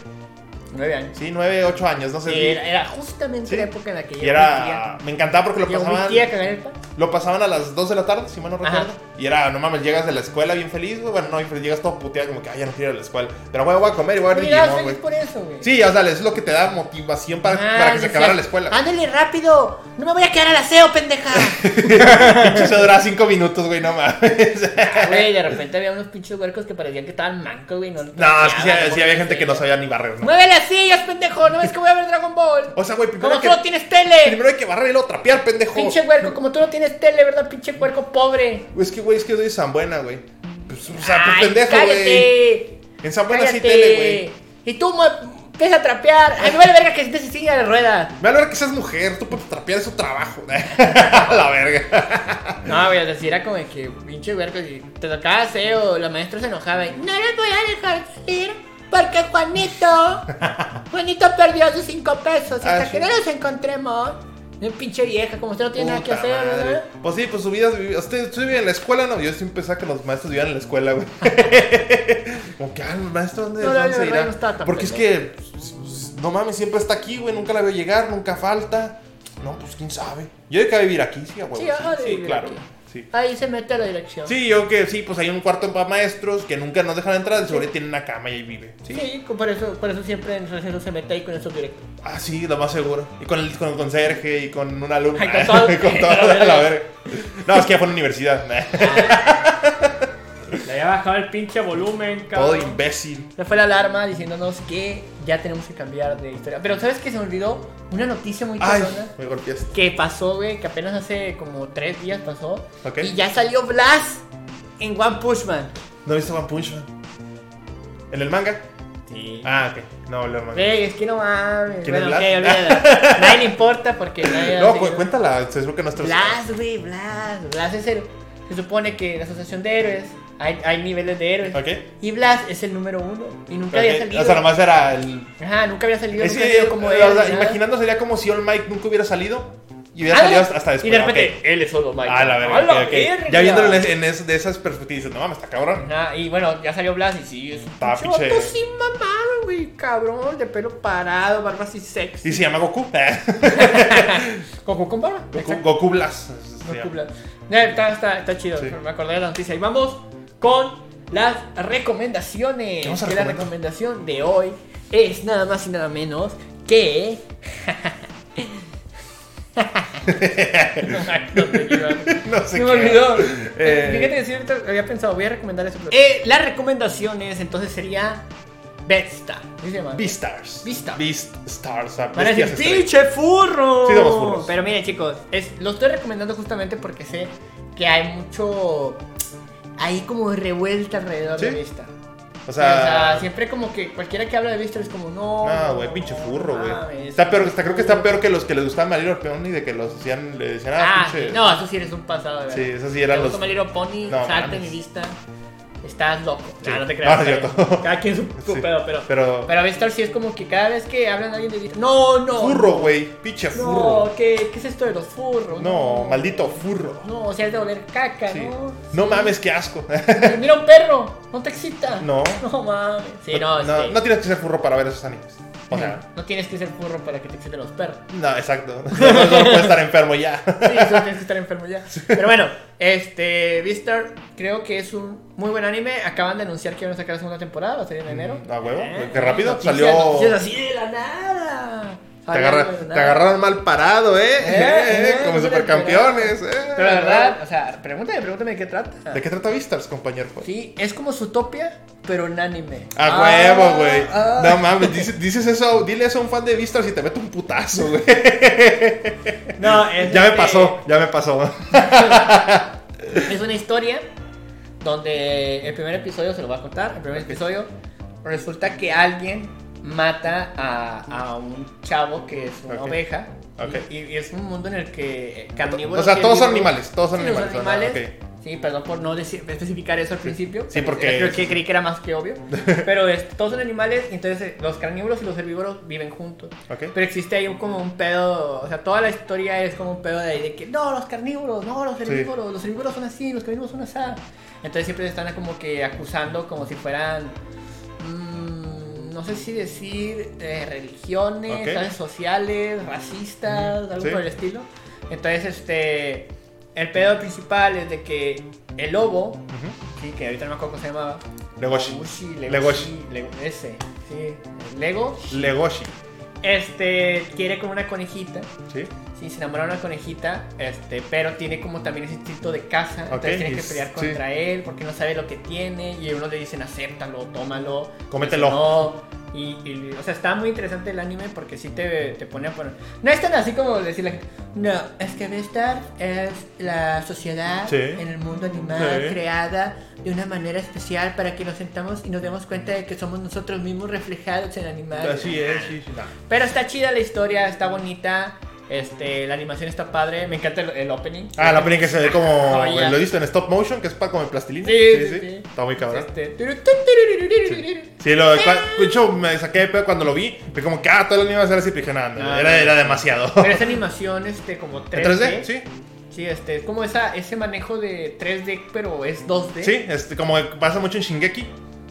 [SPEAKER 1] Nueve años.
[SPEAKER 2] Sí, 9, 8 años, no sé.
[SPEAKER 1] Y era, era justamente
[SPEAKER 2] Sí.
[SPEAKER 1] la época en la que
[SPEAKER 2] Y
[SPEAKER 1] yo
[SPEAKER 2] era. Me encantaba porque lo
[SPEAKER 1] Llegó mi tía a
[SPEAKER 2] pasaban.
[SPEAKER 1] cagar el pan.
[SPEAKER 2] Lo pasaban a las 2 de la tarde, si mal no
[SPEAKER 1] Ajá.
[SPEAKER 2] recuerdo. Y era, no mames, llegas de la escuela bien feliz, güey. Bueno, no, bien feliz, llegas todo puteado, como que, ay, ya no quiero ir a la escuela. Pero, güey, voy a comer y voy a ver
[SPEAKER 1] Mira,
[SPEAKER 2] Digimon,
[SPEAKER 1] feliz
[SPEAKER 2] güey.
[SPEAKER 1] por eso, güey.
[SPEAKER 2] Sí, o sea, es lo que te da motivación para,
[SPEAKER 1] Ah,
[SPEAKER 2] para que se
[SPEAKER 1] decía,
[SPEAKER 2] acabara la escuela.
[SPEAKER 1] Ándale rápido, no me voy a quedar al aseo, pendeja.
[SPEAKER 2] Pinche, Eso duraba 5 minutos, güey, no mames.
[SPEAKER 1] Güey, de repente había unos pinches huercos que parecían que estaban mancos, güey. No,
[SPEAKER 2] No, es que sí, sí había gente que no sabía ni barrer, ¿no?
[SPEAKER 1] Mueve las sillas, pendejo, no ves que voy a ver Dragon Ball.
[SPEAKER 2] O sea, güey,
[SPEAKER 1] como
[SPEAKER 2] primero,
[SPEAKER 1] tú
[SPEAKER 2] que,
[SPEAKER 1] no tienes tele,
[SPEAKER 2] primero hay que barrer y luego trapear, pendejo.
[SPEAKER 1] pinche huerco, como tú no tienes tele, ¿verdad? Pinche huerco pobre.
[SPEAKER 2] Güey, Es que, güey, es que yo soy San Buena, güey. Pues, o sea, pues
[SPEAKER 1] Ay,
[SPEAKER 2] pendejo, güey.
[SPEAKER 1] cállate.
[SPEAKER 2] En San Buena
[SPEAKER 1] cállate.
[SPEAKER 2] sí tele, güey.
[SPEAKER 1] Y tú, mo- empieza a trapear. A mí vale verga que estés en silla de ruedas.
[SPEAKER 2] Me alegra que seas mujer, tú puedes trapear es su trabajo. la verga.
[SPEAKER 1] No, güey, o sea, si era como de que pinche huerco, si te tocaba aseo, la maestra se enojaba y no les voy a dejar ir porque Juanito, Juanito perdió sus cinco pesos
[SPEAKER 2] Ah,
[SPEAKER 1] hasta
[SPEAKER 2] sí.
[SPEAKER 1] que no los encontremos. Una pinche vieja, como usted no tiene nada que
[SPEAKER 2] Puta
[SPEAKER 1] hacer,
[SPEAKER 2] madre.
[SPEAKER 1] ¿verdad?
[SPEAKER 2] Pues sí, pues su vida. Usted, usted vive en la escuela, no. Yo siempre pensaba que los maestros vivían en la escuela, güey. Como que, ah, el maestro, ¿dónde,
[SPEAKER 1] No, la
[SPEAKER 2] dónde se
[SPEAKER 1] verdad
[SPEAKER 2] irá?
[SPEAKER 1] no estaba tan
[SPEAKER 2] Porque es que, pues, pues, no mames, siempre está aquí, güey. Nunca la veo llegar, nunca falta. No, pues quién sabe. Yo de que vivir aquí, sí, a huevo.
[SPEAKER 1] Sí,
[SPEAKER 2] Sí,
[SPEAKER 1] ajá, de
[SPEAKER 2] sí,
[SPEAKER 1] vivir
[SPEAKER 2] claro.
[SPEAKER 1] aquí.
[SPEAKER 2] Sí.
[SPEAKER 1] Ahí se mete la dirección.
[SPEAKER 2] Sí, yo que sí, pues hay un cuarto para maestros que nunca nos dejan entrar, de seguro tienen una cama y ahí vive. Sí.
[SPEAKER 1] Sí, con- por eso, por eso siempre en Recero se mete ahí con esos directos.
[SPEAKER 2] Ah, sí, lo más seguro. Y con el, con el conserje y con un alumno.
[SPEAKER 1] Ay, con todo.
[SPEAKER 2] Y con todo,
[SPEAKER 1] La verga.
[SPEAKER 2] la verga. No, es que ya fue en universidad.
[SPEAKER 1] Ah. Le había bajado el pinche volumen,
[SPEAKER 2] todo imbécil.
[SPEAKER 1] Se fue la alarma diciéndonos que ya tenemos que cambiar de historia. Pero ¿sabes qué? Se me olvidó una noticia muy
[SPEAKER 2] Ay,
[SPEAKER 1] cabrona
[SPEAKER 2] me golpeaste.
[SPEAKER 1] que pasó, güey, que apenas hace como tres días pasó.
[SPEAKER 2] Ok.
[SPEAKER 1] Y ya salió Blast en One Pushman.
[SPEAKER 2] ¿No viste One Punch Man? ¿En el manga?
[SPEAKER 1] Sí.
[SPEAKER 2] Ah, ok. No, el manga.
[SPEAKER 1] Güey, es que no mames.
[SPEAKER 2] ¿Quién es
[SPEAKER 1] Bueno, ok,
[SPEAKER 2] Blast?
[SPEAKER 1] olvídala. Nadie le importa porque nadie...
[SPEAKER 2] No,
[SPEAKER 1] sí.
[SPEAKER 2] cu- cuéntala. Se supone que nuestros.
[SPEAKER 1] Blast, güey, Blast. Blast es el... Se supone que en la asociación de héroes hay, hay niveles de héroes.
[SPEAKER 2] Ok.
[SPEAKER 1] Y Blast es el número uno. Y nunca había
[SPEAKER 2] Ok,
[SPEAKER 1] salido.
[SPEAKER 2] O sea, nomás era el.
[SPEAKER 1] Ajá, nunca había salido.
[SPEAKER 2] Es
[SPEAKER 1] nunca
[SPEAKER 2] que,
[SPEAKER 1] había sido como
[SPEAKER 2] o
[SPEAKER 1] él,
[SPEAKER 2] sea,
[SPEAKER 1] ni nada.
[SPEAKER 2] imaginando sería como si All Might nunca hubiera salido y hubiera
[SPEAKER 1] Ándale.
[SPEAKER 2] salido hasta- hasta después.
[SPEAKER 1] Y de
[SPEAKER 2] ok.
[SPEAKER 1] repente, él es solo Mike.
[SPEAKER 2] Ah, la verga.
[SPEAKER 1] ¡A la
[SPEAKER 2] ok, ok.
[SPEAKER 1] verga!
[SPEAKER 2] Ya viéndolo en, en es- de esas perspectivas, dices, no mames, está cabrón.
[SPEAKER 1] Ah, y bueno, ya salió Blas y sí, es un
[SPEAKER 2] Está
[SPEAKER 1] pinche vato
[SPEAKER 2] pinche.
[SPEAKER 1] sin mamado, güey, cabrón, de pelo parado, barba así sexy.
[SPEAKER 2] Y se llama Goku.
[SPEAKER 1] Goku con barba.
[SPEAKER 2] Goku,
[SPEAKER 1] exacto.
[SPEAKER 2] Goku Blast.
[SPEAKER 1] Goku Blas. No, Está, está, está chido,
[SPEAKER 2] Sí.
[SPEAKER 1] me acordé de la noticia. Y vamos con las recomendaciones.
[SPEAKER 2] ¿Qué vamos a
[SPEAKER 1] Que la
[SPEAKER 2] recomendar?
[SPEAKER 1] recomendación de hoy es nada más y nada menos que... no, no sé qué iba.
[SPEAKER 2] No sé
[SPEAKER 1] Se me
[SPEAKER 2] qué.
[SPEAKER 1] olvidó.
[SPEAKER 2] Eh,
[SPEAKER 1] Fíjate que sí, ahorita había pensado, voy a recomendar eso. pero- Eh, las recomendaciones entonces sería Vesta. ¿Qué se llama?
[SPEAKER 2] Beastars.
[SPEAKER 1] Beastars.
[SPEAKER 2] Beastars. ah,
[SPEAKER 1] Van a decir,
[SPEAKER 2] bestias estrellas.
[SPEAKER 1] ¡pinche furro!
[SPEAKER 2] Sí, somos furros.
[SPEAKER 1] Pero miren, chicos, es, lo estoy recomendando justamente porque sé que hay mucho. Hay como revuelta alrededor
[SPEAKER 2] Sí.
[SPEAKER 1] de Vista.
[SPEAKER 2] O
[SPEAKER 1] O sea,
[SPEAKER 2] sea.
[SPEAKER 1] siempre como que cualquiera que habla de Vista es como, no.
[SPEAKER 2] Ah,
[SPEAKER 1] no,
[SPEAKER 2] güey, pinche furro, güey.
[SPEAKER 1] mames,
[SPEAKER 2] Está peor, está- creo que está
[SPEAKER 1] furro".
[SPEAKER 2] peor que los que les gustaban My Little Pony de que los hacían, le decían, ah,
[SPEAKER 1] Ah,
[SPEAKER 2] pinche.
[SPEAKER 1] sí, no, eso sí eres un pasado, de verdad.
[SPEAKER 2] Sí, esos sí
[SPEAKER 1] Te
[SPEAKER 2] eran
[SPEAKER 1] gusta
[SPEAKER 2] los.
[SPEAKER 1] My Little Pony,
[SPEAKER 2] No,
[SPEAKER 1] salte
[SPEAKER 2] mames.
[SPEAKER 1] mi vista. Estás loco.
[SPEAKER 2] Sí.
[SPEAKER 1] Nah, no te creas.
[SPEAKER 2] No, no es
[SPEAKER 1] está
[SPEAKER 2] cierto.
[SPEAKER 1] bien. Cada quien su, su
[SPEAKER 2] Sí.
[SPEAKER 1] pedo, pero.
[SPEAKER 2] Pero.
[SPEAKER 1] Pero Vestar sí es como que cada vez que hablan alguien de vista. No, no.
[SPEAKER 2] Furro, güey. Pinche
[SPEAKER 1] No,
[SPEAKER 2] furro.
[SPEAKER 1] ¿qué, ¿qué es esto de los furros?
[SPEAKER 2] No, maldito furro.
[SPEAKER 1] No, o sea, es de oler caca,
[SPEAKER 2] Sí.
[SPEAKER 1] ¿no?
[SPEAKER 2] No mames, qué asco.
[SPEAKER 1] Y Mira un perro, no te excita.
[SPEAKER 2] No.
[SPEAKER 1] No mames. Sí, no,
[SPEAKER 2] no,
[SPEAKER 1] este,
[SPEAKER 2] no tienes que ser furro para ver esos animes. O sea,
[SPEAKER 1] no tienes que ser furro para que te exciten los perros.
[SPEAKER 2] no, exacto. No, no, no puedes estar enfermo ya.
[SPEAKER 1] Sí, solo tienes que estar enfermo ya. Pero bueno, este, Vistar creo que es un muy buen anime. Acaban de anunciar que van a sacar la segunda temporada, va a salir en enero.
[SPEAKER 2] Mm, a huevo,
[SPEAKER 1] Eh,
[SPEAKER 2] qué rápido,
[SPEAKER 1] noticias,
[SPEAKER 2] salió-
[SPEAKER 1] noticias así de la nada.
[SPEAKER 2] Te,
[SPEAKER 1] Salió
[SPEAKER 2] agarra-
[SPEAKER 1] de la
[SPEAKER 2] te
[SPEAKER 1] nada.
[SPEAKER 2] agarraron mal parado, ¿eh?
[SPEAKER 1] Eh, eh, no
[SPEAKER 2] Como
[SPEAKER 1] te
[SPEAKER 2] supercampeones, ¿eh?
[SPEAKER 1] Pero la verdad, o sea, pregúntame, pregúntame de qué trata.
[SPEAKER 2] ¿De qué trata Vistas, compañero?
[SPEAKER 1] Sí, es como Zootopia, pero en anime.
[SPEAKER 2] A huevo, güey.
[SPEAKER 1] ah.
[SPEAKER 2] No mames, dices, dices eso, dile eso a un fan de Vistas y te mete un putazo, güey.
[SPEAKER 1] No, es
[SPEAKER 2] Ya me
[SPEAKER 1] este-
[SPEAKER 2] pasó, ya me pasó.
[SPEAKER 1] Es una historia donde el primer episodio se lo va a contar. El primer episodio resulta que alguien mata a, a un chavo que es una
[SPEAKER 2] Ok.
[SPEAKER 1] oveja.
[SPEAKER 2] Ok.
[SPEAKER 1] Y, y es un mundo en el que carnívoros
[SPEAKER 2] O sea,
[SPEAKER 1] y
[SPEAKER 2] todos son
[SPEAKER 1] herbívoros-
[SPEAKER 2] animales, todos son
[SPEAKER 1] Sí,
[SPEAKER 2] animales. Ah,
[SPEAKER 1] los
[SPEAKER 2] ajá,
[SPEAKER 1] animales.
[SPEAKER 2] ok.
[SPEAKER 1] Sí, perdón por no decir- especificar eso al principio.
[SPEAKER 2] Sí, porque-
[SPEAKER 1] Creo que creí que era más que obvio. Pero es- todos son animales, y entonces eh, los carnívoros y los herbívoros viven juntos.
[SPEAKER 2] Ok.
[SPEAKER 1] Pero existe ahí un- como un pedo, o sea, toda la historia es como un pedo de, ahí de que no, los carnívoros, no, los herbívoros, los herbívoros son así, los carnívoros son así. Entonces siempre se están como que acusando como si fueran, mm, no sé si decir, eh, religiones,
[SPEAKER 2] Ok.
[SPEAKER 1] clases sociales, racistas,
[SPEAKER 2] Ujú,
[SPEAKER 1] algo
[SPEAKER 2] sí.
[SPEAKER 1] por el estilo. Entonces, este, el pedo principal es de que el lobo,
[SPEAKER 2] Ujú.
[SPEAKER 1] sí, que ahorita no me acuerdo cómo se llamaba,
[SPEAKER 2] Legoshi.
[SPEAKER 1] Ushi,
[SPEAKER 2] Legoshi.
[SPEAKER 1] Lego- ese, sí, Lego,
[SPEAKER 2] Legoshi.
[SPEAKER 1] este, quiere como una conejita.
[SPEAKER 2] ¿Sí?
[SPEAKER 1] Sí, se enamora de una conejita, este, pero tiene como también ese instinto de caza.
[SPEAKER 2] Ok,
[SPEAKER 1] Entonces tiene que
[SPEAKER 2] y-
[SPEAKER 1] pelear
[SPEAKER 2] sí.
[SPEAKER 1] contra él porque no sabe lo que tiene. Y uno le dicen, acéptalo, tómalo.
[SPEAKER 2] Cómetelo.
[SPEAKER 1] No. Y, y, o sea, está muy interesante el anime porque sí te, te pone a poner. No es tan así como decirle, no, es que Beastar es la sociedad
[SPEAKER 2] Sí.
[SPEAKER 1] en el mundo animal
[SPEAKER 2] Sí.
[SPEAKER 1] creada de una manera especial para que nos sentamos y nos demos cuenta de que somos nosotros mismos reflejados en animales.
[SPEAKER 2] Así es, sí, sí.
[SPEAKER 1] Pero está chida la historia, está bonita. Este, la animación está padre. Me encanta el, el opening.
[SPEAKER 2] Ah, la peli que se ve como.
[SPEAKER 1] Oh, ya.
[SPEAKER 2] Lo viste en stop motion, que es para como en plastilina.
[SPEAKER 1] Sí, sí, sí.
[SPEAKER 2] Está muy cabrón.
[SPEAKER 1] Este, turu, tun,
[SPEAKER 2] Sí,
[SPEAKER 1] turururururururu.
[SPEAKER 2] Sí, lo, cua- de hecho me saqué de pedo cuando lo vi. Fue como que, ah, todo el anime va a ser así. pero Dije, nada, no,
[SPEAKER 1] Ah,
[SPEAKER 2] era,
[SPEAKER 1] no.
[SPEAKER 2] era demasiado.
[SPEAKER 1] Pero esa animación, este, como
[SPEAKER 2] ¿En
[SPEAKER 1] 3D.
[SPEAKER 2] 3D? Sí,
[SPEAKER 1] Sí, este, es como esa, ese manejo de 3D, pero es 2D.
[SPEAKER 2] sí. Este, como que pasa mucho en Shingeki.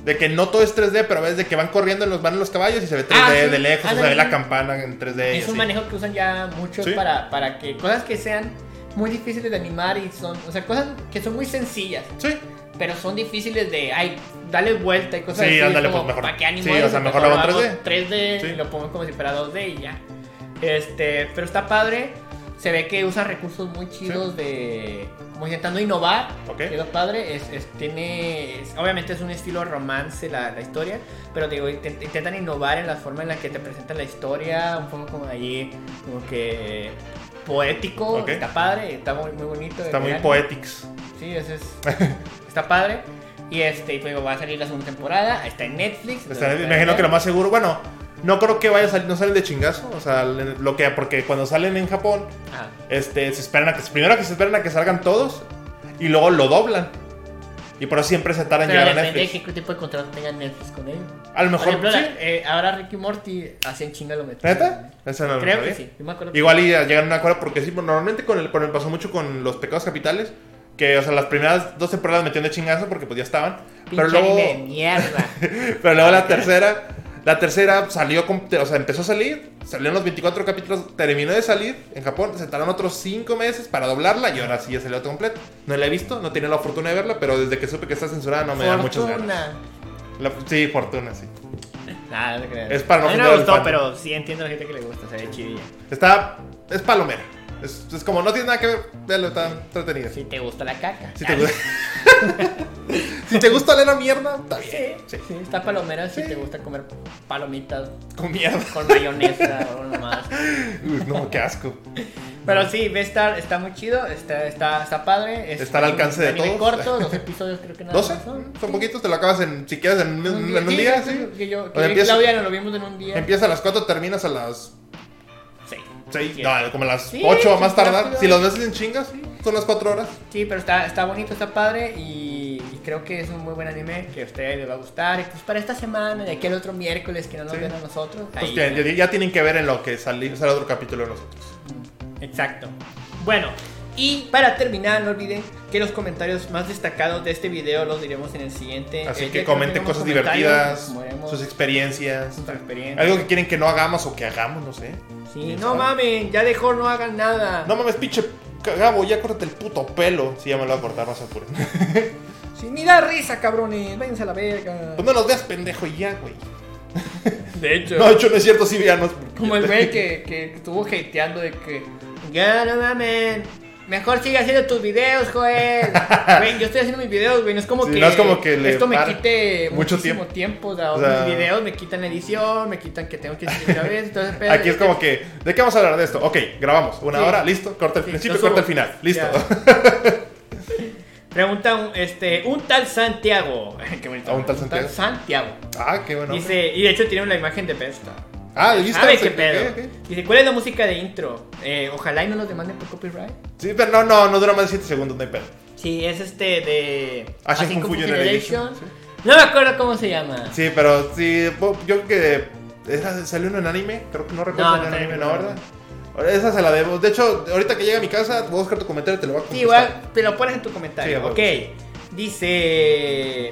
[SPEAKER 2] De que no todo es 3D, pero ves de que van corriendo, los van los caballos y se ve 3D
[SPEAKER 1] Ah, sí.
[SPEAKER 2] de lejos, o se
[SPEAKER 1] Ándale.
[SPEAKER 2] ve la campana en 3D. y
[SPEAKER 1] Es un
[SPEAKER 2] así.
[SPEAKER 1] manejo que usan ya muchos
[SPEAKER 2] Sí.
[SPEAKER 1] para, para que cosas que sean muy difíciles de animar y son, o sea, cosas que son muy sencillas,
[SPEAKER 2] Sí,
[SPEAKER 1] pero son difíciles de, ay, dale vuelta y cosas
[SPEAKER 2] Sí,
[SPEAKER 1] así.
[SPEAKER 2] ándale,
[SPEAKER 1] como,
[SPEAKER 2] pues, mejor.
[SPEAKER 1] ¿Para qué animo
[SPEAKER 2] Sí, o
[SPEAKER 1] eso?
[SPEAKER 2] sea,
[SPEAKER 1] Mejor
[SPEAKER 2] mejor lo hago en
[SPEAKER 1] hago 3D,
[SPEAKER 2] Sí.
[SPEAKER 1] lo pongo como si fuera 2D y ya. Este, pero está padre. Se ve que usa recursos muy chidos de. Como intentando innovar.
[SPEAKER 2] Ok.
[SPEAKER 1] que es lo padre. Es, es- tiene. es- obviamente es un estilo romance la, la historia. Pero digo, intent- intentan innovar en la forma en la que te presentan la historia. Un poco como allí. Como que. Poético.
[SPEAKER 2] Ok.
[SPEAKER 1] Está padre. Está muy, muy bonito.
[SPEAKER 2] está
[SPEAKER 1] el
[SPEAKER 2] muy
[SPEAKER 1] anime.
[SPEAKER 2] poetics.
[SPEAKER 1] Sí, ese es. está padre. Y este, y luego va a salir la segunda temporada. Está en Netflix.
[SPEAKER 2] O sea,
[SPEAKER 1] entonces,
[SPEAKER 2] me
[SPEAKER 1] para
[SPEAKER 2] imagino
[SPEAKER 1] ver.
[SPEAKER 2] que lo más seguro, bueno, no creo que vaya a salir, no salen de chingazo. O sea, le- lo que, porque cuando salen en Japón,
[SPEAKER 1] Ah,
[SPEAKER 2] este, se esperan a que, primero que se esperan a que salgan todos y luego lo doblan. Y por eso siempre se tardan en
[SPEAKER 1] Pero
[SPEAKER 2] llegar a
[SPEAKER 1] depende
[SPEAKER 2] Netflix.
[SPEAKER 1] de qué tipo de contrato tenga Netflix con ellos.
[SPEAKER 2] A lo
[SPEAKER 1] Por
[SPEAKER 2] mejor,
[SPEAKER 1] ejemplo,
[SPEAKER 2] sí.
[SPEAKER 1] la- eh, ahora Ricky Morty hacían chinga lo metió.
[SPEAKER 2] ¿Neta? Esa no lo
[SPEAKER 1] Creo
[SPEAKER 2] sabía.
[SPEAKER 1] que sí. Yo me acuerdo.
[SPEAKER 2] Igual y llegan a un acuerdo porque sí, pues, normalmente con el, con el pasó mucho con los pecados capitales. Que, o sea, las primeras dos temporadas metían de chingazo porque pues ya estaban.
[SPEAKER 1] Pinche
[SPEAKER 2] pero luego.
[SPEAKER 1] anime de mierda.
[SPEAKER 2] Pero luego la tercera, la tercera salió, con- o sea, empezó a salir, salieron los 24 capítulos, terminó de salir en Japón, se tardaron otros 5 meses para doblarla y ahora sí ya salió completa. No la he visto, no tenía la fortuna de verla, pero desde que supe que está censurada no me da muchas ganas.
[SPEAKER 1] Fortuna.
[SPEAKER 2] La- sí, fortuna, sí.
[SPEAKER 1] Nada, no creo.
[SPEAKER 2] Es para no
[SPEAKER 1] A mí no
[SPEAKER 2] ofender
[SPEAKER 1] me
[SPEAKER 2] al
[SPEAKER 1] gustó,
[SPEAKER 2] fan.
[SPEAKER 1] pero sí entiendo a la gente que le gusta. Se ve chidilla.
[SPEAKER 2] Está, es palomera. Es, es como, no tiene nada que ver, véalo, está entretenida.
[SPEAKER 1] Si te gusta la caca.
[SPEAKER 2] Si te gusta... si te gusta leer la mierda, está bien.
[SPEAKER 1] Sí,
[SPEAKER 2] Sí.
[SPEAKER 1] sí, está palomera si
[SPEAKER 2] Sí.
[SPEAKER 1] te gusta comer palomitas
[SPEAKER 2] Con mierda.
[SPEAKER 1] con mayonesa o nomás.
[SPEAKER 2] Uy, no, qué asco.
[SPEAKER 1] Pero sí, Vestar está muy chido, está, está, está padre. es
[SPEAKER 2] Está al
[SPEAKER 1] un
[SPEAKER 2] alcance de
[SPEAKER 1] anime
[SPEAKER 2] todos.
[SPEAKER 1] corto, dos episodios creo que nada más
[SPEAKER 2] 12,
[SPEAKER 1] son.
[SPEAKER 2] son poquitos, te lo acabas en, si quieres en, en- en un día, sí.
[SPEAKER 1] Que yo,
[SPEAKER 2] O
[SPEAKER 1] que
[SPEAKER 2] sea, empieza-
[SPEAKER 1] Claudia nos lo vimos en un día.
[SPEAKER 2] Empieza a las 4, terminas a las
[SPEAKER 1] Sí.
[SPEAKER 2] 6,
[SPEAKER 1] Sí.
[SPEAKER 2] no, como a las
[SPEAKER 1] Sí,
[SPEAKER 2] 8 a más
[SPEAKER 1] sí,
[SPEAKER 2] tardar.
[SPEAKER 1] rápido.
[SPEAKER 2] Si los ves en chingas, sí, son las 4 horas.
[SPEAKER 1] Sí, pero está, está bonito, está padre y, y creo que es un muy buen anime que a ustedes les va a gustar. Y pues para esta semana, de aquí al otro miércoles que no nos
[SPEAKER 2] Sí.
[SPEAKER 1] ven a nosotros.
[SPEAKER 2] Pues
[SPEAKER 1] ahí,
[SPEAKER 2] que
[SPEAKER 1] ¿no?
[SPEAKER 2] ya, ya tienen que ver en lo que sale, sale otro capítulo de nosotros.
[SPEAKER 1] Exacto. Bueno, y para terminar, no olviden que los comentarios más destacados de este video los diremos en el siguiente.
[SPEAKER 2] Así
[SPEAKER 1] Eh, ya creo
[SPEAKER 2] que
[SPEAKER 1] que
[SPEAKER 2] comenten
[SPEAKER 1] tenemos
[SPEAKER 2] cosas
[SPEAKER 1] comentarios,
[SPEAKER 2] divertidas,
[SPEAKER 1] como vemos,
[SPEAKER 2] sus experiencias,
[SPEAKER 1] nuestra experiencia.
[SPEAKER 2] algo que quieren que no hagamos o que hagamos, no sé.
[SPEAKER 1] Sí,
[SPEAKER 2] ¿Quién
[SPEAKER 1] no
[SPEAKER 2] sabe?
[SPEAKER 1] mamen, ya dejó, no hagan nada.
[SPEAKER 2] No mames, pinche Gabo, ya córtate el puto pelo. Sí, ya me lo voy a cortar, no se Pues apuren.
[SPEAKER 1] Sí, ni da risa, cabrones, váyanse a la verga.
[SPEAKER 2] Pues no nos veas pendejo y ya, güey.
[SPEAKER 1] De hecho,
[SPEAKER 2] No, de hecho, no es cierto, sí, veanos.
[SPEAKER 1] como el güey que, que estuvo hateando de que, ya no mamen. Mejor sigue haciendo tus videos, Joel. Güey, yo estoy haciendo mis videos, güey. No es como
[SPEAKER 2] Sí,
[SPEAKER 1] que,
[SPEAKER 2] no es como que le
[SPEAKER 1] esto me
[SPEAKER 2] para
[SPEAKER 1] quite
[SPEAKER 2] mucho
[SPEAKER 1] mucho tiempo. tiempo. o sea,
[SPEAKER 2] O sea,
[SPEAKER 1] mis videos me quitan la edición, me quitan que tengo que escribir otra vez. Entonces, pero-
[SPEAKER 2] Aquí es como que, ¿de qué vamos a hablar de esto? Ok, grabamos, una
[SPEAKER 1] Sí.
[SPEAKER 2] hora, listo, corta el
[SPEAKER 1] Sí,
[SPEAKER 2] principio,
[SPEAKER 1] lo
[SPEAKER 2] corta el
[SPEAKER 1] subo.
[SPEAKER 2] final, listo.
[SPEAKER 1] Ya. Pregunta un, este, un tal Santiago. Qué bonito.
[SPEAKER 2] Ah, un tal Santiago.
[SPEAKER 1] Santiago.
[SPEAKER 2] Ah, qué bueno.
[SPEAKER 1] Dice, y de hecho tiene la imagen de Pesta.
[SPEAKER 2] ah, ¿le viste?
[SPEAKER 1] ¿Sabe
[SPEAKER 2] Sí,
[SPEAKER 1] qué
[SPEAKER 2] ok,
[SPEAKER 1] pedo?
[SPEAKER 2] ok.
[SPEAKER 1] Dice, ¿cuál es la música de intro? Eh, ojalá y no nos demanden por copyright.
[SPEAKER 2] Sí, pero no, no, no dura más de 7 segundos, no hay pedo.
[SPEAKER 1] Sí, es este de.
[SPEAKER 2] Ashen Kung Fu Generation,
[SPEAKER 1] Generation. No me acuerdo cómo se llama.
[SPEAKER 2] Sí, pero sí, bo- yo creo que esa salió en un anime, creo que no recuerdo
[SPEAKER 1] No,
[SPEAKER 2] en
[SPEAKER 1] no,
[SPEAKER 2] un anime,
[SPEAKER 1] no,
[SPEAKER 2] ¿no,
[SPEAKER 1] no.
[SPEAKER 2] verdad? Ahora, Esa se la debo. De hecho, ahorita que llegue a mi casa, voy a buscar tu comentario y te lo voy a
[SPEAKER 1] Sí,
[SPEAKER 2] contestar.
[SPEAKER 1] igual, te lo pones en tu
[SPEAKER 2] Sí, a
[SPEAKER 1] comentario.
[SPEAKER 2] huevo,
[SPEAKER 1] ok. Dice.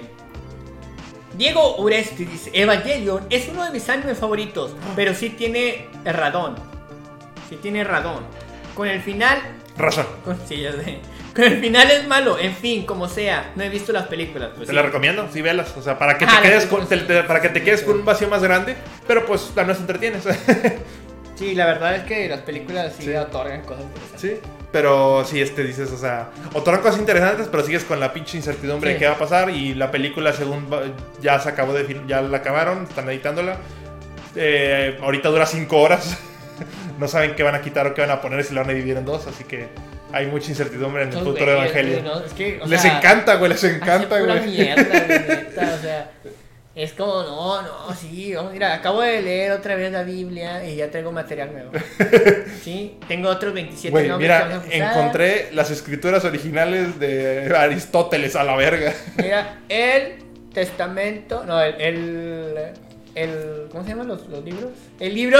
[SPEAKER 1] Diego Uresti dice: Evangelion es uno de mis animes favoritos, pero sí tiene radón. Sí tiene radón. Con el final
[SPEAKER 2] Razón,
[SPEAKER 1] Con, sí, ya sé. Con el final es malo, en fin, como sea. No he visto las películas. Pues,
[SPEAKER 2] te
[SPEAKER 1] sí.
[SPEAKER 2] la recomiendo, sí, velas. O sea, para que
[SPEAKER 1] Ah,
[SPEAKER 2] te
[SPEAKER 1] la
[SPEAKER 2] quedes,
[SPEAKER 1] tengo,
[SPEAKER 2] con, te-
[SPEAKER 1] sí.
[SPEAKER 2] te- para que te quedes con un vacío más grande, pero pues la no se entretienes.
[SPEAKER 1] Sí, la verdad es que las películas sí,
[SPEAKER 2] Sí.
[SPEAKER 1] otorgan cosas interesantes.
[SPEAKER 2] Sí. Pero sí, este, dices, o sea, otorgan cosas interesantes, pero sigues con la pinche incertidumbre
[SPEAKER 1] Sí.
[SPEAKER 2] de qué va a pasar. Y la película, según va- ya se acabó de film- ya la acabaron, están editándola. Eh, ahorita dura 5 horas. no saben qué van a quitar o qué van a poner, si lo van a dividir en dos. Así que hay mucha incertidumbre en el
[SPEAKER 1] Estos
[SPEAKER 2] futuro de
[SPEAKER 1] güeyes,
[SPEAKER 2] Evangelio.
[SPEAKER 1] güey, ¿no? Es que, o
[SPEAKER 2] les
[SPEAKER 1] sea,
[SPEAKER 2] encanta, güey, les
[SPEAKER 1] hace
[SPEAKER 2] encanta,
[SPEAKER 1] pura
[SPEAKER 2] güey.
[SPEAKER 1] mierda, güey, neta, o sea, es como, no, no, sí, vamos, mira, acabo de leer otra vez la Biblia y ya tengo material nuevo. Sí, tengo otros 27
[SPEAKER 2] Güey,
[SPEAKER 1] nombres que
[SPEAKER 2] mira,
[SPEAKER 1] vamos a usar.
[SPEAKER 2] encontré las escrituras originales de Aristóteles a la verga.
[SPEAKER 1] Mira, el testamento. No, el. el, el- ¿Cómo se llaman los, los libros? El libro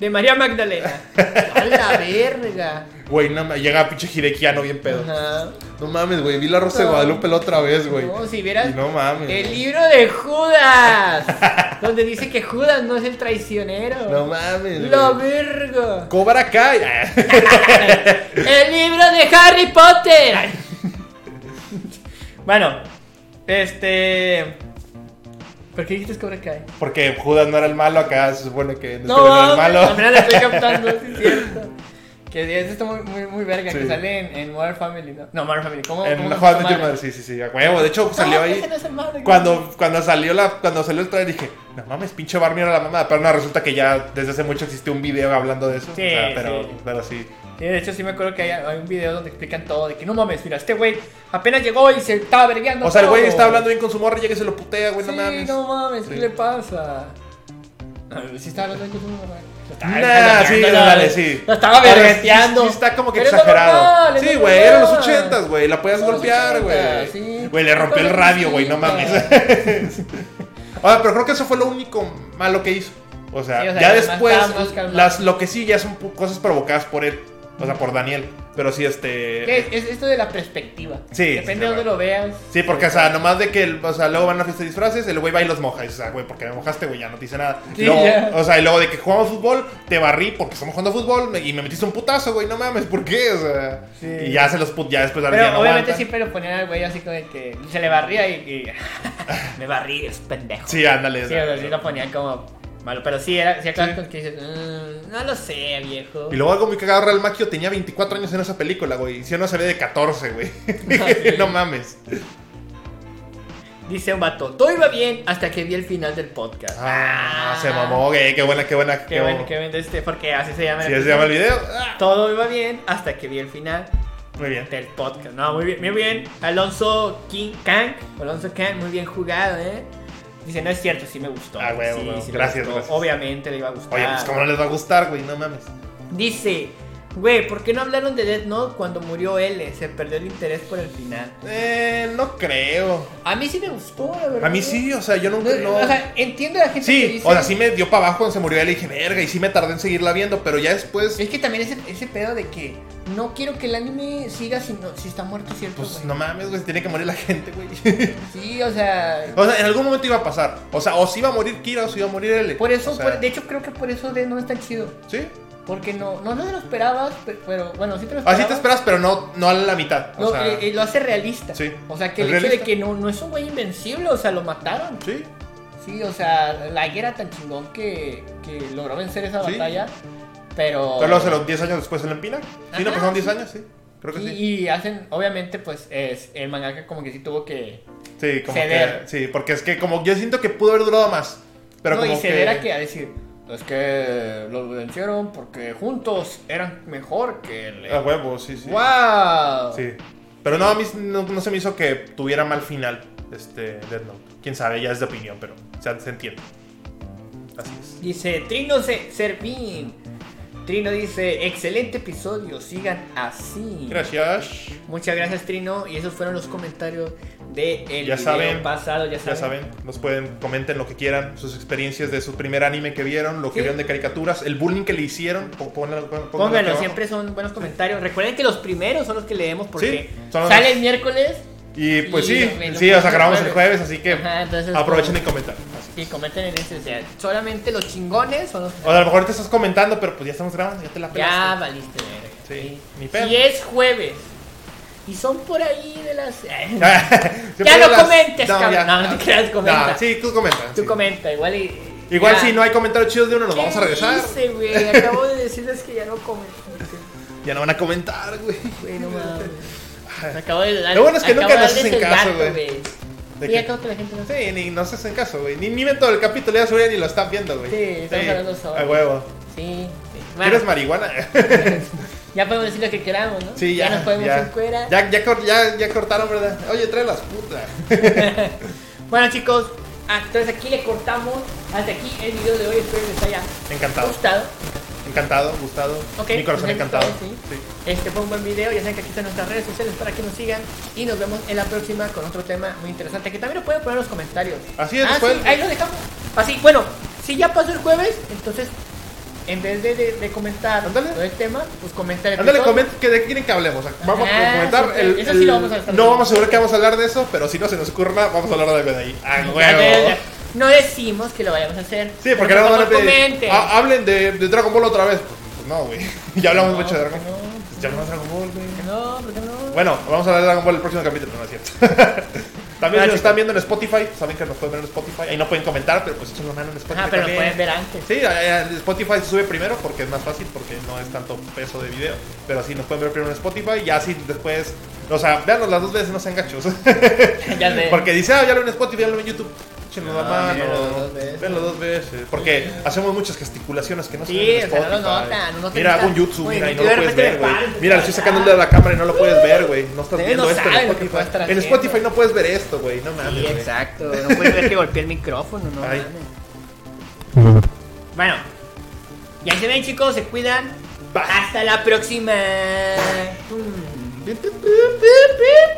[SPEAKER 1] de María Magdalena. A la verga.
[SPEAKER 2] Güey, no, me- llega pinche Hidequiano bien pedo.
[SPEAKER 1] Ajá.
[SPEAKER 2] No mames, güey, vi la Rosa de
[SPEAKER 1] No.
[SPEAKER 2] Guadalupe la otra vez, güey.
[SPEAKER 1] No, si vieras.
[SPEAKER 2] Y no mames.
[SPEAKER 1] El
[SPEAKER 2] güey.
[SPEAKER 1] libro de Judas. donde dice que Judas no es el traicionero.
[SPEAKER 2] No mames.
[SPEAKER 1] Lo
[SPEAKER 2] güey.
[SPEAKER 1] vergo.
[SPEAKER 2] Cobra Kai. Ah,
[SPEAKER 1] El libro de Harry Potter. Ay. bueno, este. ¿Por qué dijiste Cobra Kai?
[SPEAKER 2] Porque Judas no era el malo, acá se supone que
[SPEAKER 1] No,
[SPEAKER 2] descubrieron
[SPEAKER 1] mames,
[SPEAKER 2] el malo.
[SPEAKER 1] apenas la estoy captando, sí es cierto. Que es esto muy, muy, muy verga, que
[SPEAKER 2] Sí.
[SPEAKER 1] sale en, en Modern Family, ¿no? No, Modern Family, ¿cómo?
[SPEAKER 2] En
[SPEAKER 1] cómo se
[SPEAKER 2] Juan de
[SPEAKER 1] llama?
[SPEAKER 2] Your Mother, sí, sí, sí, a huevo. De hecho,
[SPEAKER 1] No,
[SPEAKER 2] salió ahí.
[SPEAKER 1] ese no es el madre,
[SPEAKER 2] Cuando, cuando salió la cuando salió el trailer dije, no mames, pinche Barney era la mamada. Pero no, resulta que ya desde hace mucho existe un video hablando de eso.
[SPEAKER 1] Sí,
[SPEAKER 2] o sea, pero,
[SPEAKER 1] sí.
[SPEAKER 2] pero sí.
[SPEAKER 1] Sí, de hecho, sí me acuerdo que hay, hay un video donde explican todo, de que no mames, mira, este güey apenas llegó y se estaba vergueando.
[SPEAKER 2] O sea, el güey
[SPEAKER 1] todo.
[SPEAKER 2] está hablando bien con su morra y llega y se lo putea, güey,
[SPEAKER 1] Sí,
[SPEAKER 2] Pues no mames.
[SPEAKER 1] no mames, ¿qué
[SPEAKER 2] Sí.
[SPEAKER 1] le pasa? No, sí está Ah, hablando de que no mames. Lo estaba
[SPEAKER 2] Nah, sí,
[SPEAKER 1] vergueando,
[SPEAKER 2] dale, sí.
[SPEAKER 1] Lo estaba
[SPEAKER 2] Pero sí-
[SPEAKER 1] vergueteando.
[SPEAKER 2] sí Está como que
[SPEAKER 1] Pero es
[SPEAKER 2] exagerado.
[SPEAKER 1] normal, es
[SPEAKER 2] sí, güey, eran los
[SPEAKER 1] normal.
[SPEAKER 2] ochentas, güey. La podías
[SPEAKER 1] Son los
[SPEAKER 2] golpear, güey.
[SPEAKER 1] 80s, sí.
[SPEAKER 2] Güey, le rompió el radio, güey, no mames. Ahora, pero creo que eso fue lo único malo que hizo. O sea,
[SPEAKER 1] Sí, o sea,
[SPEAKER 2] ya
[SPEAKER 1] más
[SPEAKER 2] después,
[SPEAKER 1] calma, más calma.
[SPEAKER 2] las, lo que sí ya son pu- cosas provocadas por él. O sea, por Daniel. Pero sí,
[SPEAKER 1] ¿Qué
[SPEAKER 2] este.
[SPEAKER 1] Es, es esto de la perspectiva.
[SPEAKER 2] Sí,
[SPEAKER 1] Depende
[SPEAKER 2] sí,
[SPEAKER 1] de dónde
[SPEAKER 2] claro.
[SPEAKER 1] lo veas.
[SPEAKER 2] Sí, porque, o sea, nomás de que, el- o sea, luego van a la fiesta de disfraces, el güey va y los moja. Y dices, ah, güey, porque me mojaste, güey, ya no te hice nada.
[SPEAKER 1] Sí,
[SPEAKER 2] Luego,
[SPEAKER 1] ya.
[SPEAKER 2] O sea, y luego de que jugamos fútbol, te barrí porque estamos jugando fútbol me- y me metiste un putazo, güey, no mames, ¿por qué? O sea,
[SPEAKER 1] Sí.
[SPEAKER 2] y ya se los put, ya después
[SPEAKER 1] Pero
[SPEAKER 2] ya no
[SPEAKER 1] obviamente
[SPEAKER 2] aguantan.
[SPEAKER 1] siempre lo ponían al güey así como de que se le barría y. y- me barrí, es pendejo.
[SPEAKER 2] Sí, ándale.
[SPEAKER 1] Sí,
[SPEAKER 2] o sea,
[SPEAKER 1] o sea, sí lo ponían como malo. Pero sí, era, sí, acabas
[SPEAKER 2] Sí.
[SPEAKER 1] con que dices, "Mm, no lo sé, viejo.
[SPEAKER 2] Y luego algo muy cagado, Real Maquio tenía 24 años en esa película, güey. Y si no se ve de 14, güey.
[SPEAKER 1] Ah, sí.
[SPEAKER 2] no mames.
[SPEAKER 1] Dice un vato, todo iba bien hasta que vi el final del podcast.
[SPEAKER 2] Ah, se mamó, güey. Qué buena, qué buena.
[SPEAKER 1] Qué bueno, qué bueno, este, porque así se llama.
[SPEAKER 2] Si se llama el video. Ah,
[SPEAKER 1] Todo iba bien hasta que vi el final
[SPEAKER 2] muy bien.
[SPEAKER 1] del podcast. No, muy bien, muy bien. Alonso King Kang, Alonso Kang, muy bien jugado, ¿eh? Dice, no es cierto, sí me gustó.
[SPEAKER 2] Ah, huevo,
[SPEAKER 1] Sí,
[SPEAKER 2] huevo.
[SPEAKER 1] sí me
[SPEAKER 2] Gracias,
[SPEAKER 1] gustó.
[SPEAKER 2] gracias.
[SPEAKER 1] Obviamente le iba a gustar.
[SPEAKER 2] Oye, pues cómo no les va a gustar, güey. No mames.
[SPEAKER 1] Dice, güey, ¿por qué no hablaron de Death Note cuando murió L? Se perdió el interés por el final.
[SPEAKER 2] Eh, no creo.
[SPEAKER 1] A mí sí me gustó, la verdad. ¿eh?
[SPEAKER 2] A mí sí, o sea, yo nunca.
[SPEAKER 1] No,
[SPEAKER 2] No,
[SPEAKER 1] O sea, entiendo a la gente que
[SPEAKER 2] sí,
[SPEAKER 1] dice...
[SPEAKER 2] o sea, sí me dio para abajo cuando se murió. Y le dije, verga. Y sí me tardé en seguirla viendo, pero ya después.
[SPEAKER 1] Es que también ese, ese pedo de que no quiero que el anime siga si, no- si está muerto, ¿cierto?
[SPEAKER 2] Pues
[SPEAKER 1] güey?
[SPEAKER 2] no mames, güey. Tiene que morir la gente, güey.
[SPEAKER 1] Sí, o sea...
[SPEAKER 2] O sea, en algún momento iba a pasar. O sea, o si iba a morir Kira o si iba a morir L.
[SPEAKER 1] Por eso,
[SPEAKER 2] O sea,
[SPEAKER 1] por- de hecho, creo que por eso Death Note está chido.
[SPEAKER 2] Sí.
[SPEAKER 1] Porque no, no, no te lo esperabas, pe- pero, bueno, sí te lo esperabas.
[SPEAKER 2] Así Ah, te esperas, pero no, no a la mitad. O
[SPEAKER 1] No,
[SPEAKER 2] sea,
[SPEAKER 1] eh, eh, lo hace realista.
[SPEAKER 2] Sí.
[SPEAKER 1] O sea, que el
[SPEAKER 2] Es
[SPEAKER 1] hecho de
[SPEAKER 2] realista.
[SPEAKER 1] que no, no es un güey invencible, o sea, lo mataron.
[SPEAKER 2] sí.
[SPEAKER 1] Sí, o sea, Light era tan chingón que, que logró vencer esa
[SPEAKER 2] Sí.
[SPEAKER 1] batalla, pero...
[SPEAKER 2] Pero luego se los 10 años después se lo empina. Sí, no
[SPEAKER 1] Ajá,
[SPEAKER 2] pasaron 10
[SPEAKER 1] sí.
[SPEAKER 2] años, sí. Creo que
[SPEAKER 1] y,
[SPEAKER 2] sí.
[SPEAKER 1] y hacen, obviamente, pues, es, el mangaka como que sí tuvo que...
[SPEAKER 2] Sí, como
[SPEAKER 1] ceder.
[SPEAKER 2] que. Sí, porque es que como yo siento que pudo haber durado más. Pero
[SPEAKER 1] no,
[SPEAKER 2] como
[SPEAKER 1] y ceder a que a decir, es que los vencieron porque juntos eran mejor que... el-
[SPEAKER 2] A huevo, Ah, sí, sí.
[SPEAKER 1] ¡Wow!
[SPEAKER 2] Sí. Pero no, a mí no, no se me hizo que tuviera mal final este Death Note. Quién sabe, ya es de opinión, pero o sea, se entiende. Así es.
[SPEAKER 1] Dice Trino Se- Servín. Trino dice, excelente episodio, sigan así.
[SPEAKER 2] Gracias.
[SPEAKER 1] Muchas gracias Trino y esos fueron los comentarios de el
[SPEAKER 2] Ya
[SPEAKER 1] video
[SPEAKER 2] saben,
[SPEAKER 1] pasado, ya saben.
[SPEAKER 2] Ya saben, nos pueden, comenten lo que quieran, sus experiencias de su primer anime que vieron, lo
[SPEAKER 1] Sí.
[SPEAKER 2] que vieron de caricaturas, el bullying que le hicieron, pó- pónganlo, pónganlo aquí
[SPEAKER 1] Pónganlo,
[SPEAKER 2] abajo.
[SPEAKER 1] siempre son buenos comentarios. Recuerden que los primeros son los que leemos porque
[SPEAKER 2] son los-
[SPEAKER 1] sale el miércoles
[SPEAKER 2] Y pues
[SPEAKER 1] Y
[SPEAKER 2] sí,
[SPEAKER 1] lo- y lo
[SPEAKER 2] sí, o sea,
[SPEAKER 1] ponemos
[SPEAKER 2] grabamos el
[SPEAKER 1] el
[SPEAKER 2] jueves, así que
[SPEAKER 1] Ajá, entonces,
[SPEAKER 2] aprovechen
[SPEAKER 1] pues,
[SPEAKER 2] y comentar. Así.
[SPEAKER 1] y comenten en ese. O sea, solamente los chingones son los que
[SPEAKER 2] O a lo mejor te estás comentando, pero pues ya estamos grabando, ya te la
[SPEAKER 1] Ya
[SPEAKER 2] pelaste.
[SPEAKER 1] valiste verga.
[SPEAKER 2] Sí,
[SPEAKER 1] Sí.
[SPEAKER 2] ni pedo.
[SPEAKER 1] Y es jueves. Y son por ahí de las.
[SPEAKER 2] Siempre
[SPEAKER 1] Ya no
[SPEAKER 2] las-
[SPEAKER 1] comentes, cabrón. No, no te creas, comenta.
[SPEAKER 2] sí, tú comenta.
[SPEAKER 1] Tú
[SPEAKER 2] sí.
[SPEAKER 1] comenta, igual y.
[SPEAKER 2] Igual
[SPEAKER 1] ya.
[SPEAKER 2] si no hay comentarios chidos de uno, nos
[SPEAKER 1] ¿Qué
[SPEAKER 2] vamos a regresar.
[SPEAKER 1] hice, güey? Acabo de decirles que ya no comento.
[SPEAKER 2] Ya no van a comentar, güey.
[SPEAKER 1] Güey, no mames. Acabo de dar.
[SPEAKER 2] Lo bueno es que
[SPEAKER 1] acabo de
[SPEAKER 2] nunca nos hacen
[SPEAKER 1] darles el
[SPEAKER 2] caso,
[SPEAKER 1] dato,
[SPEAKER 2] güey. ¿De
[SPEAKER 1] Sí,
[SPEAKER 2] qué?
[SPEAKER 1] acabo que la gente no sabe.
[SPEAKER 2] Sí, ni nos hacen caso, güey. Ni, ni ven todo el capítulo, ya subieron ni lo están viendo, güey.
[SPEAKER 1] Sí, estamos hablando solo.
[SPEAKER 2] A huevo.
[SPEAKER 1] Sí, sí.
[SPEAKER 2] ¿Quieres
[SPEAKER 1] Bueno,
[SPEAKER 2] marihuana?
[SPEAKER 1] ya podemos decir lo que queramos, ¿no?
[SPEAKER 2] sí, ya.
[SPEAKER 1] nos podemos
[SPEAKER 2] ya.
[SPEAKER 1] encuerar.
[SPEAKER 2] Ya, ya, cor- ya, ya cortaron, ¿verdad? Oye, trae las putas.
[SPEAKER 1] Bueno, chicos, ah, entonces aquí le cortamos. Hasta aquí el video de hoy. Espero que les haya
[SPEAKER 2] Encantado.
[SPEAKER 1] gustado.
[SPEAKER 2] Encantado, gustado.
[SPEAKER 1] Ok,
[SPEAKER 2] Mi corazón
[SPEAKER 1] me
[SPEAKER 2] encantado.
[SPEAKER 1] gustó, sí.
[SPEAKER 2] Sí.
[SPEAKER 1] Este fue un buen video, ya saben que aquí están nuestras redes sociales para que nos sigan y nos vemos en la próxima con otro tema muy interesante que también lo pueden poner en los comentarios.
[SPEAKER 2] Así es, pues,
[SPEAKER 1] Ah,
[SPEAKER 2] pueden-
[SPEAKER 1] sí, ahí lo dejamos. Así, bueno, si ya pasó el jueves, entonces en vez de, de- de comentar
[SPEAKER 2] Ándale.
[SPEAKER 1] todo el tema, pues comentar el
[SPEAKER 2] Ándale,
[SPEAKER 1] episodio.
[SPEAKER 2] comenten que de qué quieren que hablemos. Vamos
[SPEAKER 1] Ajá,
[SPEAKER 2] a comentar
[SPEAKER 1] sí,
[SPEAKER 2] el,
[SPEAKER 1] Ah, eso sí lo
[SPEAKER 2] el-
[SPEAKER 1] vamos a estar
[SPEAKER 2] No
[SPEAKER 1] hablando.
[SPEAKER 2] vamos a asegurar que vamos a hablar de eso, pero si no se nos ocurre nada, vamos a hablar de algo de ahí. ¡A Ah, huevo!
[SPEAKER 1] No decimos que lo vayamos a hacer.
[SPEAKER 2] Sí, porque
[SPEAKER 1] pero
[SPEAKER 2] ahora
[SPEAKER 1] por
[SPEAKER 2] van a
[SPEAKER 1] favor,
[SPEAKER 2] pedir,
[SPEAKER 1] comenten.
[SPEAKER 2] "Ah, hablen de, de Dragon Ball otra vez. Pues, pues no, güey. ya hablamos
[SPEAKER 1] No,
[SPEAKER 2] mucho de Dragon
[SPEAKER 1] no,
[SPEAKER 2] Ball. Pues ya hablamos de Dragon Ball, güey.
[SPEAKER 1] No, ¿por qué no?
[SPEAKER 2] Bueno, vamos a hablar de Dragon Ball el próximo capítulo, no es cierto. También
[SPEAKER 1] Ah,
[SPEAKER 2] si
[SPEAKER 1] chico.
[SPEAKER 2] nos están viendo en Spotify, saben que nos pueden ver en Spotify. Ahí no pueden comentar, pero pues echen la mano en Spotify.
[SPEAKER 1] Ajá, Ah, pero lo
[SPEAKER 2] también.
[SPEAKER 1] pueden ver antes.
[SPEAKER 2] Sí, a- a- Spotify se sube primero porque es más fácil, porque no es tanto peso de video. Pero sí, nos pueden ver primero en Spotify y así después. O sea, véanlos las dos veces, no sean gachos.
[SPEAKER 1] ya sé.
[SPEAKER 2] porque dice, ah, ya lo en Spotify, ya lo en YouTube. Échenos la
[SPEAKER 1] No,
[SPEAKER 2] mano.
[SPEAKER 1] véanlo dos veces.
[SPEAKER 2] Véanlo dos veces. Porque hacemos muchas gesticulaciones que no se
[SPEAKER 1] Sí,
[SPEAKER 2] ven en
[SPEAKER 1] o sea, no lo
[SPEAKER 2] Spotify.
[SPEAKER 1] notan, no
[SPEAKER 2] mira,
[SPEAKER 1] notan.
[SPEAKER 2] hago un YouTube,
[SPEAKER 1] Oye,
[SPEAKER 2] mira, y no
[SPEAKER 1] yo
[SPEAKER 2] lo
[SPEAKER 1] de
[SPEAKER 2] puedes
[SPEAKER 1] repente
[SPEAKER 2] ver,
[SPEAKER 1] me
[SPEAKER 2] güey.
[SPEAKER 1] paro y me
[SPEAKER 2] Mira, le
[SPEAKER 1] paro.
[SPEAKER 2] estoy sacando el dedo a la cámara y no lo puedes ver, güey. No estás
[SPEAKER 1] Ustedes no
[SPEAKER 2] viendo esto
[SPEAKER 1] saben
[SPEAKER 2] en
[SPEAKER 1] lo que puedo estar
[SPEAKER 2] Spotify. En
[SPEAKER 1] haciendo.
[SPEAKER 2] Spotify no puedes ver esto, güey. No mames.
[SPEAKER 1] Sí,
[SPEAKER 2] güey.
[SPEAKER 1] exacto. No puedes ver que golpeé el micrófono, no
[SPEAKER 2] Ay.
[SPEAKER 1] mames. Bueno, ya se ven, chicos, se cuidan.
[SPEAKER 2] Bye.
[SPEAKER 1] Hasta la próxima. Mm.
[SPEAKER 2] Pip, pip, pip, pip, pip.